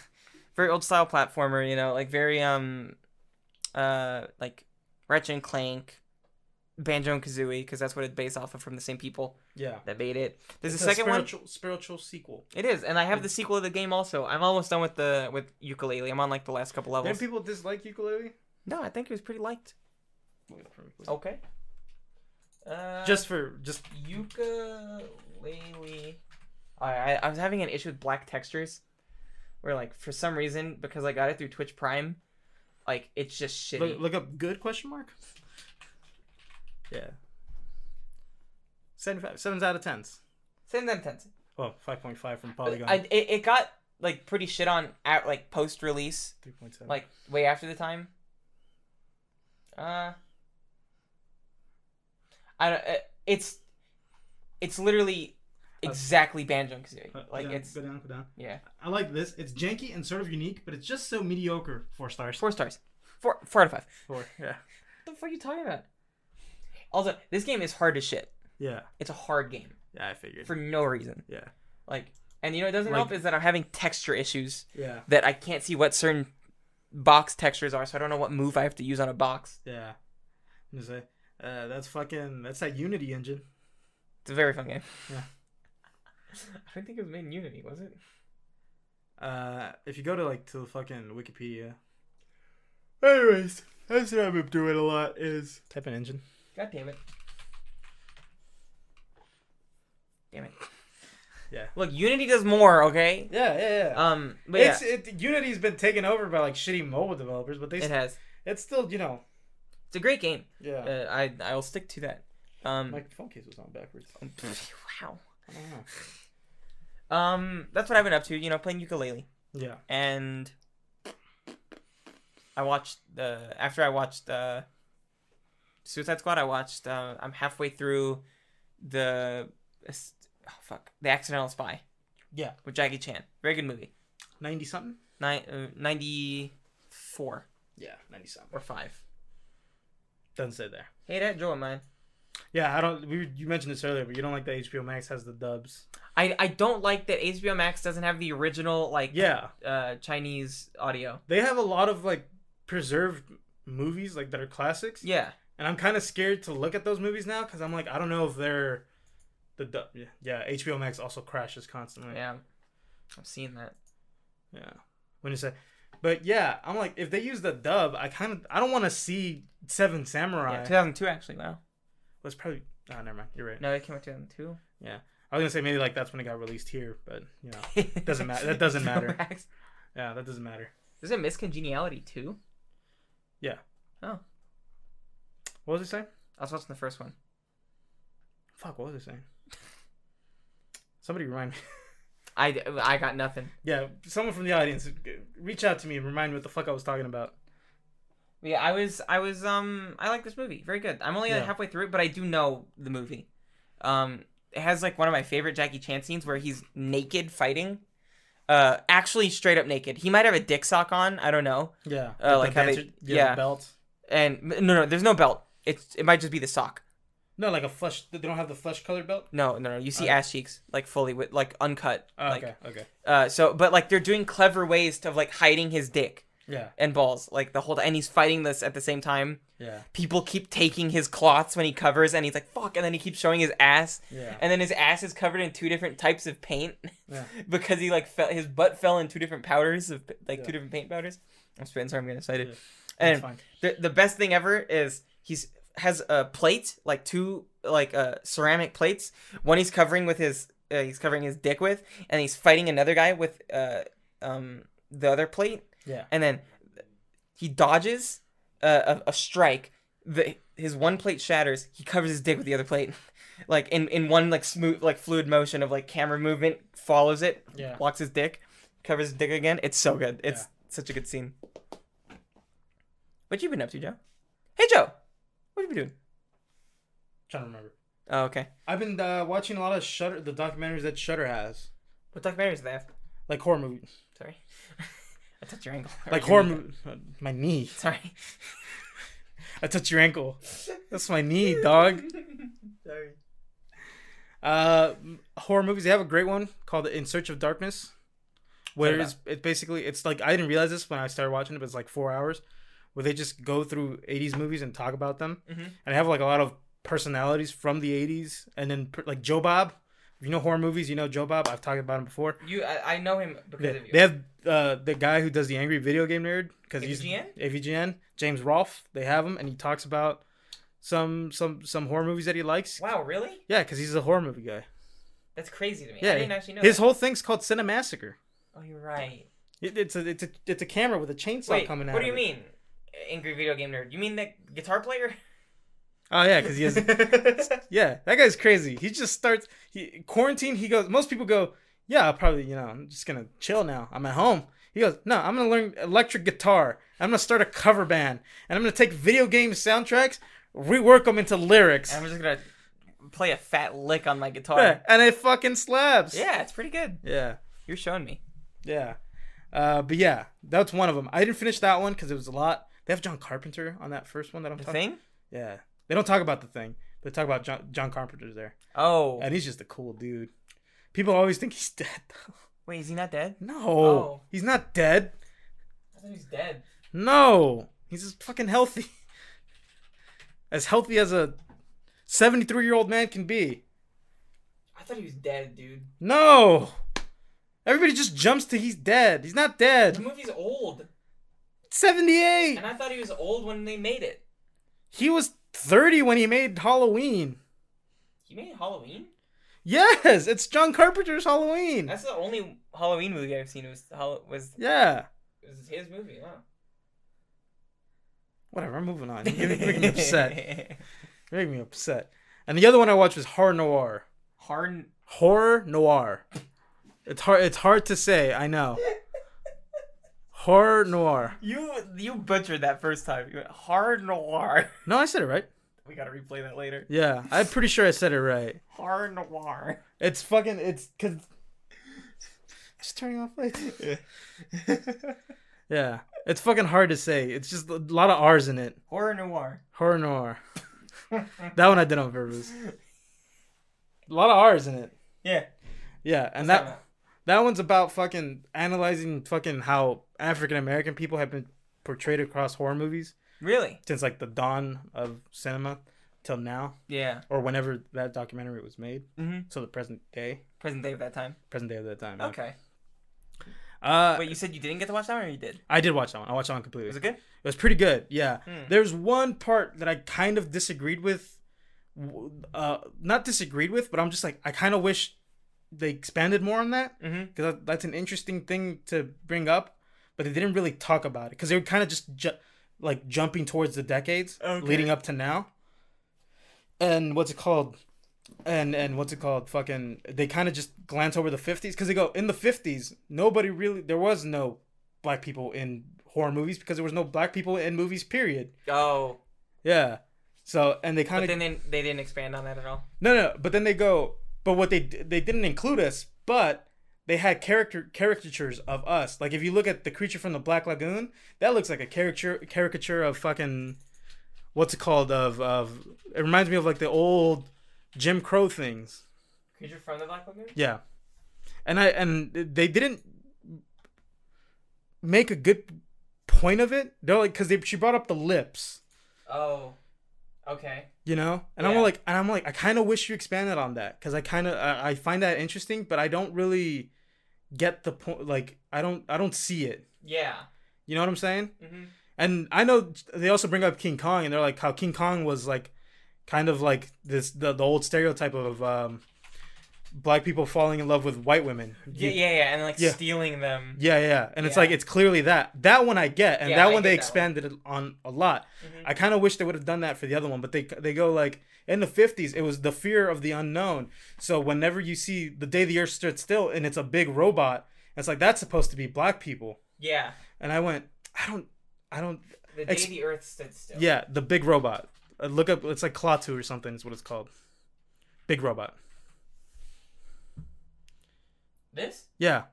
B: very old style platformer. You know, like very um, uh, like Ratchet and Clank, Banjo and Kazooie, because that's what it's based off of from the same people
A: Yeah.
B: that made it. There's
A: It's
B: a second one.
A: spiritual, Spiritual sequel.
B: It is, and I have the sequel of the game also. I'm almost done with the with ukulele. I'm on like the last couple
A: Didn't
B: levels.
A: people dislike ukulele?
B: No, I think it was pretty liked. Okay. Uh,
A: Just for just
B: ukulele. I, I I was having an issue with black textures, where like for some reason because I got it through Twitch Prime, like it's just shitty.
A: look, look up good question mark. Yeah. Seven sevens out of tens.
B: Send them tens.
A: Well, five point five from Polygon.
B: I, it, it got like pretty shit on at like post release,
A: Three point seven.
B: like way after the time. Uh, I don't. It, it's it's literally exactly Banjo Kazooie. Like it's
A: Uh, go down, go down.
B: yeah.
A: I like this. It's janky and sort of unique, but it's just so mediocre. Four stars.
B: Four stars. Four four out of five.
A: Four. Yeah.
B: What the fuck are you talking about? Also, this game is hard as shit.
A: Yeah.
B: It's a hard game
A: Yeah, I figured.
B: for no reason.
A: yeah.
B: Like, and you know, what doesn't
A: Like-
B: help is that I'm having texture issues
A: Yeah.
B: that I can't see what certain box textures are, so I don't know what move I have to use on a box.
A: Yeah. I'm gonna say, uh, that's fucking. That's that Unity engine.
B: It's a very fun game.
A: Yeah.
B: I don't think it was made in Unity, was it?
A: Uh, if you go to like to the fucking Wikipedia. Anyways, that's what I've been doing a lot is type an engine.
B: God damn it. Damn it.
A: Yeah.
B: Look, Unity does more, okay?
A: Yeah, yeah, yeah.
B: Um, but
A: it's
B: yeah,
A: it, Unity's been taken over by like shitty mobile developers, but they
B: it
A: st-
B: has.
A: it's still you know
B: It's a great game.
A: yeah.
B: Uh, I I'll stick to that. Um,
A: My phone case was on backwards.
B: wow.
A: I don't know.
B: Um, that's what I've been up to. You know, playing ukulele,
A: Yeah,
B: and I watched uh, after I watched uh, Suicide Squad. I watched. Uh, I'm halfway through the oh, fuck the Accidental Spy.
A: Yeah.
B: with Jackie Chan. Very good movie.
A: ninety something.
B: Nine uh, ninety four
A: Yeah, ninety something.
B: or five.
A: Doesn't say there.
B: Hey, that Joel man.
A: Yeah, I don't. We, you mentioned this earlier, but you don't like that HBO Max has the dubs.
B: I, I don't like that HBO Max doesn't have the original like
A: Yeah,
B: uh, Chinese audio.
A: they have a lot of like preserved movies like that are classics,
B: Yeah.
A: and I'm kind of scared to look at those movies now because I'm like, I don't know if they're the dub. Yeah, yeah, HBO Max also crashes constantly.
B: Yeah, I've seen that.
A: Yeah. When you say, but yeah, I'm like, if they use the dub, I kind of, I don't want to see Seven Samurai.
B: Yeah, 2002 actually. Wow.
A: Let's probably. Ah, never mind. You're right.
B: No, it came out 2002.
A: I was gonna say maybe like that's when it got released here, but you know, Doesn't matter- that doesn't matter.
B: Max-
A: yeah, that doesn't matter.
B: Is it Miss Congeniality too?
A: What was I saying?
B: I was watching the first one.
A: Fuck, what was I saying? Somebody remind me.
B: I I got nothing.
A: Yeah, someone from the audience, g- reach out to me and remind me what the fuck I was talking about.
B: But yeah, I was I was um I like this movie. Very good. I'm only like,
A: Yeah.
B: halfway through it, but I do know the movie. Um, it has like one of my favorite Jackie Chan scenes where he's naked fighting. Uh, actually straight up naked. He might have a dick sock on. I don't know.
A: Yeah,
B: Uh, like
A: With the
B: how they-
A: dancer-
B: yeah.
A: the belt.
B: And no, no, there's no belt. It's it might just be the sock.
A: No, like a flesh. They don't have the flesh colored belt.
B: No, no, no. You see
A: Okay.
B: ass cheeks like fully with like uncut.
A: Oh,
B: like,
A: okay, okay,
B: Uh, so but like they're doing clever ways to like hiding his dick
A: yeah,
B: and balls like the whole and he's fighting this at the same time.
A: yeah,
B: People keep taking his cloths when he covers and he's like fuck and then he keeps showing his ass
A: yeah,
B: and then his ass is covered in two different types of paint
A: Yeah.
B: because he like fell, his butt fell in two different powders of like
A: Yeah.
B: two different paint powders. I'm spitting, sorry, I'm getting excited.
A: Yeah. That's
B: And
A: fine.
B: the the best thing ever is he's has a plate like two like uh ceramic plates. One he's covering with his uh, he's covering his dick with, and he's fighting another guy with uh, um, the other plate,
A: Yeah.
B: and then he dodges uh, a, a strike. The, his one plate shatters. He covers his dick with the other plate, like in, in one like smooth like fluid motion of like camera movement. Follows it,
A: Yeah.
B: blocks his dick, covers his dick again. It's so good. It's such a good scene. What you been up to, Joe? Hey, Joe. What you been doing?
A: Trying to remember.
B: Oh, okay.
A: I've been uh, watching a lot of Shutter, the documentaries that Shutter has,
B: What documentaries do they have?
A: like horror movies,
B: Sorry. I touched your ankle.
A: like
B: Or
A: horror
B: your knee.
A: movie. My knee.
B: Sorry.
A: I touched your ankle. That's my knee, dog.
B: Sorry.
A: Uh, m- horror movies. They have a great one called In Search of Darkness, where
B: Heard
A: it's, it's basically it's like I didn't realize this when I started watching it, but it's like four hours, where they just go through '80s movies and talk about them,
B: Mhm.
A: and they have like a lot of personalities from the '80s, and then per- like Joe Bob. If you know horror movies, you know Joe Bob. I've talked about him before.
B: You, I, I know him because
A: They,
B: of you.
A: they have uh, the guy who does the angry video game nerd because he's
B: AVGN?
A: AVGN James Rolfe. They have him, and he talks about some some some horror movies that he likes.
B: Wow, really?
A: Yeah, because he's a horror movie guy.
B: That's crazy to me.
A: Yeah,
B: I didn't actually know.
A: His
B: that.
A: whole thing's called Cinemassacre.
B: Oh, you're right.
A: It, it's a it's a it's a camera with a chainsaw
B: Wait,
A: coming out.
B: what do
A: of
B: you
A: it.
B: mean, angry video game nerd? You mean that guitar player?
A: Oh yeah, because he has. yeah, that guy's crazy. He just starts he quarantine. He goes. Most people go. Yeah, I'll probably you know I'm just gonna chill now. I'm at home. He goes. No, I'm gonna learn electric guitar. I'm gonna start a cover band, and I'm gonna take video game soundtracks, rework them into lyrics.
B: I'm just gonna play a fat lick on my
A: Yeah,
B: guitar.
A: and it fucking slaps.
B: Yeah, it's pretty good.
A: Yeah.
B: You're showing me.
A: Yeah. Uh, but yeah, that's one of them. I didn't finish that one because it was a lot. They have John Carpenter on that first one that I'm
B: The
A: talking.
B: thing?
A: Yeah. They don't talk about the thing. They talk about John, John Carpenter's there.
B: Oh,
A: And he's just a cool dude. People always think he's dead. though.
B: wait, is he not dead?
A: No.
B: Oh.
A: He's not dead.
B: I thought he was dead.
A: No. He's just fucking healthy. As healthy as a 73 year old man can be.
B: I thought he was dead, dude.
A: No. Everybody just jumps to he's dead. He's not dead.
B: movie's old,
A: 78.
B: I thought he was old when they made it.
A: He was 30 when he made Halloween.
B: He made Halloween.
A: Yes, it's John Carpenter's Halloween.
B: That's the only Halloween movie I've seen. Was Hall- was
A: yeah.
B: was his movie? Wow.
A: Whatever, I'm moving on. You're making me upset. You're making me upset. And the other one I watched was Horror Noir.
B: Hard.
A: Horror Noir. It's hard it's hard to say, I know. Horror Noir.
B: You you butchered that first time. You went hard noir.
A: No, I said it right.
B: We gotta replay that later.
A: Yeah, I'm pretty sure I said it right.
B: Hard noir.
A: It's fucking it's cause just turning off lights. Yeah. It's fucking hard to say. It's just a lot of R's in it.
B: Horror noir.
A: Horror noir. that one I did on purpose. A lot of R's in it.
B: Yeah.
A: Yeah, and that that one's about fucking analyzing fucking how African American people have been portrayed across horror movies
B: Really?
A: since like the dawn of cinema till now
B: Yeah.
A: or whenever that documentary was made.
B: Mm-hmm.
A: So the present day,
B: Present day of that time.
A: present day of that time. yeah.
B: Okay.
A: Uh,
B: Wait, you said you didn't get to watch that one, or you did?
A: I did watch that one. I watched that one completely.
B: Was it good?
A: It was pretty good. Yeah.
B: Hmm.
A: There's one part that I kind of disagreed with. w- Uh, not disagreed with, but I'm just like I kind of wish they expanded more on that
B: Mm-hmm.
A: because that's an interesting thing to bring up. But they didn't really talk about it because they were kind of just ju- like jumping towards the decades
B: Okay.
A: leading up to now. And what's it called? And and what's it called? Fucking they kind of just glance over the 50s because they go in the 50s. Nobody really there was no black people in horror movies because there was no black people in movies. Period.
B: Oh,
A: Yeah. So and they kind
B: but
A: of
B: then they, they didn't expand on that at all.
A: no no. But then they go. But what they d- they didn't include us, but they had character caricatures of us. Like if you look at the creature from the Black Lagoon, that looks like a caricature caricature of fucking what's it called of of. It reminds me of like the old Jim Crow things.
B: Creature from the Black Lagoon.
A: Yeah, and I and they didn't make a good point of it. They're like because they she brought up the lips,
B: Oh. Okay.
A: you know, and I'm
B: Yeah.
A: like and I'm like I kind of wish you expanded on that because I kind of I, I find that interesting, but I don't really get the point. Like I don't I don't see it.
B: Yeah.
A: You know what I'm saying?
B: Mm-hmm.
A: And I know they also bring up King Kong, and they're like how King Kong was like kind of like this the, the old stereotype of um black people falling in love with white women.
B: Yeah, yeah, yeah, and like
A: Yeah.
B: stealing them.
A: Yeah, yeah. And it's
B: Yeah.
A: like it's clearly that. That one I get, and
B: Yeah,
A: that
B: I
A: one they
B: get that one.
A: expanded it on a lot.
B: Mhm.
A: I kind of wish they would have done that for the other one, but they they go like in the 50s it was the fear of the unknown. So whenever you see the day the earth stood still and it's a big robot, it's like that's supposed to be black people.
B: Yeah,
A: And I went, I don't I don't
B: the
A: Ex-
B: day the Earth stood still.
A: yeah, the big robot. Uh, look up it's like Klaatu or something is what it's called. Big robot.
B: This?
A: Yeah.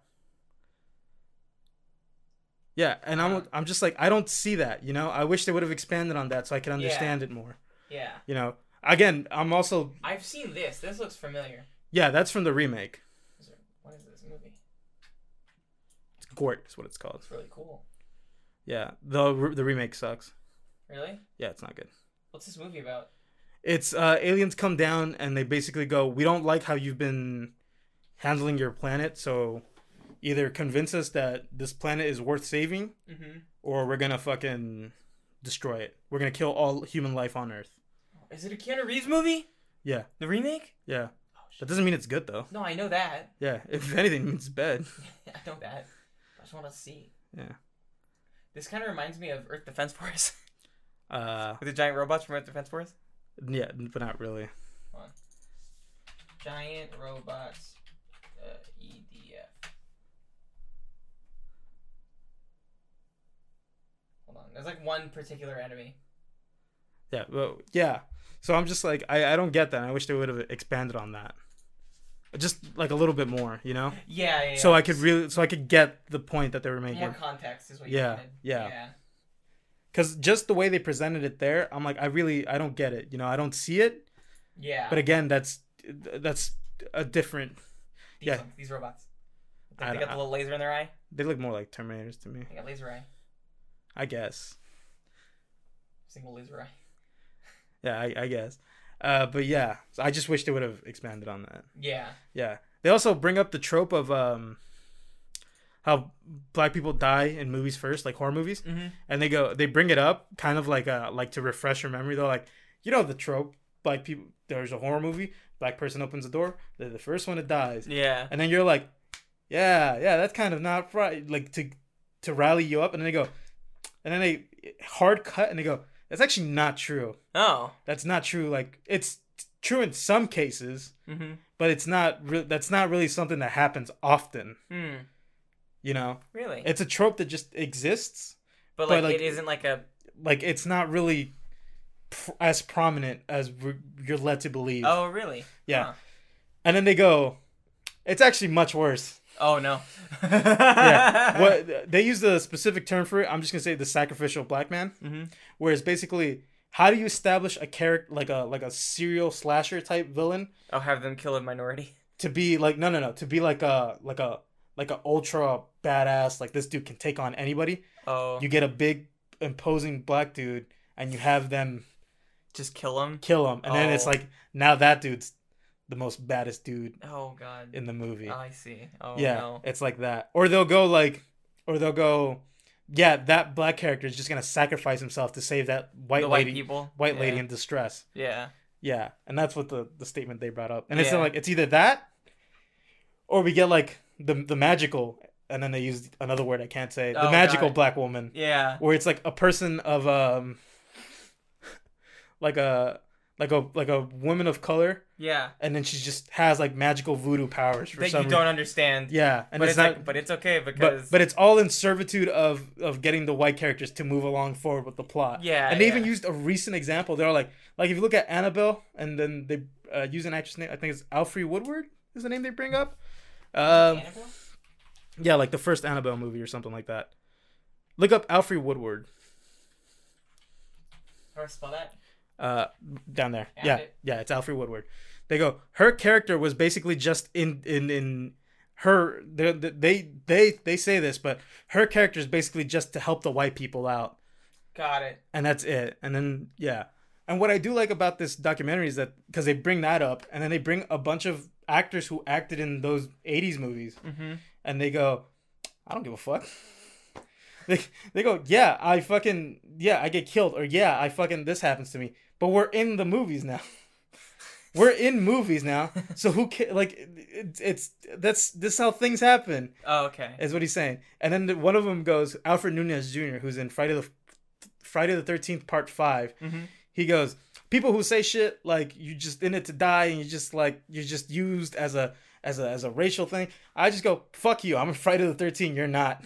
A: Yeah, and I'm I'm just like I don't see that, you know. I wish they would have expanded on that so I can understand it more.
B: Yeah.
A: You know. Again, I'm also
B: I've seen this. This looks familiar.
A: yeah, that's from the remake.
B: Is there- What is this movie?
A: It's Gort is what it's called.
B: It's really cool.
A: Yeah, the re- the remake sucks.
B: Really?
A: Yeah, it's not good.
B: What's this movie about?
A: It's uh aliens come down and they basically go, "We don't like how you've been handling your planet, so either convince us that this planet is worth saving
B: Mm-hmm.
A: or we're going to fucking destroy it. We're going to kill all human life on Earth."
B: Is it a Keanu Reeves movie?
A: Yeah.
B: The remake?
A: Yeah.
B: Oh, shit.
A: That doesn't mean it's good though.
B: No, I know that.
A: Yeah, if anything, it's bad.
B: I know that. I just want to see.
A: Yeah.
B: This kind of reminds me of Earth Defense Force.
A: Uh,
B: With the giant robots from Earth Defense Force?
A: yeah, but not really.
B: Giant robots uh, EDF. Hold on. There's like one particular enemy.
A: Yeah, well, yeah. So I'm just like, I, I don't get that. I wish they would have expanded on that, just like a little bit more, you know.
B: Yeah, yeah.
A: So
B: yeah.
A: I could really, so I could get the point that they were
B: More
A: making.
B: context is what
A: Yeah,
B: you wanted.
A: yeah.
B: Yeah.
A: Because just the way they presented it there, I'm like, I really, I don't get it. You know, I don't see it.
B: Yeah.
A: But again, that's that's a different.
B: these,
A: yeah.
B: ones, these robots. They,
A: I
B: they
A: don't-
B: got the little laser in their eye.
A: They look more like Terminators to me,
B: They got laser eye.
A: I guess.
B: Single laser eye.
A: Yeah, I, I guess. Uh, but yeah, so I just wish they would have expanded on that.
B: Yeah.
A: Yeah. They also bring up the trope of um how black people die in movies first, like horror movies,
B: Mm-hmm.
A: and they go they bring it up kind of like uh like to refresh your memory. They're like, you know the trope, black people there's a horror movie, black person opens the door, they're the first one that dies.
B: Yeah.
A: And then you're like, yeah, yeah, that's kind of not right like to to rally you up and then they go and then they hard cut and they go, that's actually not true.
B: Oh.
A: That's not true. Like it's true in some cases,
B: Mm-hmm.
A: but it's not re- that's not really something that happens often
B: Hmm.
A: you know
B: Really?
A: it's a trope that just exists
B: but,
A: but,
B: like,
A: like,
B: it isn't like a.
A: like it's not really pr- as prominent as we you're led to believe
B: Oh, really?
A: yeah
B: huh.
A: and then they go it's actually much worse
B: Oh no.
A: yeah what they use the specific term for it i'm just gonna say the sacrificial black man
B: Mm-hmm.
A: where it's basically how do you establish a character like a like a serial slasher type villain
B: I'll have them kill a minority.
A: to be like no no no to be like a like a like a ultra badass like this dude can take on anybody
B: Oh.
A: you get a big imposing black dude and you have them
B: just kill them.
A: kill him and then it's
B: Oh.
A: like now that dude's the most baddest dude
B: Oh god.
A: in the movie
B: I see. Oh
A: yeah
B: no.
A: it's like that or they'll go like or they'll go yeah that black character is just gonna sacrifice himself to save that white
B: the white
A: lady
B: people.
A: white
B: yeah.
A: lady in distress
B: Yeah.
A: yeah and that's what the the statement they brought up and it's
B: Yeah.
A: like it's either that or we get like the the magical and then they use another word i can't say the
B: Oh,
A: magical
B: God.
A: black woman
B: Yeah.
A: where it's like a person of um like a like a like a woman of color
B: Yeah.
A: and then she just has like magical voodoo powers for
B: That you
A: some
B: don't
A: reason.
B: understand.
A: yeah and
B: but
A: it's,
B: it's
A: not
B: like, but it's okay because.
A: but, but it's all in servitude of of getting the white characters to move along forward with the plot
B: Yeah,
A: and they
B: yeah.
A: even used a recent example they're like like if you look at annabelle and then they uh, use an actress name i think it's alfrey woodward is the name they bring up um
B: Annabelle?
A: yeah like the first annabelle movie or something like that look up alfrey woodward
B: How do I spell that?
A: uh down there
B: Found
A: yeah
B: it.
A: yeah it's alfred woodward they go her character was basically just in in in her they they they, they say this but her character is basically just to help the white people out
B: Got it.
A: and that's it and then yeah and what i do like about this documentary is that because they bring that up and then they bring a bunch of actors who acted in those 80s movies
B: Mm-hmm.
A: and they go, I don't give a fuck. They, they go, yeah, I fucking, yeah, I get killed, or yeah, I fucking, this happens to me. But we're in the movies now. We're in movies now, so who ca- like it, it's that's this is how things happen
B: Oh, okay.
A: is what he's saying. And then the- one of them goes Alfred Nunez Jr., who's in Friday the Friday the Thirteenth Part 5
B: Mhm.
A: He goes, people who say shit like you just in it to die and you just like you're just used as a as a as a racial thing. I just go fuck you. I'm in Friday the Thirteenth. You're not.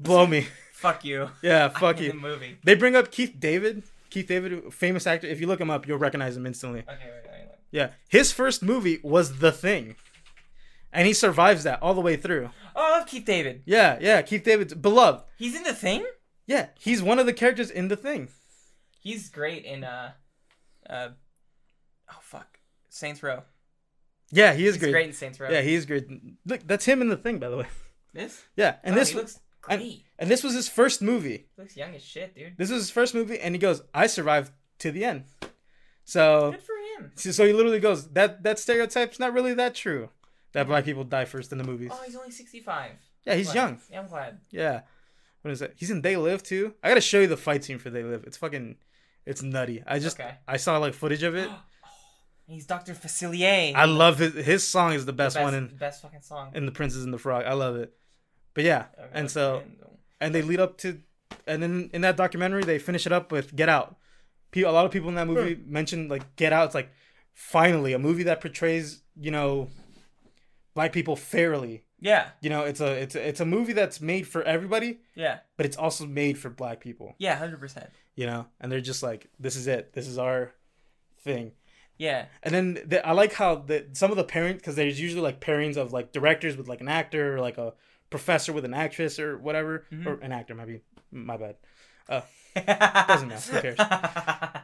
A: Blow me.
B: Fuck you.
A: Yeah, fuck
B: In the
A: you.
B: movie.
A: They bring up Keith David. Keith David, famous actor. If you look him up, you'll recognize him instantly.
B: Okay, wait, wait, wait.
A: Yeah, his first movie was The Thing, and he survives that all the way through.
B: Oh, I love Keith David.
A: Yeah, yeah. Keith David's beloved.
B: He's in the thing.
A: Yeah, he's one of the characters in The Thing.
B: He's great in uh, uh, oh fuck, Saints Row.
A: Yeah, he is
B: He's
A: great.
B: great. in Saints Row.
A: Yeah, he is great. Look, that's him in The Thing, by the way.
B: this.
A: Yeah, and
B: oh,
A: this
B: he looks
A: and-
B: great. He
A: and this was his first movie.
B: looks young as shit, dude.
A: This was his first movie, and he goes, "I survived to the end." So,
B: Good for him.
A: so he literally goes, "That that stereotype's not really that true. That black people die first in the movies."
B: Oh, he's only sixty-five.
A: Yeah, he's
B: Glad.
A: young.
B: Yeah, I'm glad.
A: Yeah. What is that? He's in They Live too. I gotta show you the fight scene for They Live. It's fucking, it's nutty. I just
B: Okay.
A: I saw like footage of it.
B: He's Doctor Facilier.
A: I love his his song is the best,
B: best,
A: one in
B: best fucking song.
A: in the Princess and the Frog. I love it. But yeah, and so and they lead up to, and then in that documentary they finish it up with Get Out. Pe- A lot of people in that movie mentioned like Get Out. It's like finally a movie that portrays you know black people fairly.
B: yeah,
A: You know, it's a it's a, it's a movie that's made for everybody,
B: yeah,
A: but it's also made for black people.
B: yeah, hundred percent.
A: you know and they're just like this is it this is our thing
B: Yeah,
A: and then the, i like how the, some of the parents because there's usually like pairings of like directors with like an actor or like a professor with an actress or whatever or an actor maybe my bad
B: doesn't
A: matter, who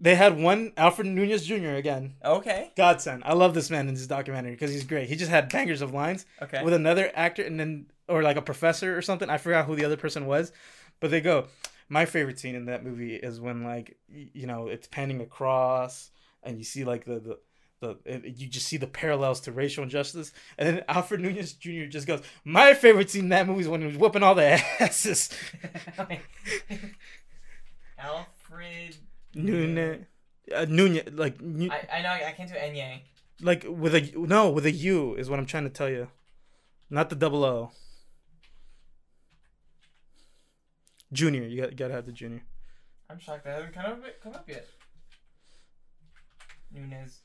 A: they had one alfred nunez jr again
B: okay,
A: godsend i love this man in this documentary because he's great he just had bangers of lines
B: okay.
A: with another actor and then or like a professor or something i forgot who the other person was but they go my favorite scene in that movie is when like y- you know it's panning across and you see like the the the, it- you just see the parallels to racial injustice, and then Alfred Nunez Jr. just goes, "My favorite scene in that movie is when he was whooping all the asses."
B: Alfred
A: Nunez, uh, Nunez, like Nu-
B: I, I know I can't do Enye.
A: like with a no with a U is what I'm trying to tell you, not the double O. Junior, you got, gotta have the junior.
B: I'm shocked that hasn't come up come up yet. Nunez.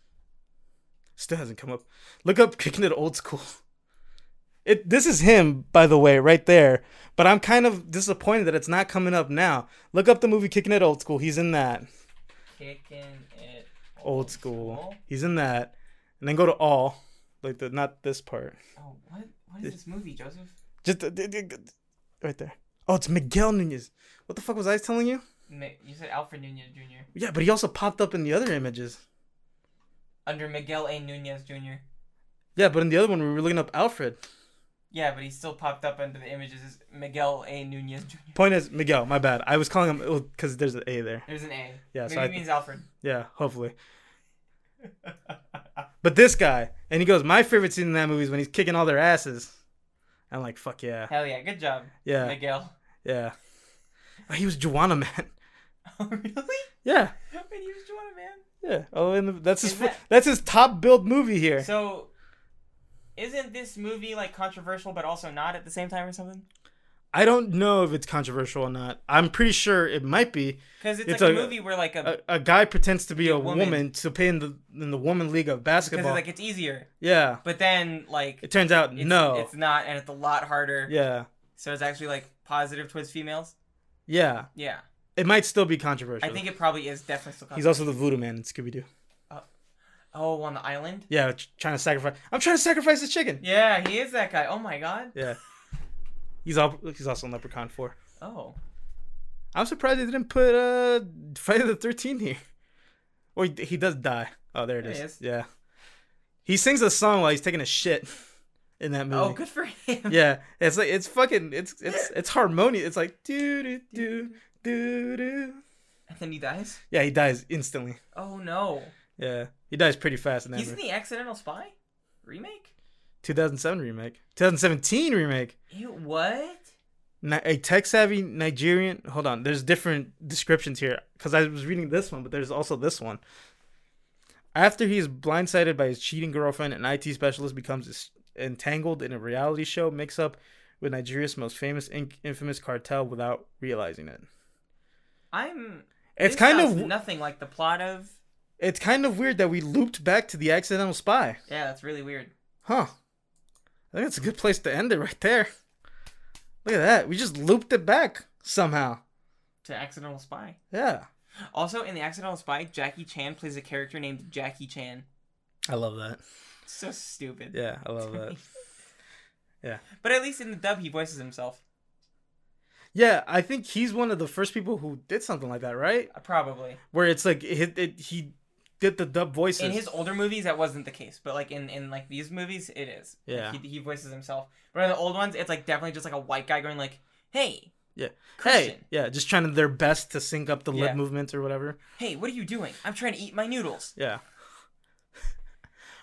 A: Still hasn't come up. Look up kicking it old school. It this is him by the way right there, but I'm kind of disappointed that it's not coming up now. Look up the movie kicking it old school. He's in that
B: Kicking it.
A: old school. He's in that, and then go to all like the not this part.
B: Oh, what? What is this movie, Joseph?
A: Just uh, the- the- the- right there. Oh, it's Miguel Nunez. What the fuck was I telling you?
B: Ma- You said Alfred Nunez Jr.
A: Yeah, but he also popped up in the other images.
B: Under Miguel A. Nunez Jr.
A: Yeah, but in the other one, we were looking up Alfred.
B: Yeah, but he still popped up under the images as Miguel A. Nunez Jr.
A: Point is, Miguel, my bad. I was calling him because there's an A there.
B: There's an A.
A: Yeah,
B: Maybe
A: so I
B: it means Alfred.
A: Yeah, hopefully. But this guy, and he goes, My favorite scene in that movie is when he's kicking all their asses. I'm like, fuck yeah.
B: Hell yeah, good job,
A: Yeah,
B: Miguel.
A: yeah. Oh, he was Juana Man.
B: Oh really?
A: Yeah,
B: When you just want a man.
A: yeah. Oh, and the, that's his
B: Is that-
A: that's his top build movie here.
B: So, isn't this movie like controversial but also not at the same time or something?
A: I don't know if it's controversial or not. I'm pretty sure it might be.
B: Because it's,
A: It's
B: like a,
A: a-
B: movie where like a
A: A, a guy pretends to be a, woman.
B: woman.
A: to play in the in the woman league of
B: because
A: basketball.
B: like it's easier,
A: yeah.
B: but then like
A: It turns out
B: it's,
A: no.
B: it's not, and it's a lot harder.
A: yeah.
B: So it's actually like positive towards females.
A: Yeah.
B: Yeah,
A: It might still be controversial.
B: I think it probably is definitely still.
A: he's also the voodoo man in Scooby Doo.
B: oh, on the island.
A: Yeah, tr- trying to sacrifice. I'm trying to sacrifice the chicken.
B: Yeah, he is that guy. Oh my god.
A: Yeah. He's all. He's also in Leprechaun Four.
B: Oh,
A: I'm surprised they didn't put uh Friday the Thirteenth here. Or he, he does die. Oh, there it
B: There
A: is.
B: he is.
A: Yeah. He sings a song while he's taking a shit in that movie.
B: oh, good for him.
A: Yeah, it's like it's fucking it's it's it's harmonious. It's like doo doo doo doo doo.
B: And then he dies.
A: Yeah, he dies instantly.
B: Oh no,
A: Yeah, he dies pretty fast in that.
B: he's
A: movie.
B: in the Accidental Spy remake.
A: 2007 remake, 2017 remake.
B: Ew, what?
A: Ni- A tech savvy Nigerian. Hold on, there's different descriptions here because I was reading this one, but there's also this one. After he is blindsided by his cheating girlfriend, an IT specialist becomes es- entangled in a reality show mix up with Nigeria's most famous, in- infamous cartel without realizing it.
B: I'm.
A: It's
B: this
A: kind of
B: sounds nothing like the plot of.
A: it's kind of weird that we looped back to the accidental spy,
B: Yeah, that's really weird.
A: huh? I think it's a good place to end it right there. Look at that, we just looped it back somehow.
B: To accidental spy.
A: Yeah,
B: Also, in the accidental spy, Jackie Chan plays a character named Jackie Chan.
A: I love that.
B: So stupid.
A: Yeah, I love that. Yeah.
B: But at least in the dub, he voices himself.
A: Yeah, I think he's one of the first people who did something like that, right?
B: Uh, Probably.
A: Where it's like it, it, he did the dub voices.
B: in his older movies that wasn't the case but like in in like these movies it is Like,
A: Yeah.
B: he, he voices himself but in the old ones it's like definitely just like a white guy going like hey
A: Yeah.
B: Christian,
A: Hey, yeah, just trying to their best to sync up the
B: Yeah.
A: lip movements or whatever.
B: hey what are you doing i'm trying to eat my noodles
A: Yeah.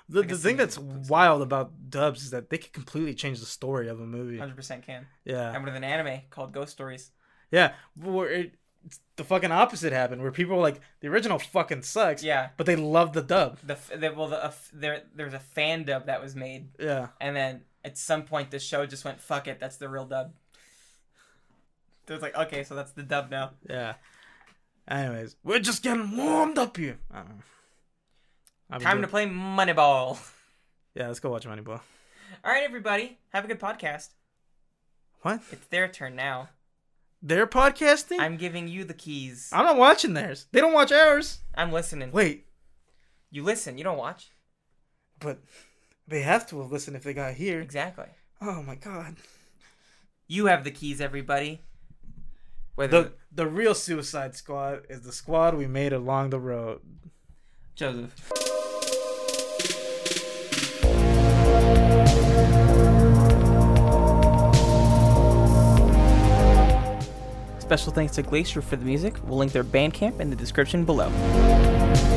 A: the
B: Like a
A: the thing
B: synced
A: that's
B: looks.
A: wild about dubs is that they could completely change the story of a movie.
B: 100% can
A: Yeah.
B: and with an anime called ghost stories
A: Yeah, where it, it's the fucking opposite happened where people were like the original fucking sucks,
B: yeah
A: but they love the dub.
B: the, f- the well the uh, f- there there was a fan dub that was made
A: Yeah.
B: and then at some point the show just went fuck it that's the real dub so it's like okay so that's the dub now
A: Yeah. Anyways, we're just getting warmed up here. I don't know. I've been
B: time to
A: doing-
B: play moneyball
A: Yeah, let's go watch Moneyball.
B: all right everybody have a good podcast
A: What?
B: it's their turn now
A: They're podcasting? I'm,
B: I'm giving you the keys.
A: not watching theirs. They don't watch ours.
B: I'm listening.
A: Wait,
B: You listen. You don't watch.
A: but they have to listen if they got here.
B: Exactly.
A: Oh my god.
B: You have the keys, everybody. Whether
A: The the real Suicide Squad is the squad we made along the road.
B: Joseph.
C: Special thanks to Glacier for the music. We'll link their Bandcamp in the description below.